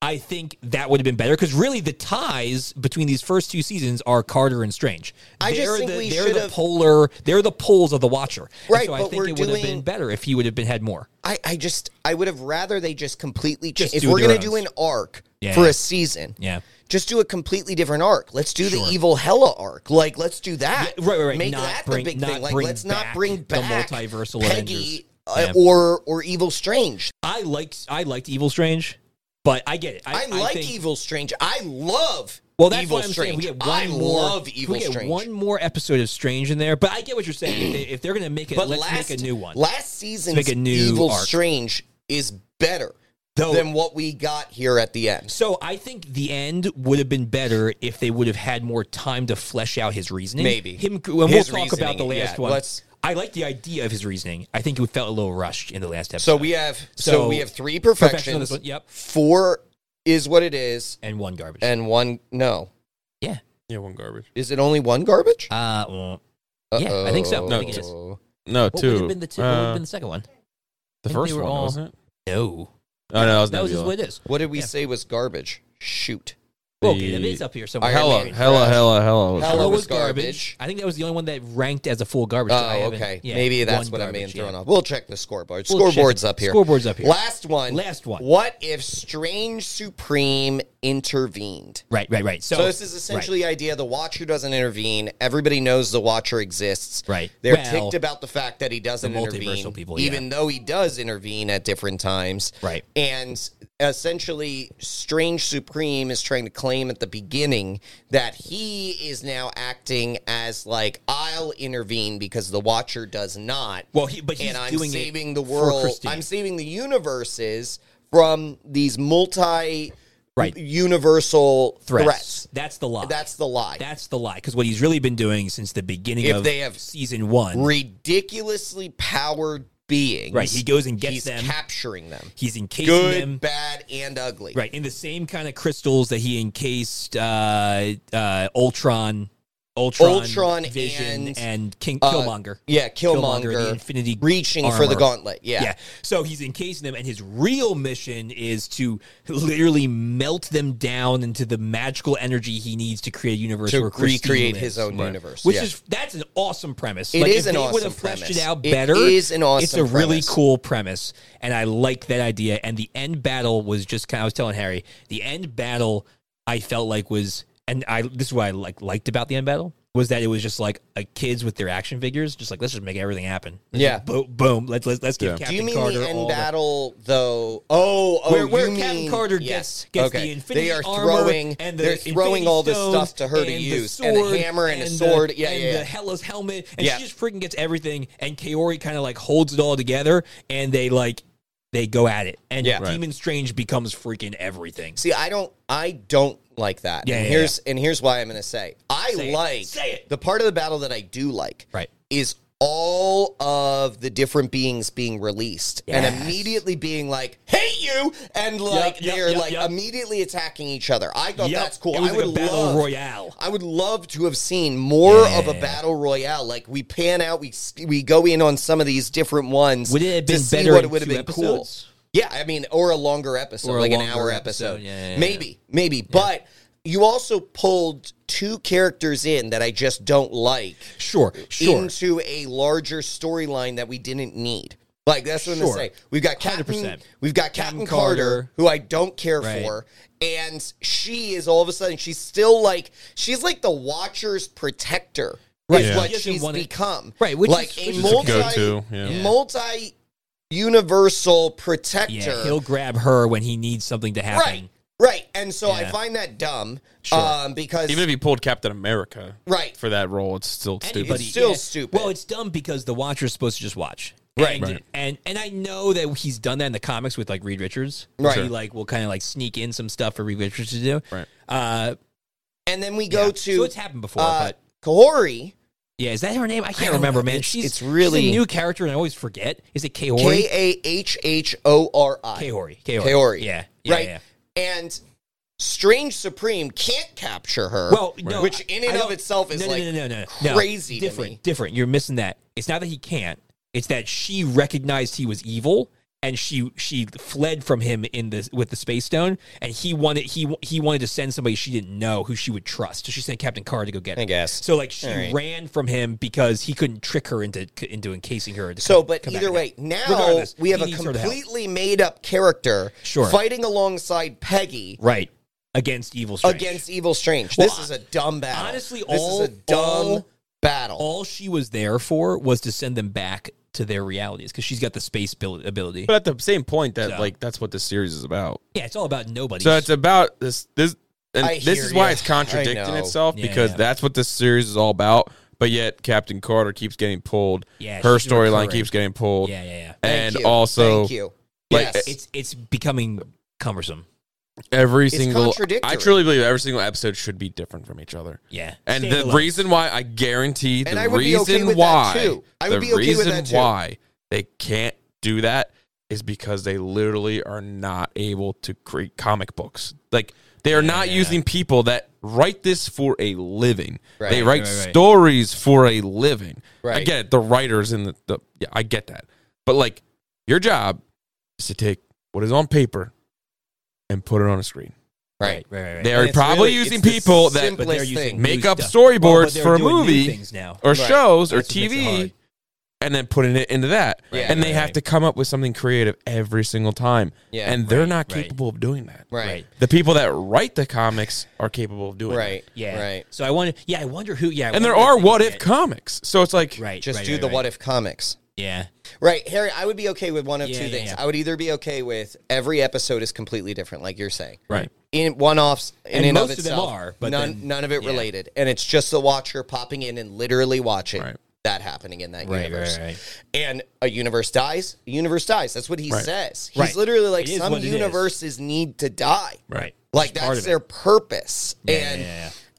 Speaker 2: I think that would have been better. Because really, the ties between these first two seasons are Carter and Strange.
Speaker 1: I just think
Speaker 2: the,
Speaker 1: we
Speaker 2: they're
Speaker 1: should
Speaker 2: the
Speaker 1: have-
Speaker 2: polar. They're the poles of the Watcher. And
Speaker 1: Right,
Speaker 2: so I
Speaker 1: but
Speaker 2: think
Speaker 1: we're
Speaker 2: it would have
Speaker 1: doing-
Speaker 2: been better if he would have been had more.
Speaker 1: I, I just I would have rather they just completely change.
Speaker 2: Just
Speaker 1: If
Speaker 2: do
Speaker 1: we're
Speaker 2: their
Speaker 1: going to
Speaker 2: own.
Speaker 1: do an arc
Speaker 2: Yeah.
Speaker 1: for a season,
Speaker 2: Yeah.
Speaker 1: just do a completely different arc. Let's do the evil Hella arc. Like let's do that.
Speaker 2: Yeah, right, right, right.
Speaker 1: Make
Speaker 2: Not
Speaker 1: that
Speaker 2: bring-
Speaker 1: the big
Speaker 2: not
Speaker 1: thing. Like
Speaker 2: bring
Speaker 1: let's not
Speaker 2: back
Speaker 1: bring
Speaker 2: the
Speaker 1: back
Speaker 2: multiversal Avengers.
Speaker 1: Peggy uh,
Speaker 2: Yeah.
Speaker 1: or or Evil Strange.
Speaker 2: I liked. I liked Evil Strange, but I get it.
Speaker 1: I,
Speaker 2: I,
Speaker 1: like
Speaker 2: think-
Speaker 1: Evil Strange. I love
Speaker 2: Well, that's
Speaker 1: Evil
Speaker 2: what I'm
Speaker 1: Strange.
Speaker 2: saying. We get one
Speaker 1: I
Speaker 2: more,
Speaker 1: love Evil
Speaker 2: we get
Speaker 1: Strange.
Speaker 2: One more episode of Strange in there, but I get what you're saying. if, they, if they're going to make it,
Speaker 1: but
Speaker 2: let's
Speaker 1: last,
Speaker 2: make a new one.
Speaker 1: Last season's
Speaker 2: make a new
Speaker 1: Evil
Speaker 2: arc.
Speaker 1: Strange is better
Speaker 2: Though-
Speaker 1: than what we got here at the end.
Speaker 2: so I think the end would have been better if they would have had more time to flesh out his reasoning.
Speaker 1: Maybe.
Speaker 2: him. And we'll
Speaker 1: His
Speaker 2: talk about the
Speaker 1: reasoning,
Speaker 2: last
Speaker 1: yeah,
Speaker 2: one.
Speaker 1: let's-
Speaker 2: I like the idea of his reasoning. I think it felt a little rushed in the last episode.
Speaker 1: So we have so,
Speaker 2: So-
Speaker 1: we have three
Speaker 2: Perfection
Speaker 1: perfections.
Speaker 2: on this one, yep.
Speaker 1: Four is what it is,
Speaker 2: and one garbage.
Speaker 1: and one no.
Speaker 2: yeah.
Speaker 3: yeah, one garbage.
Speaker 1: Is it only one garbage?
Speaker 2: Uh, well, Yeah, I think so.
Speaker 1: Uh-oh.
Speaker 2: I think it is.
Speaker 3: No,
Speaker 2: What
Speaker 3: two. Uh,
Speaker 2: would have been the two? what would have
Speaker 1: Uh,
Speaker 2: been the second one?
Speaker 3: the
Speaker 2: I think
Speaker 3: first
Speaker 2: they were
Speaker 3: one,
Speaker 2: all-
Speaker 3: wasn't it?
Speaker 2: No,
Speaker 3: Oh, no, that was
Speaker 2: that was just
Speaker 3: Nebula.
Speaker 2: what it is.
Speaker 1: What did we
Speaker 2: Yeah.
Speaker 1: say was garbage? Shoot.
Speaker 2: Well,
Speaker 3: The-
Speaker 2: okay, it is up here somewhere.
Speaker 1: I got
Speaker 3: Hella,
Speaker 2: Mary-
Speaker 3: hella, hella, hella. was
Speaker 1: Hella
Speaker 2: Hello
Speaker 3: garbage.
Speaker 1: was
Speaker 2: was garbage.
Speaker 1: garbage.
Speaker 2: I think that was the only one that ranked as a full garbage. so I
Speaker 1: Oh,
Speaker 2: haven't-
Speaker 1: okay.
Speaker 2: yeah,
Speaker 1: Maybe that's
Speaker 2: one
Speaker 1: what I'm being
Speaker 2: garbage, yeah.
Speaker 1: thrown off. We'll check the scoreboard.
Speaker 2: We'll check
Speaker 1: Scoreboard's
Speaker 2: it.
Speaker 1: up here.
Speaker 2: Scoreboard's up here.
Speaker 1: Last one.
Speaker 2: Last one.
Speaker 1: What if Strange Supreme intervened?
Speaker 2: Right, right, right. So,
Speaker 1: So this is essentially the idea the Watcher doesn't intervene. Everybody knows the Watcher exists.
Speaker 2: Right.
Speaker 1: They're
Speaker 2: Well,
Speaker 1: ticked about the fact that he doesn't
Speaker 2: the multiversal
Speaker 1: intervene,
Speaker 2: people, yeah.
Speaker 1: even though he does intervene at different times.
Speaker 2: Right.
Speaker 1: And essentially, Strange Supreme is trying to claim at the beginning that he is now acting as like I'll intervene because the Watcher does not.
Speaker 2: Well, he- but he's
Speaker 1: and I'm
Speaker 2: doing it
Speaker 1: saving the
Speaker 2: for
Speaker 1: world.
Speaker 2: Christine.
Speaker 1: I'm saving the universes from these multi.
Speaker 2: Right.
Speaker 1: Universal
Speaker 2: threats.
Speaker 1: threats.
Speaker 2: That's the lie.
Speaker 1: That's the lie.
Speaker 2: That's the lie. Because what he's really been doing since the beginning
Speaker 1: If
Speaker 2: of
Speaker 1: they have
Speaker 2: season one,
Speaker 1: Ridiculously powered beings.
Speaker 2: right? He goes and gets
Speaker 1: He's
Speaker 2: them.
Speaker 1: capturing them.
Speaker 2: he's encasing
Speaker 1: Good,
Speaker 2: them.
Speaker 1: bad, and ugly.
Speaker 2: Right, in the same kind of crystals that he encased uh, uh, Ultron, Ultron,
Speaker 1: Ultron
Speaker 2: Vision,
Speaker 1: and,
Speaker 2: and, King
Speaker 1: uh,
Speaker 2: Killmonger.
Speaker 1: Yeah, Killmonger,
Speaker 2: the Infinity
Speaker 1: reaching for the
Speaker 2: armor.
Speaker 1: gauntlet. Yeah.
Speaker 2: Yeah. So he's encasing them, and his real mission is to literally melt them down into the magical energy he needs to create a universe
Speaker 1: To
Speaker 2: where Christine
Speaker 1: recreate
Speaker 2: lives.
Speaker 1: his own
Speaker 3: Right.
Speaker 1: universe.
Speaker 2: Which
Speaker 1: Yeah.
Speaker 2: is that's an awesome premise.
Speaker 1: It
Speaker 2: It
Speaker 1: is
Speaker 2: is
Speaker 1: an
Speaker 2: if they would
Speaker 1: awesome
Speaker 2: have fleshed
Speaker 1: premise.
Speaker 2: it out
Speaker 1: It
Speaker 2: better.
Speaker 1: is an awesome
Speaker 2: It's a really
Speaker 1: premise.
Speaker 2: cool premise, and I like that idea. And the end battle was just kind. Of, I was telling Harry the end battle. I felt like was, and I this is what I like liked about the end battle was that it was just like a kids with their action figures, just like let's just make everything happen. Let's
Speaker 1: Yeah.
Speaker 2: just boom, boom. Let's let's let's give
Speaker 3: Yeah.
Speaker 1: Do
Speaker 2: Captain
Speaker 1: you mean
Speaker 2: Carter
Speaker 1: the
Speaker 2: all
Speaker 1: end
Speaker 2: the-
Speaker 1: battle though? Oh, oh,
Speaker 2: where, where
Speaker 1: you
Speaker 2: Captain
Speaker 1: mean-
Speaker 2: Carter
Speaker 1: yes.
Speaker 2: gets, gets
Speaker 1: okay.
Speaker 2: the Infinity
Speaker 1: they are
Speaker 2: armor
Speaker 1: throwing,
Speaker 2: and the
Speaker 1: they're throwing
Speaker 2: Infinity
Speaker 1: all this
Speaker 2: stones
Speaker 1: stuff to her to
Speaker 2: and the
Speaker 1: use,
Speaker 2: sword,
Speaker 1: and a hammer and, a
Speaker 2: the-
Speaker 1: sword. yeah,
Speaker 2: and
Speaker 1: yeah, yeah.
Speaker 2: the Hella's helmet, and
Speaker 1: Yeah.
Speaker 2: she just freaking gets everything. And Kaori kind of like holds it all together, and they like they go at it, and
Speaker 1: Yeah. Right.
Speaker 2: Demon Strange becomes freaking everything.
Speaker 1: See, I don't I don't like that.
Speaker 2: Yeah,
Speaker 1: and
Speaker 2: yeah,
Speaker 1: here's and here's why I'm gonna say I
Speaker 2: Say it.
Speaker 1: like
Speaker 2: Say it.
Speaker 1: the part of the battle that I do like
Speaker 2: Right.
Speaker 1: is all of the different beings being released and
Speaker 2: Yes.
Speaker 1: immediately being like, hate you and like
Speaker 2: yep,
Speaker 1: they're
Speaker 2: yep,
Speaker 1: like
Speaker 2: yep.
Speaker 1: immediately attacking each other. I thought
Speaker 2: Yep.
Speaker 1: that's cool.
Speaker 2: It was
Speaker 1: I
Speaker 2: like
Speaker 1: would
Speaker 2: a battle
Speaker 1: love
Speaker 2: royale.
Speaker 1: I would love to have seen more of a
Speaker 2: Yeah.
Speaker 1: battle royale. Like we pan out, we we go in on some of these different ones.
Speaker 2: Would it have been
Speaker 1: to see
Speaker 2: better
Speaker 1: What
Speaker 2: in
Speaker 1: it would have
Speaker 2: two
Speaker 1: been
Speaker 2: episodes?
Speaker 1: cool. Yeah, I mean, or a longer episode,
Speaker 2: Or a
Speaker 1: like an
Speaker 2: longer
Speaker 1: hour
Speaker 2: episode,
Speaker 1: episode,
Speaker 2: yeah, yeah, yeah.
Speaker 1: maybe, maybe. But you also pulled two characters in that I just don't like
Speaker 2: Sure, sure.
Speaker 1: into a larger storyline that we didn't need. Like that's what I'm
Speaker 2: Sure.
Speaker 1: gonna say. We've got Captain,
Speaker 2: 100%.
Speaker 1: we've got Captain,
Speaker 2: Captain
Speaker 1: Carter,
Speaker 2: Carter.
Speaker 1: who I don't care
Speaker 2: Right.
Speaker 1: for, and she is all of a sudden she's still like she's like the Watcher's protector.
Speaker 2: Right.
Speaker 1: Is
Speaker 2: Yeah.
Speaker 1: what
Speaker 2: She doesn't
Speaker 1: she's
Speaker 2: wanna-
Speaker 1: become.
Speaker 2: Right, which
Speaker 1: like
Speaker 2: is- which
Speaker 1: a
Speaker 2: is a
Speaker 1: multi
Speaker 2: good-
Speaker 3: Go-to, yeah. Yeah.
Speaker 1: multi universal protector.
Speaker 2: yeah, he'll grab her when he needs something to happen.
Speaker 1: right. Right. And so I
Speaker 2: Yeah.
Speaker 1: find that dumb.
Speaker 2: Sure.
Speaker 1: Um because
Speaker 3: Even if he pulled Captain America
Speaker 1: Right.
Speaker 3: for that role, it's still stupid.
Speaker 2: anybody-
Speaker 1: It's still stupid.
Speaker 2: Well, it's dumb because the watcher's supposed to just watch.
Speaker 1: Right.
Speaker 2: And,
Speaker 3: Right.
Speaker 2: and and I know that he's done that in the comics with like Reed Richards.
Speaker 1: Right.
Speaker 2: He like will kind of like sneak in some stuff for Reed Richards to do.
Speaker 3: Right.
Speaker 2: Uh,
Speaker 1: and then we go
Speaker 2: yeah.
Speaker 1: to
Speaker 2: so it's happened before,
Speaker 1: uh,
Speaker 2: but
Speaker 1: Kahori.
Speaker 2: yeah, is that her name? I can't
Speaker 1: don't
Speaker 2: remember,
Speaker 1: know.
Speaker 2: man.
Speaker 1: It's-
Speaker 2: she's
Speaker 1: it's really-
Speaker 2: she's a new character, and I always forget. Is it Kaori?
Speaker 1: K A H H O R I.
Speaker 2: Kaori. Kaori.
Speaker 1: Kaori.
Speaker 2: E. Yeah. yeah
Speaker 1: E. right?
Speaker 2: Yeah.
Speaker 1: And Strange Supreme can't capture her.
Speaker 2: Well, no,
Speaker 1: which in
Speaker 2: I-
Speaker 1: and
Speaker 2: I
Speaker 1: of
Speaker 2: don't-
Speaker 1: itself is
Speaker 2: no, no,
Speaker 1: like
Speaker 2: no, no, no, no.
Speaker 1: crazy to
Speaker 2: different,
Speaker 1: me.
Speaker 2: different. You're missing that. It's not that he can't. It's that she recognized he was evil, and she she fled from him in the with the space stone, and he wanted he he wanted to send somebody she didn't know who she would trust. So she sent Captain Carr to go get.
Speaker 1: I
Speaker 2: him.
Speaker 1: guess.
Speaker 2: So like she
Speaker 1: All right.
Speaker 2: ran from him because he couldn't trick her into into encasing her. to
Speaker 1: So,
Speaker 2: come-
Speaker 1: but
Speaker 2: come back
Speaker 1: either
Speaker 2: and
Speaker 1: way,
Speaker 2: help.
Speaker 1: now
Speaker 2: Regardless,
Speaker 1: we have
Speaker 2: he
Speaker 1: a
Speaker 2: needs her to help.
Speaker 1: completely made up character
Speaker 2: Sure.
Speaker 1: fighting alongside Peggy
Speaker 2: right against evil. Strange.
Speaker 1: against Evil Strange.
Speaker 2: Well,
Speaker 1: this is a dumb battle.
Speaker 2: honestly,
Speaker 1: this
Speaker 2: all-
Speaker 1: is a dumb
Speaker 2: all-
Speaker 1: battle.
Speaker 2: all she was there for was to send them back to their realities because she's got the space abil- ability.
Speaker 3: But at the same point, that
Speaker 2: So-
Speaker 3: like that's what this series is about.
Speaker 2: Yeah, it's all about nobody.
Speaker 3: So it's about this. This and
Speaker 1: I
Speaker 3: this
Speaker 1: hear
Speaker 3: is why
Speaker 1: ya.
Speaker 3: it's
Speaker 1: I
Speaker 3: contradicting
Speaker 1: know.
Speaker 3: itself
Speaker 2: Yeah,
Speaker 3: because
Speaker 2: yeah.
Speaker 3: that's what this series is all about. But yet Captain Carter keeps getting pulled.
Speaker 2: Yeah,
Speaker 3: her
Speaker 2: she's
Speaker 3: storyline
Speaker 2: recurring.
Speaker 3: keeps getting pulled.
Speaker 2: yeah, yeah, yeah.
Speaker 1: Thank
Speaker 3: and
Speaker 1: you.
Speaker 3: also
Speaker 1: thank you.
Speaker 3: like,
Speaker 1: yes,
Speaker 2: It's it's becoming cumbersome.
Speaker 3: every
Speaker 1: It's
Speaker 3: single.
Speaker 1: contradictory.
Speaker 3: I truly believe every single episode should be different from each other.
Speaker 2: Yeah,
Speaker 3: And
Speaker 2: Stay
Speaker 3: the
Speaker 2: alone.
Speaker 3: reason why I guarantee the
Speaker 1: And I would be
Speaker 3: reason
Speaker 1: okay with that,
Speaker 3: why
Speaker 1: too. I would
Speaker 3: the
Speaker 1: be okay with
Speaker 3: reason
Speaker 1: that, too.
Speaker 3: why they can't do that is because they literally are not able to create comic books. Like They are not using people that write this for a living.
Speaker 1: Right.
Speaker 3: They write
Speaker 2: Right, right, right.
Speaker 3: stories for a living. I
Speaker 1: Right.
Speaker 3: get it. The writers and the, the yeah, I get that. But like your job is to take what is on paper and put it on a screen.
Speaker 1: Right.
Speaker 2: right, right.
Speaker 3: They
Speaker 1: And
Speaker 3: are
Speaker 1: it's
Speaker 3: probably
Speaker 1: really-
Speaker 3: using
Speaker 1: it's the
Speaker 3: people that
Speaker 1: simplest
Speaker 2: But they're
Speaker 1: thing.
Speaker 2: using
Speaker 3: make
Speaker 2: new
Speaker 3: up
Speaker 2: stuff.
Speaker 3: storyboards
Speaker 2: but they're
Speaker 3: for a
Speaker 2: doing new
Speaker 3: movie.
Speaker 2: things now.
Speaker 3: or
Speaker 1: Right.
Speaker 3: shows or
Speaker 2: That's what makes it
Speaker 3: TV
Speaker 2: hard.
Speaker 3: and then putting it into that.
Speaker 1: Right,
Speaker 3: and they
Speaker 2: right,
Speaker 3: have
Speaker 2: right.
Speaker 3: to come up with something creative every single time.
Speaker 1: Yeah,
Speaker 3: and they're
Speaker 2: right,
Speaker 3: not
Speaker 2: right.
Speaker 3: capable of doing that.
Speaker 1: Right.
Speaker 3: The people that write the comics are capable of doing
Speaker 1: Right.
Speaker 3: that.
Speaker 2: Yeah.
Speaker 1: Right.
Speaker 2: So I wonder. Yeah, I wonder who. Yeah. I
Speaker 3: And there
Speaker 2: wonder
Speaker 3: are
Speaker 2: if they
Speaker 3: what
Speaker 2: did
Speaker 3: if
Speaker 2: it.
Speaker 3: comics. So it's like
Speaker 2: Right.
Speaker 1: Just
Speaker 2: right,
Speaker 1: do
Speaker 2: right,
Speaker 1: the
Speaker 2: right.
Speaker 1: what if comics.
Speaker 2: Yeah.
Speaker 1: Right, Harry, I would be okay with one of
Speaker 2: Yeah,
Speaker 1: two
Speaker 2: yeah,
Speaker 1: things.
Speaker 2: yeah.
Speaker 1: I would either be okay with every episode is completely different, like you're saying.
Speaker 3: Right.
Speaker 1: In one offs in
Speaker 2: And
Speaker 1: and of
Speaker 2: most of them
Speaker 1: itself.
Speaker 2: are, but
Speaker 1: none
Speaker 2: then-
Speaker 1: none of it
Speaker 2: yeah.
Speaker 1: related. And it's just the watcher popping in and literally watching
Speaker 3: Right.
Speaker 1: that happening in that
Speaker 2: Right, right,
Speaker 1: universe.
Speaker 2: right.
Speaker 1: And a universe dies, a universe dies. That's what he
Speaker 3: Right.
Speaker 1: says. He's
Speaker 2: Right.
Speaker 1: literally like
Speaker 2: It is
Speaker 1: some
Speaker 2: what it is.
Speaker 1: universes need to die.
Speaker 3: Right.
Speaker 1: Like
Speaker 2: It's part
Speaker 1: that's
Speaker 2: of
Speaker 1: their purpose. and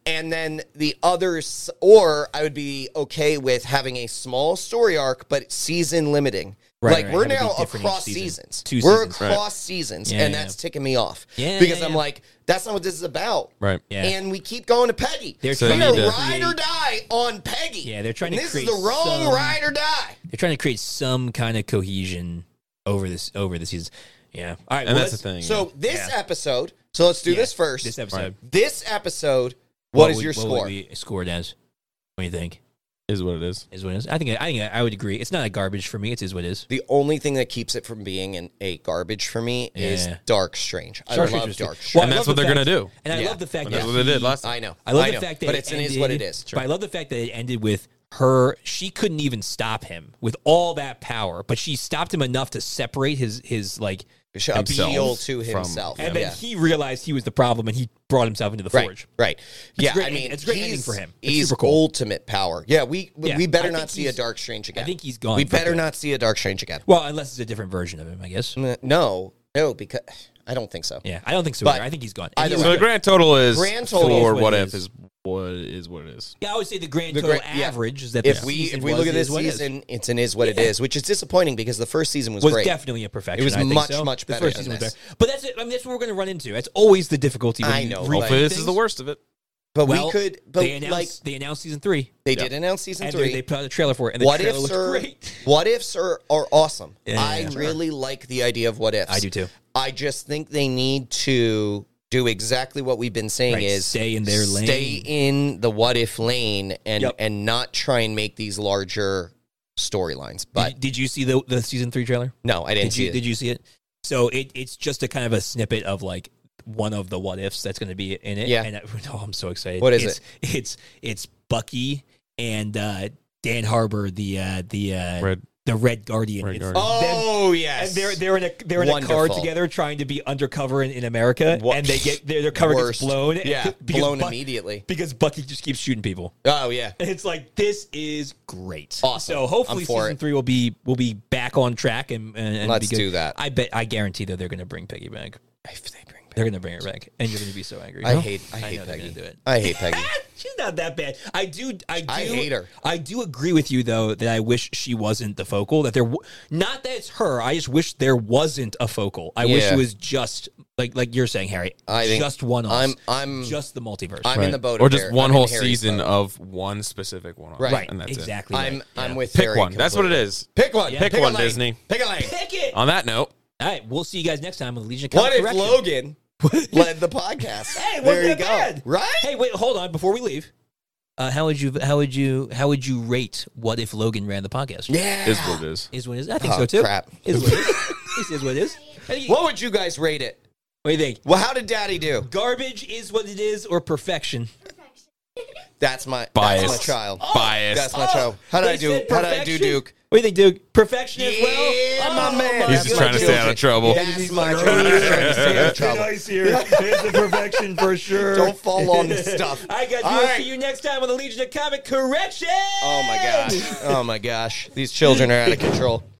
Speaker 1: and then the others or I would be okay with having a small story arc but season limiting.
Speaker 2: Right,
Speaker 1: like
Speaker 2: right,
Speaker 1: we're
Speaker 2: have it be
Speaker 1: now
Speaker 2: different each
Speaker 1: across
Speaker 2: season.
Speaker 1: seasons.
Speaker 2: Two
Speaker 1: we're
Speaker 2: seasons.
Speaker 1: across seasons
Speaker 2: Yeah,
Speaker 1: and
Speaker 2: yeah,
Speaker 1: that's ticking me off.
Speaker 2: Yeah,
Speaker 1: because
Speaker 2: yeah,
Speaker 1: I'm
Speaker 2: yeah.
Speaker 1: like that's not what this is about.
Speaker 3: Right.
Speaker 2: Yeah.
Speaker 1: And we keep going to Peggy.
Speaker 2: They're
Speaker 1: We're
Speaker 3: trying
Speaker 1: gonna
Speaker 3: to
Speaker 1: ride or
Speaker 2: create-
Speaker 1: die on Peggy.
Speaker 2: Yeah, they're trying
Speaker 1: And
Speaker 2: to
Speaker 1: This is
Speaker 2: create
Speaker 1: the wrong
Speaker 2: some-
Speaker 1: ride or die.
Speaker 2: They're trying to create some kind of cohesion over this over the season. Yeah. All right.
Speaker 3: And
Speaker 2: well,
Speaker 3: that's the
Speaker 2: let's-
Speaker 3: thing.
Speaker 1: So this
Speaker 2: Yeah.
Speaker 1: episode. So let's do
Speaker 2: yeah,
Speaker 1: this first.
Speaker 2: This episode.
Speaker 3: Right.
Speaker 1: This episode. what is
Speaker 2: would-
Speaker 1: your
Speaker 2: what would
Speaker 1: score?
Speaker 2: we scored as? What do you think?
Speaker 3: is what it is.
Speaker 2: Is what it is? I think I think I would agree. It's not a garbage for me. It is what it is.
Speaker 1: The only thing that keeps it from being an a garbage for me is
Speaker 2: Yeah.
Speaker 1: Dark Strange. I
Speaker 2: Dark Strange
Speaker 1: love
Speaker 2: was-
Speaker 1: Dark
Speaker 2: Well,
Speaker 1: Strange.
Speaker 3: And
Speaker 2: I
Speaker 3: that's
Speaker 2: love
Speaker 3: what
Speaker 2: the
Speaker 3: they're
Speaker 2: fact-
Speaker 3: gonna do.
Speaker 2: And I
Speaker 1: Yeah.
Speaker 2: love the fact
Speaker 3: That's
Speaker 2: that
Speaker 3: what they did
Speaker 2: he-
Speaker 3: last
Speaker 1: I know.
Speaker 2: I love the
Speaker 1: know.
Speaker 2: fact that
Speaker 1: but
Speaker 2: it
Speaker 1: it's it is what it
Speaker 2: ended-
Speaker 1: is.
Speaker 2: But I love the fact that it ended with her. She couldn't even stop him with all that power, but she stopped him enough to separate his his like.
Speaker 1: Sh- Appeal
Speaker 3: Himself
Speaker 1: to
Speaker 3: from-
Speaker 1: himself.
Speaker 2: And then
Speaker 1: yeah.
Speaker 2: he realized he was the problem, and he brought himself into the
Speaker 1: Right,
Speaker 2: forge.
Speaker 1: right. yeah,
Speaker 2: great-
Speaker 1: I mean,
Speaker 2: it's a great ending
Speaker 1: he's-
Speaker 2: for him. It's
Speaker 1: he's
Speaker 2: super cool.
Speaker 1: ultimate power. Yeah, we we-
Speaker 2: Yeah,
Speaker 1: we better
Speaker 2: I
Speaker 1: not
Speaker 2: think
Speaker 1: see a
Speaker 2: he's-
Speaker 1: Dark Strange again.
Speaker 2: think he's gone
Speaker 1: We
Speaker 2: for
Speaker 1: better
Speaker 2: good.
Speaker 1: not see a Dark Strange again.
Speaker 2: Well, unless it's a different version of him, I guess.
Speaker 1: Mm, No, no, because I don't think so.
Speaker 2: Yeah, I don't think so.
Speaker 1: But
Speaker 2: either. I think he's gone.
Speaker 1: either
Speaker 2: He's-
Speaker 3: So the grand total is
Speaker 1: Grand total
Speaker 3: for
Speaker 2: is what
Speaker 3: what
Speaker 2: it
Speaker 3: if
Speaker 2: is.
Speaker 3: is what is what it is.
Speaker 2: yeah, I would say the grand
Speaker 1: The
Speaker 2: total
Speaker 1: grand- yeah.
Speaker 2: average is that
Speaker 1: If
Speaker 2: this
Speaker 1: we
Speaker 2: season
Speaker 1: if we
Speaker 2: was,
Speaker 1: look at
Speaker 2: is
Speaker 1: this
Speaker 2: what it is.
Speaker 1: season, it's an is what it
Speaker 2: Yeah.
Speaker 1: is, which is disappointing because the first season was,
Speaker 2: was
Speaker 1: great.
Speaker 2: definitely a perfection.
Speaker 1: It was
Speaker 2: I think
Speaker 1: much,
Speaker 2: so.
Speaker 1: much
Speaker 2: The
Speaker 1: better
Speaker 2: first
Speaker 1: than
Speaker 2: season was
Speaker 1: this.
Speaker 2: better. But that's it. I mean, that's what we're going to run into. That's always the difficulty. When
Speaker 1: I
Speaker 2: you
Speaker 1: know,
Speaker 2: rewrite
Speaker 3: Hopefully this is
Speaker 2: things.
Speaker 3: the worst of it.
Speaker 1: but
Speaker 2: Well,
Speaker 1: we could. But
Speaker 2: they announced
Speaker 1: like
Speaker 2: they announced season three,
Speaker 1: they did announce season
Speaker 2: and
Speaker 1: three.
Speaker 2: they, they put out a trailer for it. And the
Speaker 1: what
Speaker 2: trailer
Speaker 1: ifs
Speaker 2: looked
Speaker 1: are
Speaker 2: great.
Speaker 1: what ifs are, are awesome.
Speaker 2: Yeah,
Speaker 1: I
Speaker 2: sure.
Speaker 1: really like the idea of what ifs.
Speaker 2: I do too.
Speaker 1: I just think they need to do exactly what we've been saying
Speaker 2: Right,
Speaker 1: is
Speaker 2: stay in their lane.
Speaker 1: stay in the what if lane, and
Speaker 2: Yep.
Speaker 1: and not try and make these larger storylines. But
Speaker 2: did, did you see the the season three trailer?
Speaker 1: no, I didn't
Speaker 2: Did
Speaker 1: see
Speaker 2: you
Speaker 1: it.
Speaker 2: did you see it? So it it's just a kind of a snippet of like one of the what ifs that's going to be in it.
Speaker 1: Yeah.
Speaker 2: And I, oh, I'm so excited.
Speaker 1: What is
Speaker 2: it's, it? It's it's Bucky and uh, Dan Harbor, the uh, the uh,
Speaker 3: Red.
Speaker 2: the Red Guardian.
Speaker 3: Red
Speaker 2: It's
Speaker 3: Guardian.
Speaker 1: oh yes,
Speaker 2: And they're they're in a they're in a car
Speaker 1: Wonderful.
Speaker 2: together trying to be undercover in, in America,
Speaker 1: What-
Speaker 2: and they get their, their cover
Speaker 1: Worst.
Speaker 2: gets blown. and-
Speaker 1: yeah
Speaker 2: because
Speaker 1: blown
Speaker 2: Buck-
Speaker 1: immediately.
Speaker 2: because Bucky just keeps shooting people.
Speaker 1: Oh yeah,
Speaker 2: And it's like this is great.
Speaker 1: Awesome.
Speaker 2: So hopefully
Speaker 1: I'm for
Speaker 2: season
Speaker 1: it.
Speaker 2: three will be will be back on track and, and, and
Speaker 1: Let's
Speaker 2: be good.
Speaker 1: do that.
Speaker 2: I bet I guarantee though they're gonna bring Peggy back.
Speaker 1: if they bring back,
Speaker 2: They're gonna bring her back, and you're gonna be so angry.
Speaker 1: I
Speaker 2: No.
Speaker 1: hate I
Speaker 2: I
Speaker 1: hate
Speaker 2: know they're
Speaker 1: Peggy.
Speaker 2: gonna do it.
Speaker 1: I hate Peggy.
Speaker 2: She's not that bad. I do. I do.
Speaker 1: I hate her.
Speaker 2: I do agree with you though that I wish she wasn't the focal. That there, w- not that it's her. I just wish there wasn't a focal. I wish
Speaker 1: Yeah.
Speaker 2: it was just like like you're saying, Harry.
Speaker 1: I think
Speaker 2: just one.
Speaker 1: I'm I'm
Speaker 2: just the multiverse.
Speaker 1: I'm in the boat.
Speaker 3: Or
Speaker 1: of
Speaker 3: just
Speaker 1: Harry- I'm
Speaker 3: one
Speaker 1: in
Speaker 3: whole
Speaker 1: Harry's
Speaker 3: season
Speaker 1: boat.
Speaker 3: of one specific one.
Speaker 1: Right.
Speaker 2: right.
Speaker 3: And that's it.
Speaker 2: exactly.
Speaker 1: I'm
Speaker 2: right.
Speaker 1: I'm
Speaker 2: Yeah.
Speaker 1: with
Speaker 3: Pick
Speaker 1: Harry
Speaker 3: one. That's what it
Speaker 1: completely.
Speaker 3: is.
Speaker 1: Pick one.
Speaker 2: Yeah.
Speaker 3: Pick
Speaker 1: a
Speaker 3: one,
Speaker 1: lane.
Speaker 3: Disney.
Speaker 1: Pick a lane.
Speaker 2: Pick it. All
Speaker 3: On that note,
Speaker 2: right. We'll see you guys next time on the Legion. of
Speaker 1: What
Speaker 2: Comic
Speaker 1: if
Speaker 2: Correction.
Speaker 1: Logan led the podcast?
Speaker 2: Hey, wasn't
Speaker 1: there you
Speaker 2: that
Speaker 1: go.
Speaker 2: bad?
Speaker 1: Right?
Speaker 2: Hey, wait, hold on. Before we leave, uh, how would you how would you how would you rate what if Logan ran the podcast?
Speaker 1: Yeah.
Speaker 3: is what it is.
Speaker 2: Is what it is. I think
Speaker 1: Oh,
Speaker 2: so too.
Speaker 1: crap.
Speaker 2: Is what it is. This is what it is. I think-
Speaker 1: What would you guys rate it?
Speaker 2: What do you think?
Speaker 1: Well, how did Daddy do?
Speaker 2: Garbage is what it is, or perfection?
Speaker 1: That's my That's my
Speaker 3: Biased.
Speaker 1: child.
Speaker 3: Biased.
Speaker 1: That's my child. How did I
Speaker 2: Oh, They
Speaker 1: do?
Speaker 2: said
Speaker 1: How did I do,
Speaker 2: perfection?
Speaker 1: Duke?
Speaker 2: What do you think, Duke? Perfection as well. Oh,
Speaker 1: Yeah, my man.
Speaker 3: He's just
Speaker 1: That's
Speaker 3: trying to
Speaker 1: my
Speaker 3: stay out of
Speaker 1: children.
Speaker 3: trouble.
Speaker 1: That's my children. He's trying to stay out of trouble.
Speaker 2: here. There's the perfection for sure.
Speaker 1: Don't fall on the stuff.
Speaker 2: I got
Speaker 1: All
Speaker 2: you. We'll
Speaker 1: right.
Speaker 2: See you next time on the Legion of Comic Correction.
Speaker 1: Oh my gosh. Oh my gosh. These children are out of control.